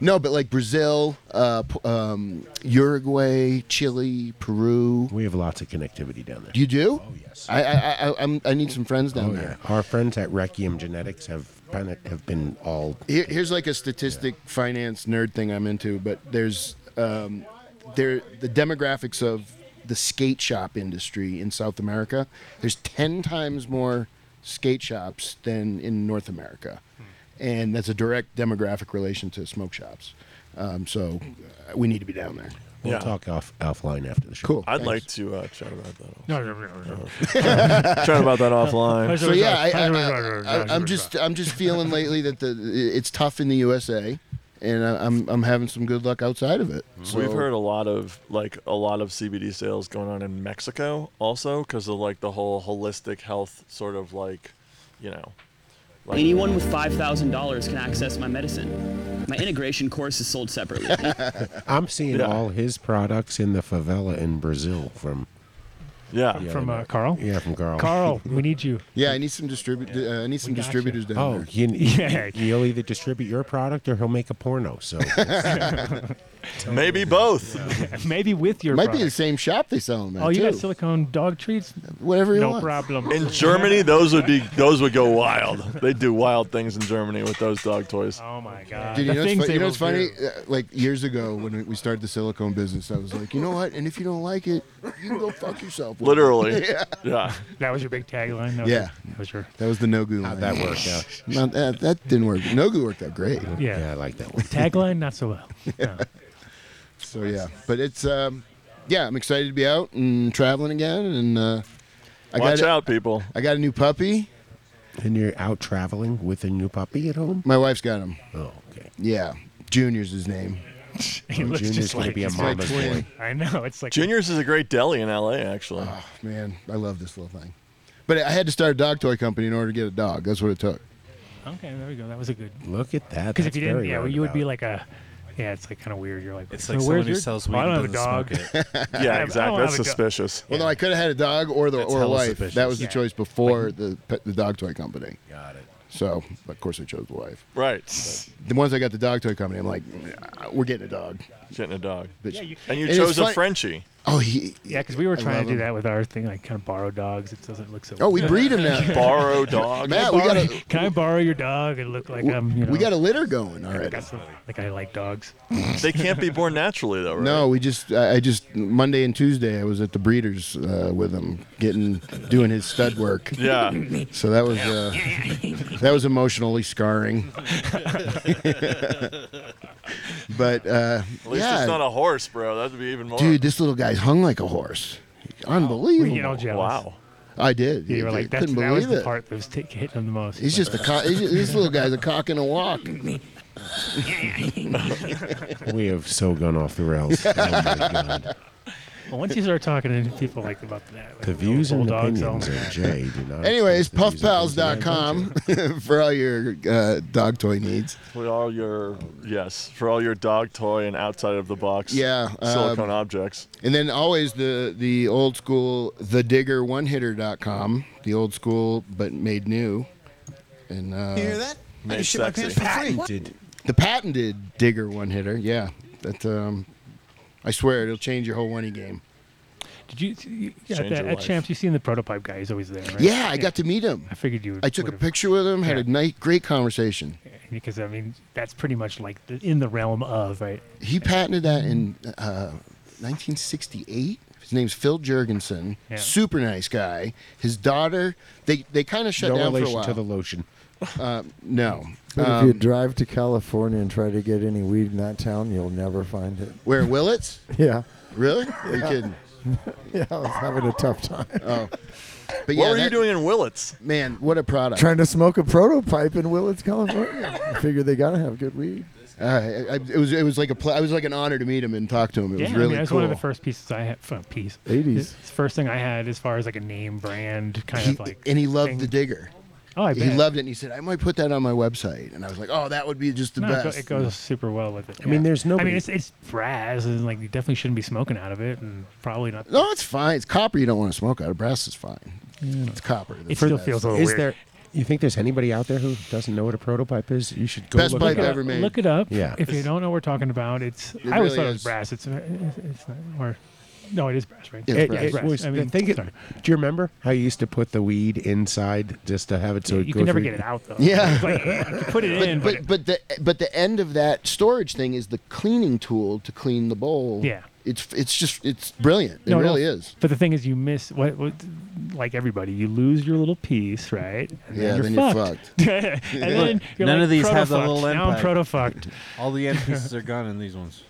G: No, but like Brazil, uh, P- um, Uruguay, Chile, Peru.
E: We have lots of connectivity down there.
G: You do? Oh yes. I I I, I'm, I need some friends down
E: Oh,
G: there.
E: yeah. Our friends at Requiem Genetics have been, have been all.
G: Here, here's like a statistic finance nerd thing I'm into, but there's um, there the demographics of the skate shop industry in South America. There's ten times more skate shops than in North America,
E: Hmm.
G: and that's a direct demographic relation to smoke shops. Um, so uh, we need to be down there.
E: We'll talk off offline after the show.
G: Cool.
F: I'd
G: Thanks.
F: like to uh, chat about that.
D: No, no, no, no, no.
F: chat about that offline.
G: So yeah, I, am just I'm just feeling lately that the it's tough in the USA, and I, I'm I'm having some good luck outside of it.
E: Mm-hmm.
G: So
F: We've heard a lot of like a lot of CBD sales going on in Mexico also because of like the whole holistic health sort of like, you know. Like,
Q: Anyone with $5,000 can access my medicine. My integration course is sold separately.
E: I'm seeing
Q: Yeah.
E: all his products in the favela in Brazil from.
F: Yeah.
E: the
D: From,
E: other
D: uh,
E: night.
D: Carl?
E: Yeah, from Carl.
D: Carl, we need you.
G: Yeah, I need some distribu- uh, I need some distributors down
E: Oh,
G: there.
E: you,
D: Yeah.
E: will either distribute your product or he'll make a porno. So
F: Maybe both.
D: Maybe with your
G: Might be
D: product.
G: the same shop they sell them at.
D: Oh, you got
G: too.
D: silicone dog treats?
G: Whatever you
D: no
G: want.
D: problem.
F: In Germany, those would be those would go wild. They do wild things in Germany with those dog toys.
D: Oh my god!
G: Dude, you
D: The
G: know, what's
D: things
G: fu-
D: they
G: you know what's
D: will
G: funny?
D: do.
G: Uh, Like years ago when we- we started the silicone business, I was like, you know what? And if you don't like it, you can go fuck yourself.
F: Literally.
G: yeah.
F: yeah.
D: That was your big tagline. That was
G: Yeah.
D: Your, that was your
G: That was the no goo.
E: How'd
G: line.
E: that work out?
G: No, that, that didn't work. No goo worked out great.
D: Yeah. Yeah,
E: I like that one.
D: tagline. Not so well. No.
G: So yeah, but it's um, yeah, I'm excited to be out and traveling again, and uh, I
F: Watch
G: got a-
F: out, people.
G: I got a new puppy.
E: and you're out traveling with a new puppy at home.
G: My wife's got him.
E: Oh, okay.
G: Yeah, Junior's his name.
D: He
E: Oh,
D: looks
E: Junior's
D: just
E: gonna
D: like
E: be a
D: his
E: mama's
D: twin. I know. It's like
F: Juniors is a great deli in LA, actually.
G: Oh, Man, I love this little thing. But I had to start a dog toy company in order to get a dog. That's what it took.
D: Okay, there we go. That was a good.
E: Look at that.
D: Because if
E: That's
D: you didn't,
E: very
D: yeah, well, you would be
E: roundabout.
D: like a. Yeah, it's like kind of weird. You're like,
C: It's
D: "So
C: like someone
D: where's
C: who
D: your,
C: sells
D: well,
C: weed
D: I don't have a
C: and
D: dog.
C: doesn't smoke it.
D: I don't
F: Yeah,
D: have-
F: exactly.
D: I don't
F: That's
D: have a dog.
F: suspicious.
G: Well, no, I could have had a dog or the
F: That's
G: or a
F: hella
G: wife. That
F: suspicious.
G: was
F: Yeah.
G: the choice before the pet, the dog toy company.
E: Got it.
G: So of course I chose the wife.
F: Right.
G: The ones I got the dog toy company, I'm like, "Nah, we're getting a dog.
F: Getting a dog.
G: Bitch.
F: and you
G: it's
F: chose a
G: funny-
F: Frenchie.
G: Oh, he.
D: Yeah, because we were
G: I
D: trying
G: love
D: to do
G: him.
D: that with our thing, like kind of borrow dogs. It doesn't look so.
G: Oh, we breed 'em now. Borrow dogs.
D: Can I
G: Matt, we
D: borrow-
G: gotta-
D: Can I borrow your dog? It look like I'm. You know,
G: we got a litter going already.
D: That's what- like I like dogs.
F: they can't be born naturally though, right?
G: No, we just I I just Monday and Tuesday I was at the breeders uh, with him getting doing his stud work.
F: Yeah.
G: So that was uh, that was emotionally scarring. but uh,
F: At least
G: yeah,
F: it's not a horse, bro. That'd be even more.
G: dude, this little guy's hung like a horse. Unbelievable.
D: you all jealous. Wow.
G: I did.
D: You were
G: I
D: like, that's,
G: couldn't
D: that was
G: believe
D: the
G: it.
D: part that was t- hitting him the most.
G: He's
D: Like-
G: just a cock. he's just- this little guy's a cock and a walk.
E: we have so gone off the rails. Oh my god.
D: Well, once you start talking to people like about that, like
E: The views and
D: bulldogs,
E: opinions
D: I'll-
E: of Jay do not.
G: Anyways, puffpals.com for all your uh, dog toy needs.
F: For all your yes, for all your dog toy and outside of the box,
G: Yeah, um,
F: silicone objects.
G: And then always the the old school the digger one hitter.com, the old school but made new. And uh
M: You hear that? I Made just shit my sexy. pants for free.
G: Patented. The patented digger one hitter, yeah. That um I swear it'll change your whole one game.
D: Did you, you yeah,
G: Change
D: at,
G: your
D: at
G: life.
D: Champs? You seen the prototype guy? He's always there, right?
G: Yeah, I got to meet him.
D: I figured you.
G: I took a
D: would've-
G: picture with him, had
D: Yeah.
G: a nice great conversation.
D: because I mean that's pretty much like the, in the realm of right.
G: He patented that in uh, 1968. His name's Phil Jurgensen.
D: Yeah.
G: Super nice guy. His daughter, they, they kind of shut
E: No
G: down for a
E: relation
G: while.
E: to the lotion.
G: Uh, no.
H: But if
G: Um,
H: you drive to California and try to get any weed in that town, you'll never find it.
G: Where in Willits?
H: Yeah.
G: Really? Are you kidding?
H: yeah, I was having a tough time.
G: Oh.
F: What
G: But yeah,
F: were you
G: that-
F: doing in Willits?
G: Man, what a product.
H: Trying to smoke a prototype in Willits, California. I figure they gotta have good weed.
G: Uh, I, I- it was it was like a pl- it was like an honor to meet him and talk to him. It
D: yeah,
G: was
D: I mean,
G: really
D: that's
G: cool.
D: one of the first pieces I had. Front piece.
H: 80s.
D: It's the first thing I had as far as like a name brand kind
G: He-
D: of like.
G: and he loved the digger.
D: Oh, I
G: he
D: bet.
G: loved it, and he said, "I might put that on my website." And I was like, "Oh, that would be just the
D: No, it go-
G: best."
D: It goes super well with it.
G: I mean,
D: yeah.
G: there's
D: I
G: nobody-
D: mean, it's it's brass, and like you definitely shouldn't be smoking out of it, and probably not.
G: No, it's fine. It's copper. You don't want to smoke out of brass. Is fine. It's copper. That's the best.
E: is there? You think there's anybody out there who doesn't know what a prototype is? You should go
G: Best
E: look
G: pipe
E: it up.
G: ever made.
D: Look it up.
E: Yeah.
D: If you don't know what we're talking about, it's.
G: It
D: I always
G: really
D: thought it was
G: is.
D: brass. It's. It's, it's not, or, no, it is brass, right?
E: It,
D: Yeah,
E: it was-
D: I mean,
E: think it-
D: sorry.
E: do you remember how you used to put the weed inside just to have it so
D: Yeah,
E: it
D: you
E: go
D: can never
E: through-
D: get it out though.
G: Yeah.
D: It's like, eh, you can put it in, but,
G: but but the but the end of that storage thing is the cleaning tool to clean the bowl.
D: Yeah.
G: It's it's just it's brilliant. It
D: No, no.
G: really is.
D: But the thing is, you miss what, what, like everybody, you lose your little piece, right? And
G: Yeah, then
D: then you're
G: you're
D: fucked. and then you're
C: None
D: like,
C: of these have the
D: proto-fucked.
C: little end
D: Now I'm
C: pipe.
D: proto fucked.
C: All the end pieces are gone in these ones.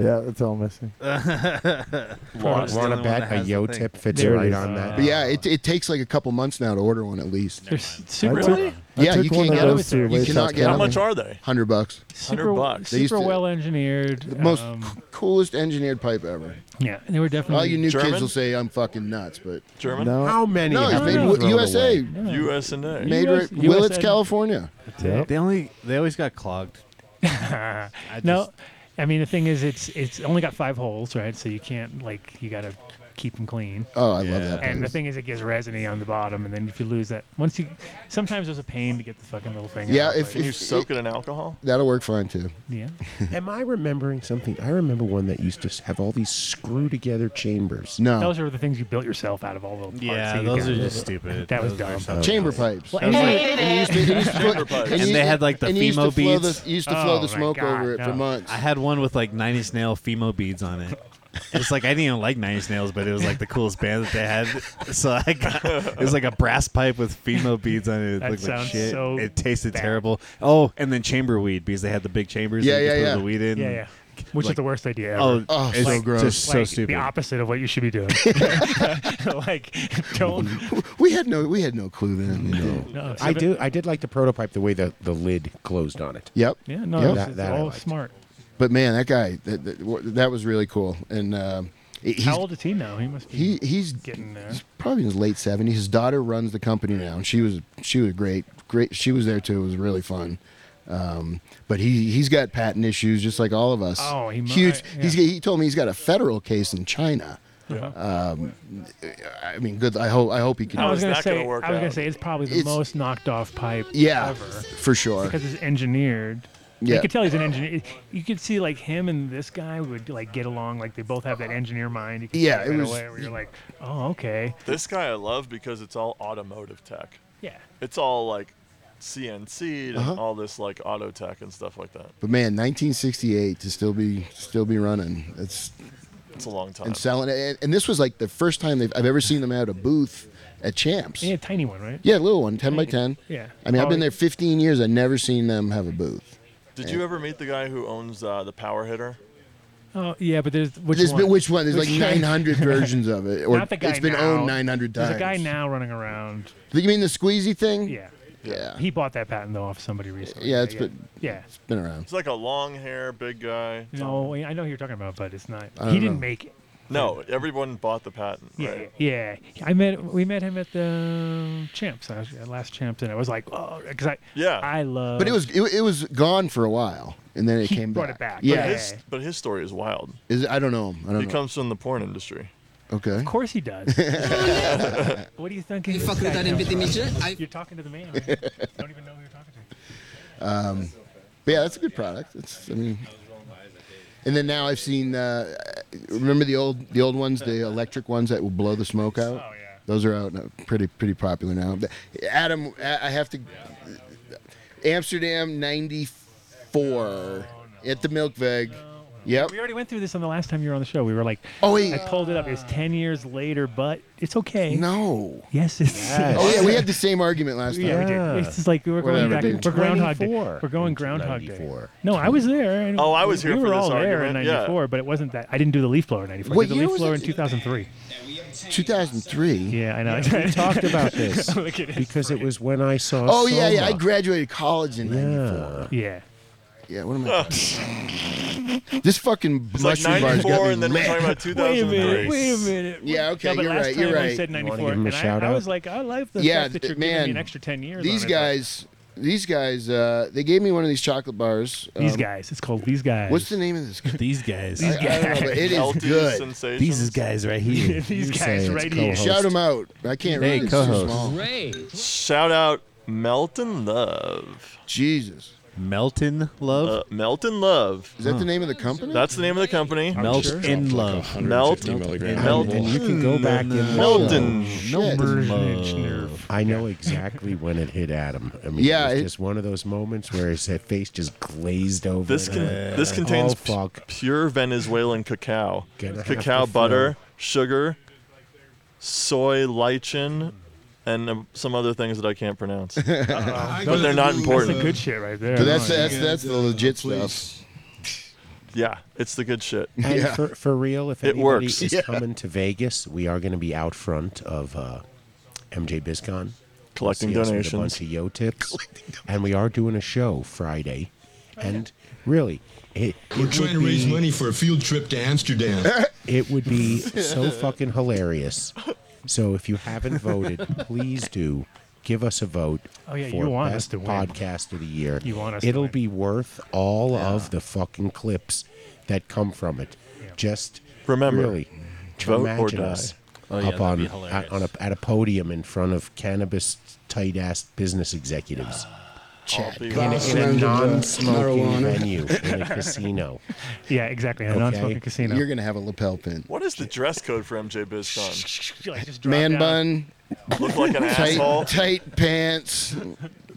H: Yeah, it's all missing.
C: Lost.
E: Wanna
C: Still the one
E: bet
C: that
E: a
C: has the
E: yo
C: thing.
E: tip fits
C: There it
E: right
C: is.
E: on that?
G: But yeah, it, it takes like a couple months now to order one at least.
D: They're super
G: Really?
H: I
G: Yeah,
H: took
G: you
H: one
G: can't
H: of
G: get
H: those to
G: them. You
H: Waste
G: cannot
H: House
G: get
F: How
G: them.
F: much are they?
G: Hundred bucks.
D: super,
F: bucks.
G: They used
D: super
G: to-
D: well engineered.
G: The most
D: um,
G: c- coolest engineered pipe ever.
D: yeah, and they were definitely
G: All you new
F: German?
G: kids will say I'm fucking nuts, but
F: German?
H: No.
E: How many?
G: No,
E: have
G: it's made
E: been
G: w-
E: thrown
G: USA.
E: away?
F: US and A.
G: made right
D: US
G: Willits,
D: USA.
G: California.
C: They only they always got clogged.
D: no, I mean the thing is, it's it's only got five holes, right? So you can't like you gotta keep them clean.
G: Oh, I love that.
D: And the
G: place.
D: thing is, it gets resiny on the bottom, and then if you lose that, once you, sometimes there's a pain to get the fucking little thing.
G: Yeah,
D: out,
G: if-
D: but-
F: Can you soak it in alcohol?
G: That'll work fine too.
D: yeah,
E: Am I remembering something? I remember one that used to have all these screw together chambers.
G: No.
D: those are the things you built yourself out of all the parts.
C: Yeah,
D: that you
C: those
D: got.
C: are just stupid.
D: That was
C: Those are
D: dumb.
C: so-
G: Chamber pipes.
D: Well,
G: That was
D: and-
G: like- and you used to- you used to
F: Chamber
G: put-
F: pipes.
G: you
C: And they
G: used-
C: had, like, the
G: and you used to
C: Femo
G: flow
C: beads.
G: the- you used to flow
D: Oh,
G: the
D: my
G: smoke
D: God,
G: over it for
D: no.
G: months.
C: I had one with like 90 Snail Femo beads on it. It's like I didn't even like 90 Snails, but it was like the coolest band that they had. So I got it was like a brass pipe with Femo beads on it. It
D: That
C: looked like
D: sounds
C: shit.
D: so
C: it tasted
D: bad.
C: terrible. Oh, and then chamber weed because they had the big chambers.
G: Yeah,
C: that you could
G: yeah,
C: throw
G: yeah.
C: The weed in.
D: yeah, yeah. Which is
C: Like-
D: the worst idea ever.
C: Oh,
G: Oh,
C: it's
G: so gross.
C: Just so
D: like,
C: stupid.
D: The opposite of what you should be doing. like, don't.
G: we had no we had no clue then.
D: No,
E: I do. I did like the prototype the way the, the lid closed on it.
G: Yep.
D: Yeah, no,
G: Yep.
D: it's,
E: That-
D: it's
E: that I
D: all
E: liked.
D: smart.
G: But man, that guy that, that, wa- that was really cool. And um, he- he's,
D: How old is he now? He must be
G: he he's
D: getting there.
G: he's probably in his late 70s. His daughter runs the company now, and she was she was great. Great, she was there too. It was really fun. Um, but he he's got patent issues just like all of us.
D: Oh, he mu-
G: huge.
D: I-
G: He's
D: yeah.
G: he told me he's got a federal case in China. Um, I mean, good. I hope I hope he can.
D: I was
F: is
D: gonna
F: that
D: say.
F: gonna work
D: I was gonna
F: out?
D: say it's probably the
G: It's-
D: most knocked off pipe
G: yeah,
D: ever
G: for sure.
D: because it's engineered You
G: Yeah.
D: could tell he's an engineer. You could see like him and this guy would like get along. Like they both have that engineer mind. You could see
F: Yeah,
D: that
F: it
D: right
F: was-
D: away where you're like, oh, okay.
F: This guy I love because it's all automotive tech.
D: Yeah.
F: It's all like CNC and
G: Uh-huh.
F: all this like auto tech and stuff like that.
G: But man, 1968 to still be still be running. It's
F: It's a long time.
G: and selling it. And, and this was like the first time they've, I've ever seen them at a booth at Champs.
D: Yeah, tiny one, right?
G: Yeah, little one, 10 by 10.
D: Tiny. Yeah.
G: I mean, I've
D: Oh,
G: been there 15 years. I've never seen them have a booth.
F: Did you ever meet the guy who owns uh, the Power Hitter?
D: Oh yeah, but there's which
G: There's
D: one?
G: been- which one? There's, like, 900 versions of it, or
D: Not the guy
G: it's been
D: now.
G: owned 900
D: There's a guy
G: times.
D: now running around.
G: You mean the squeezy thing?
D: Yeah.
G: Yeah.
D: He bought that patent though off somebody recently.
G: Yeah, it's
D: yeah.
G: been-
D: yeah.
G: It's been around.
F: It's like a long hair, big guy.
D: No, I know who you're talking about, but it's
F: I
D: not. He
F: don't
D: didn't
F: know.
D: make it.
F: No, everyone bought the patent.
D: Yeah,
F: right?
D: yeah. I met we met him at the champs I was- at last champs, and I was like, oh, because I
F: yeah
D: I love.
G: But it was it, it was gone for a while, and then it
D: He
G: came
D: brought
G: back.
D: it back.
G: Yeah.
F: But his, but his story is wild.
G: Is it- I don't know. him. I don't
F: he
G: know.
F: comes from the porn industry.
G: Okay.
D: Of course he does. what are you thinking?
M: You
D: this
M: fucking
D: guy
M: done
D: comes
M: bit me
D: from?
M: shit. I-
D: You're talking to the man. man. I don't even know who you're talking to.
G: Um, but yeah, that's a good product. It's I mean, and then now I've seen. Uh, remember the old the old ones, the electric ones that will blow the smoke out. Oh yeah. Those are out now, pretty pretty popular now. But Adam, I I have to. Amsterdam '94
D: Oh,
G: at the Milkveg. Yep.
D: We already went through this on the last time you were on the show. We were like,
G: Oh, wait.
D: I pulled it up. It's ten years later, but it's okay.
G: No.
D: Yes, it's.
G: Oh yeah, we had the same argument last time.
D: Yeah, we did. It's just like we were going
G: Whatever,
D: back.
G: dude.
D: We're Groundhog Day.
G: 24
D: We're going Groundhog Day. No, I was there. And
F: Oh, I was
D: we
F: here
D: We
F: for
D: were
F: this
D: all there
F: argument,
D: in
F: yeah.
D: '94, but it wasn't that. I didn't do the leaf blower in '94.
G: What
D: I did the
G: year
D: leaf
G: was
D: blower
G: it?
D: in 2003.
G: 2003.
D: Yeah, I know.
E: we talked about this
D: Look at his
E: because it was when I saw.
G: Oh yeah, yeah. I
E: Soma.
G: graduated college in '94.
D: Yeah.
G: Yeah. What am I? this fucking
F: It's like
G: mushroom bar's got
F: 94,
G: me
F: and then we're
G: lit.
F: talking about 2003.
D: Wait a minute.
G: Yeah, okay,
D: No, but
G: you're
D: last
G: right,
D: time
G: you're
D: I
G: right.
D: said
G: You wanna
D: 94,
G: give him a
D: and
G: shout
D: I, I
G: out?
D: was like, I like the
G: yeah,
D: fact that you're
G: th- man,
D: giving me an extra 10 years.
G: These
D: on it, but
G: guys, these guys, uh, they gave me one of these chocolate bars.
D: These
G: um,
D: guys. It's called These Guys.
G: What's the name of this?
C: These guys.
G: I- I don't know, but it is
F: LT
G: good.
F: Sensations.
C: These guys right here.
D: These guys right here.
G: Shout them out. I can't
C: Hey,
G: read. It's too
C: co-host.
G: small.
F: Shout out Melton Love.
G: Jesus.
C: Melton Love?
F: Uh, Melton Love.
G: Is that the name of the company?
F: That's the name of the company.
C: Melt in love.
F: Melt. Melt.
E: And you can go back in the
F: Melton.
E: show. I know exactly when it hit Adam. I mean,
G: Yeah,
E: it was
G: it-
E: just one of those moments where his face just glazed over.
F: This
E: and
F: con-
E: I'm like,
F: this contains
E: oh, fuck.
F: p- pure Venezuelan cacao,
E: Gonna have
F: cacao
E: to
F: butter, sugar, soy lichen, and uh, some other things that I can't pronounce. but they're not important.
D: Uh, That's the good shit right there.
G: So that's
D: Huh?
G: that's that's the legit stuff.
F: Yeah, it's the good shit.
E: And for, for real, if
F: It
E: anybody
F: works.
E: is
F: Yeah.
E: coming to Vegas, we are going to be out front of uh, MJ BizCon.
F: Collecting
E: See us with
F: donations.
E: a bunch of yo tips, and we are doing a show Friday. And really, it, it
M: We're trying
E: would
M: to raise
E: be-
M: money for a field trip to Amsterdam.
E: It would be so fucking hilarious. So if you haven't voted, please do. Give us a vote
D: Oh, yeah,
E: for
D: you want
E: best
D: us to win.
E: podcast of the year.
D: You want us to
E: It'll
D: win.
E: be worth all of the fucking clips that come from it. Just
F: Remember,
E: really, to
F: vote or
E: imagine
F: die.
E: us
C: Oh, yeah,
E: up
C: that'd
E: on,
C: be
E: at, on a, at a podium in front of cannabis tight ass business executives.
G: Chad.
E: In a, in a non-smoking venue in a casino.
D: Yeah, exactly. A
E: Okay.
D: non-smoking casino.
G: You're gonna have a lapel pin.
F: What is the dress code for MJ BizCon?
D: Like, just drop
G: Man
D: down.
G: bun,
F: Look like an asshole.
G: tight, tight pants,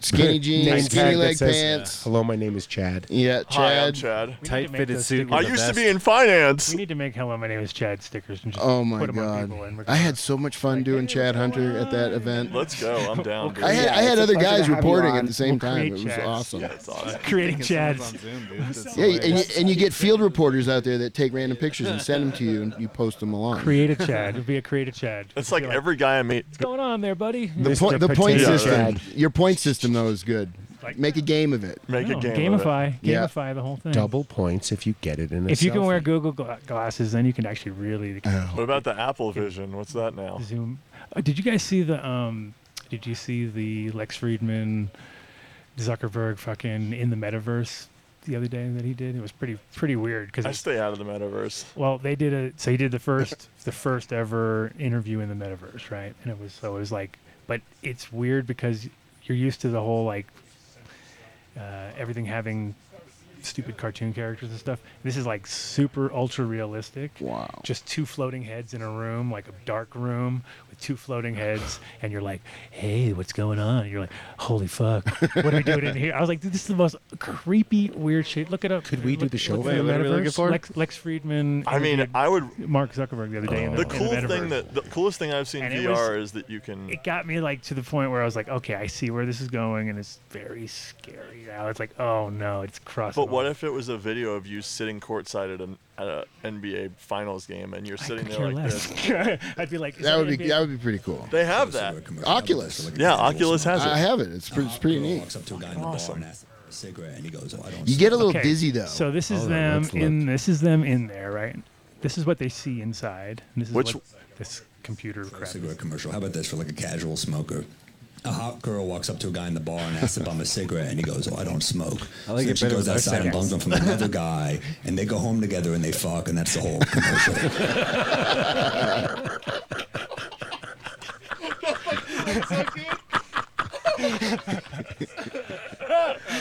G: skinny
E: Name
G: jeans,
E: tag
G: skinny
E: that
G: leg
E: says, uh,
G: pants.
E: Hello, my name is Chad.
G: Yeah,
F: Hi, I'm
G: uh, Chad.
F: Chad.
D: We need to
C: Tight
D: make
C: fitted
D: those
C: suit
D: stickers.
F: I
C: the
F: used to
C: best.
F: be in finance.
D: We need to make hello. My name is Chad stickers and just
G: Oh my
D: put them on
G: god!
D: people and we're
G: I had so much fun doing Chad Hunter at that event.
F: Let's go. I'm down. dude.
G: I had
F: Yeah,
G: I had
F: it's a
G: other
F: pleasure
G: guys
F: to have you
G: reporting at
F: on.
G: the same
D: We'll
G: time. It
D: create
G: was
D: Chads.
G: awesome.
F: Yeah, it's awesome.
D: creating Chads.
G: Yeah, and you, and you get field reporters out there that take random pictures and send them to you, and you post them along.
D: Create a Chad. It'd be a create a Chad.
F: It's like every guy I meet.
D: What's going on there, buddy?
G: the, po-
E: Mr.
G: the point
E: Potato
G: system,
E: Chad.
G: your point system though is good.
D: Like-
G: Make a game of it.
F: Make
D: No,
F: a game. of it.
D: gamify,
G: Yeah.
D: gamify the whole thing.
E: Double points if you get it in a
D: If you can wear
E: selfie.
D: Google gla- glasses, then you can actually really
G: Oh.
C: Oh.
F: What about the Apple Vision? What's that now?
D: zoom. Uh, did you guys see the? Um, did you see the Lex Friedman, Zuckerberg fucking in the metaverse the other day that he did? It was pretty pretty weird
F: I
D: because
F: stay out of the metaverse.
D: well they did a so he did the first the first ever interview in the metaverse right and it was so it was like but it's weird because you're used to the whole like uh, everything having stupid cartoon characters and stuff. This is like super ultra realistic. Wow. Just two floating heads in a room, like a dark room with two floating heads, and you're like, hey, what's going on? And you're like, holy fuck, what are we doing in here? I was like, dude, this is the most creepy, weird shit. Look it up. Could
E: we do the show from the metaverse?
D: Lex, Lex Friedman.
F: I mean,
D: interviewed
F: I would.
D: Mark Zuckerberg the other day.
G: Oh.
D: in
F: the
D: in
F: cool
D: metaverse.
F: thing that the coolest thing I've seen
D: And it
F: VR
D: was-
F: is that you can.
D: it got me like to the point where I was like, okay, I see where this is going, and it's very scary now. It's like, oh no, it's crossing.
F: But what if it was a video of you sitting courtside at an at a NBA Finals game and you're sitting
D: could
F: there
D: care
F: like
D: less.
F: this?
D: I'd be like, is
G: that would be
D: NBA?
G: that would be pretty cool.
F: They have that.
G: Oculus.
F: Yeah, Oculus has it.
G: I have it. It's pretty, it's pretty neat.
O: Walks up to a guy in the bar and asks him for a cigarette, and he goes, "Oh, I don't." Oh,
G: You get a little
D: Okay,
G: dizzy though. Oh,
D: So this is
G: Hold on,
D: them
G: let's look.
D: in. This is them in there, right? This is what they see inside. and This is
O: Which-
D: what this computer crap. is.
O: Cigarette commercial. How about this for like a casual smoker? A hot girl walks up to a guy in the bar and asks to bum a cigarette, and he goes, "Oh, I don't smoke."
R: I like
O: so
R: it
O: she
R: better
O: goes
R: with our
O: outside and bums one
R: cigarettes.
O: from another guy, and they go home together and they fuck, and that's the whole commercial.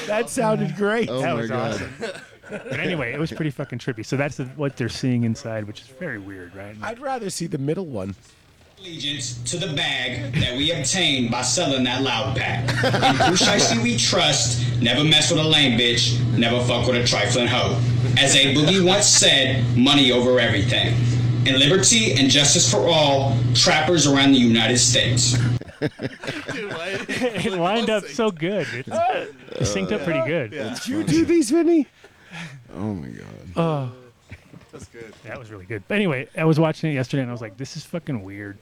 E: That
G: Oh,
E: sounded great.
D: that was awesome. but anyway, it was pretty fucking trippy. So that's the, what they're seeing inside, which is very weird, right?
E: I'd rather see the middle one.
S: allegiance to the bag that we obtained by selling that loud pack. In Kushai we trust, never mess with a lame bitch, never fuck with a trifling hoe. As a boogie once said, money over everything. And liberty and justice for all, trappers around the United States.
D: it lined up so good. It, it synced
G: Uh,
D: up pretty good.
S: That's
E: Did you do these, Vinny?
G: Oh my god.
D: Oh.
F: That's good.
D: That was really good. But anyway, I was watching it yesterday and I was like, this is fucking weird.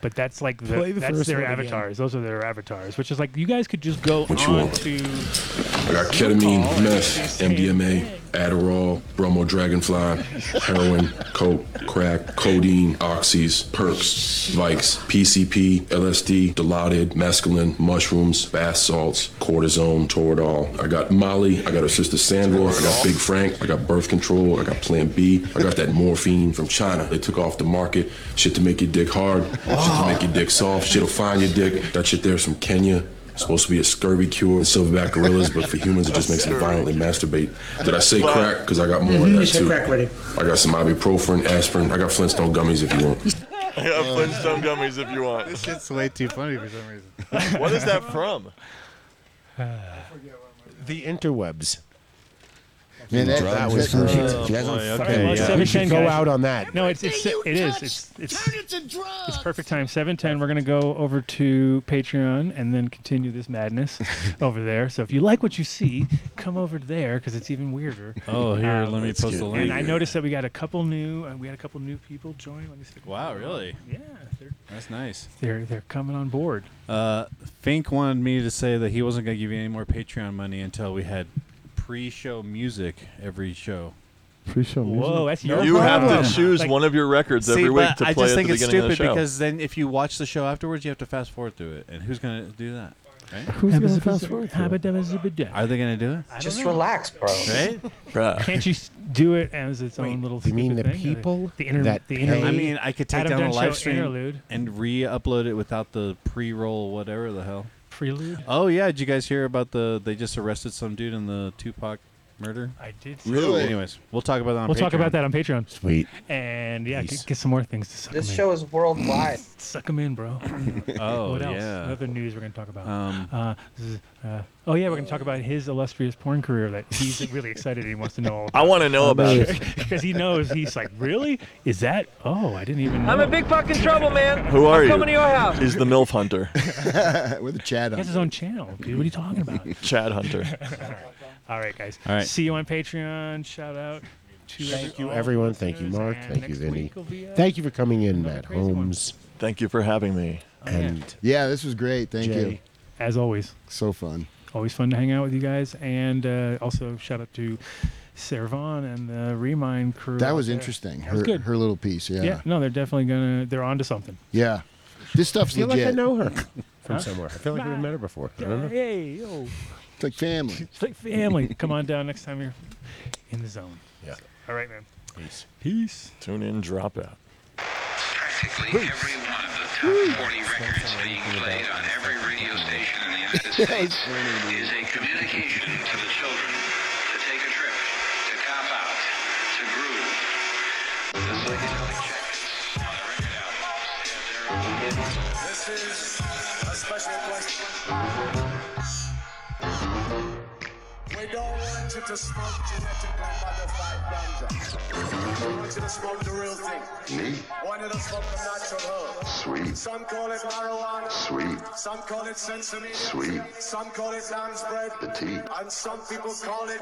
D: But that's like the,
E: Play the
D: that's
E: first
D: their
E: one again.
D: avatars. Those are their avatars, which is like you guys could just go
R: What you
D: on
R: want?
D: to
R: I got ketamine, meth, MDMA, Adderall, Bromo Dragonfly, heroin, coke, crack, codeine, oxys, perks, vikes, PCP, LSD, dilaudid, mescaline, mushrooms, bath salts, cortisone, toradol. I got Molly, I got her sister Sandra, I got Big Frank, I got birth control, I got Plan B, I got that morphine from China. They took off the market. Shit to make your dick hard, shit to make your dick soft, shit'll find your dick. That shit there's from Kenya. Supposed to be a scurvy cure in silverback gorillas, but for humans it just makes them violently masturbate. Did I say crack? Because I got more of
F: Mhm, you
R: that
F: said
R: too.
F: crack already.
R: I got some ibuprofen, aspirin. I got Flintstone gummies if you want.
F: I got Flintstone gummies if you want. This
C: shit's way too funny for some
F: reason. what is that from?
E: The interwebs.
G: Man, that-
E: that
G: that-
E: was
G: that-
E: great.
G: Oh,
E: That's
G: boy,
E: fucking
G: okay,
E: great.
G: yeah.
E: We
D: 7:10,
E: should go
D: uh, guys.
E: out on that.
D: No, it's it's it is it's it's it's perfect time. Seven ten. We're gonna go over to Patreon and then continue this madness over there. So if you like what you see, come over there because it's even weirder. Um,
C: Oh, here, let me
D: it's
C: post the
D: good.
C: link.
D: And I noticed that we got a couple new. Uh, we had a couple new people join. Let me see.
C: Wow, really?
D: Yeah, they're,
C: That's nice.
D: they're they're coming on board.
C: Uh, Fink wanted me to say that he wasn't going to give you any more Patreon money until we had pre-show music every show.
H: Pre-show music.
D: Whoa, that's
F: your You have to problem. choose one of your records every week
C: but
F: to
C: I
F: play
C: just
F: at
C: think
F: the
C: it's
F: beginning of
C: stupid
F: the show.
C: because then if you watch the show afterwards, you have to fast forward through it, and who's going to do that? Right?
D: Who's gonna fast forward?
C: Are they going to do it?
D: don't Just know. relax, bro.
C: Right?
D: Can't you s- do it as its own little? You mean the
E: people
D: The inter-
E: that
D: the interlude.
C: I mean, I could take
D: Adam
C: down a
D: Dunn
C: live
D: Show
C: stream
D: interlude.
C: and re-upload it without the pre-roll, whatever the hell.
D: Prelude?
C: Oh yeah, did you guys hear about the? They just arrested some dude in the Tupac murder.
D: I did. see
C: Really?
D: that.
C: Anyways, we'll talk about that. on
D: We'll talk
C: Patreon.
D: about that on Patreon.
E: Sweet.
D: And yeah, get, get some more things to suck.
T: This
D: 'em in.
T: show is worldwide.
D: Suck them in, bro.
C: Oh,
D: what else?
C: yeah.
D: What other news we're gonna talk about?
C: Um,
D: uh, z- uh, oh yeah, we're gonna talk about his illustrious porn career that he's really excited. and He wants to know. All
F: I wanna know about it.
D: because he knows he's like, really? Is that? Oh, I didn't even. Know.
M: I'm in big fucking trouble, man.
F: Who are
M: I'm
F: you?
M: Coming to your house.
F: He's the MILF Hunter.
G: With the chat
D: He has his own channel, dude. What are you talking about?
F: Chad Hunter.
D: All right, guys.
F: All right.
D: See you on Patreon. Shout out to
E: Thank you,
D: all
E: everyone.
D: the
E: Thank you,
D: listeners,
E: Mark.
D: and
E: Thank you,
D: next
E: Vinny.
D: week will be, uh,
E: Thank you for coming in, Matt Holmes.
F: Thank you for having me.
E: And
G: Yeah, this was great. Thank
D: Jay.
G: you.
D: Oh, As always.
G: So fun.
D: Always fun to hang out with you guys. And uh, also shout out to Sarah Vaughn and the Remind crew.
G: That
D: out
G: was
D: there.
G: interesting.
D: That was
G: Her,
D: good.
G: her little piece. Yeah.
D: yeah.
G: Yeah.
D: No, they're definitely gonna. They're onto something.
G: This stuff's
E: I feel
G: legit.
E: like I know her from
D: Huh?
E: somewhere. I feel like I
D: Bye.
E: remember her before. I don't know.
D: Hey, yo.
G: It's like family.
D: It's like family. Come on down next time you're in the zone.
E: Yeah.
D: All right, man.
E: Peace.
D: Peace.
F: Tune in, drop out.
A: Practically every one of the top 40 records being played on every radio station in the United States is a communication to the children to take This is a special question. We don't want you to smoke genetically modified ganja. We want you to smoke the real thing. Want you to smoke the natural herb. Sweet. Some call it marijuana. Sweet. Some call it sesame. Sweet. Some call it lamb's bread. The tea. And some people call it.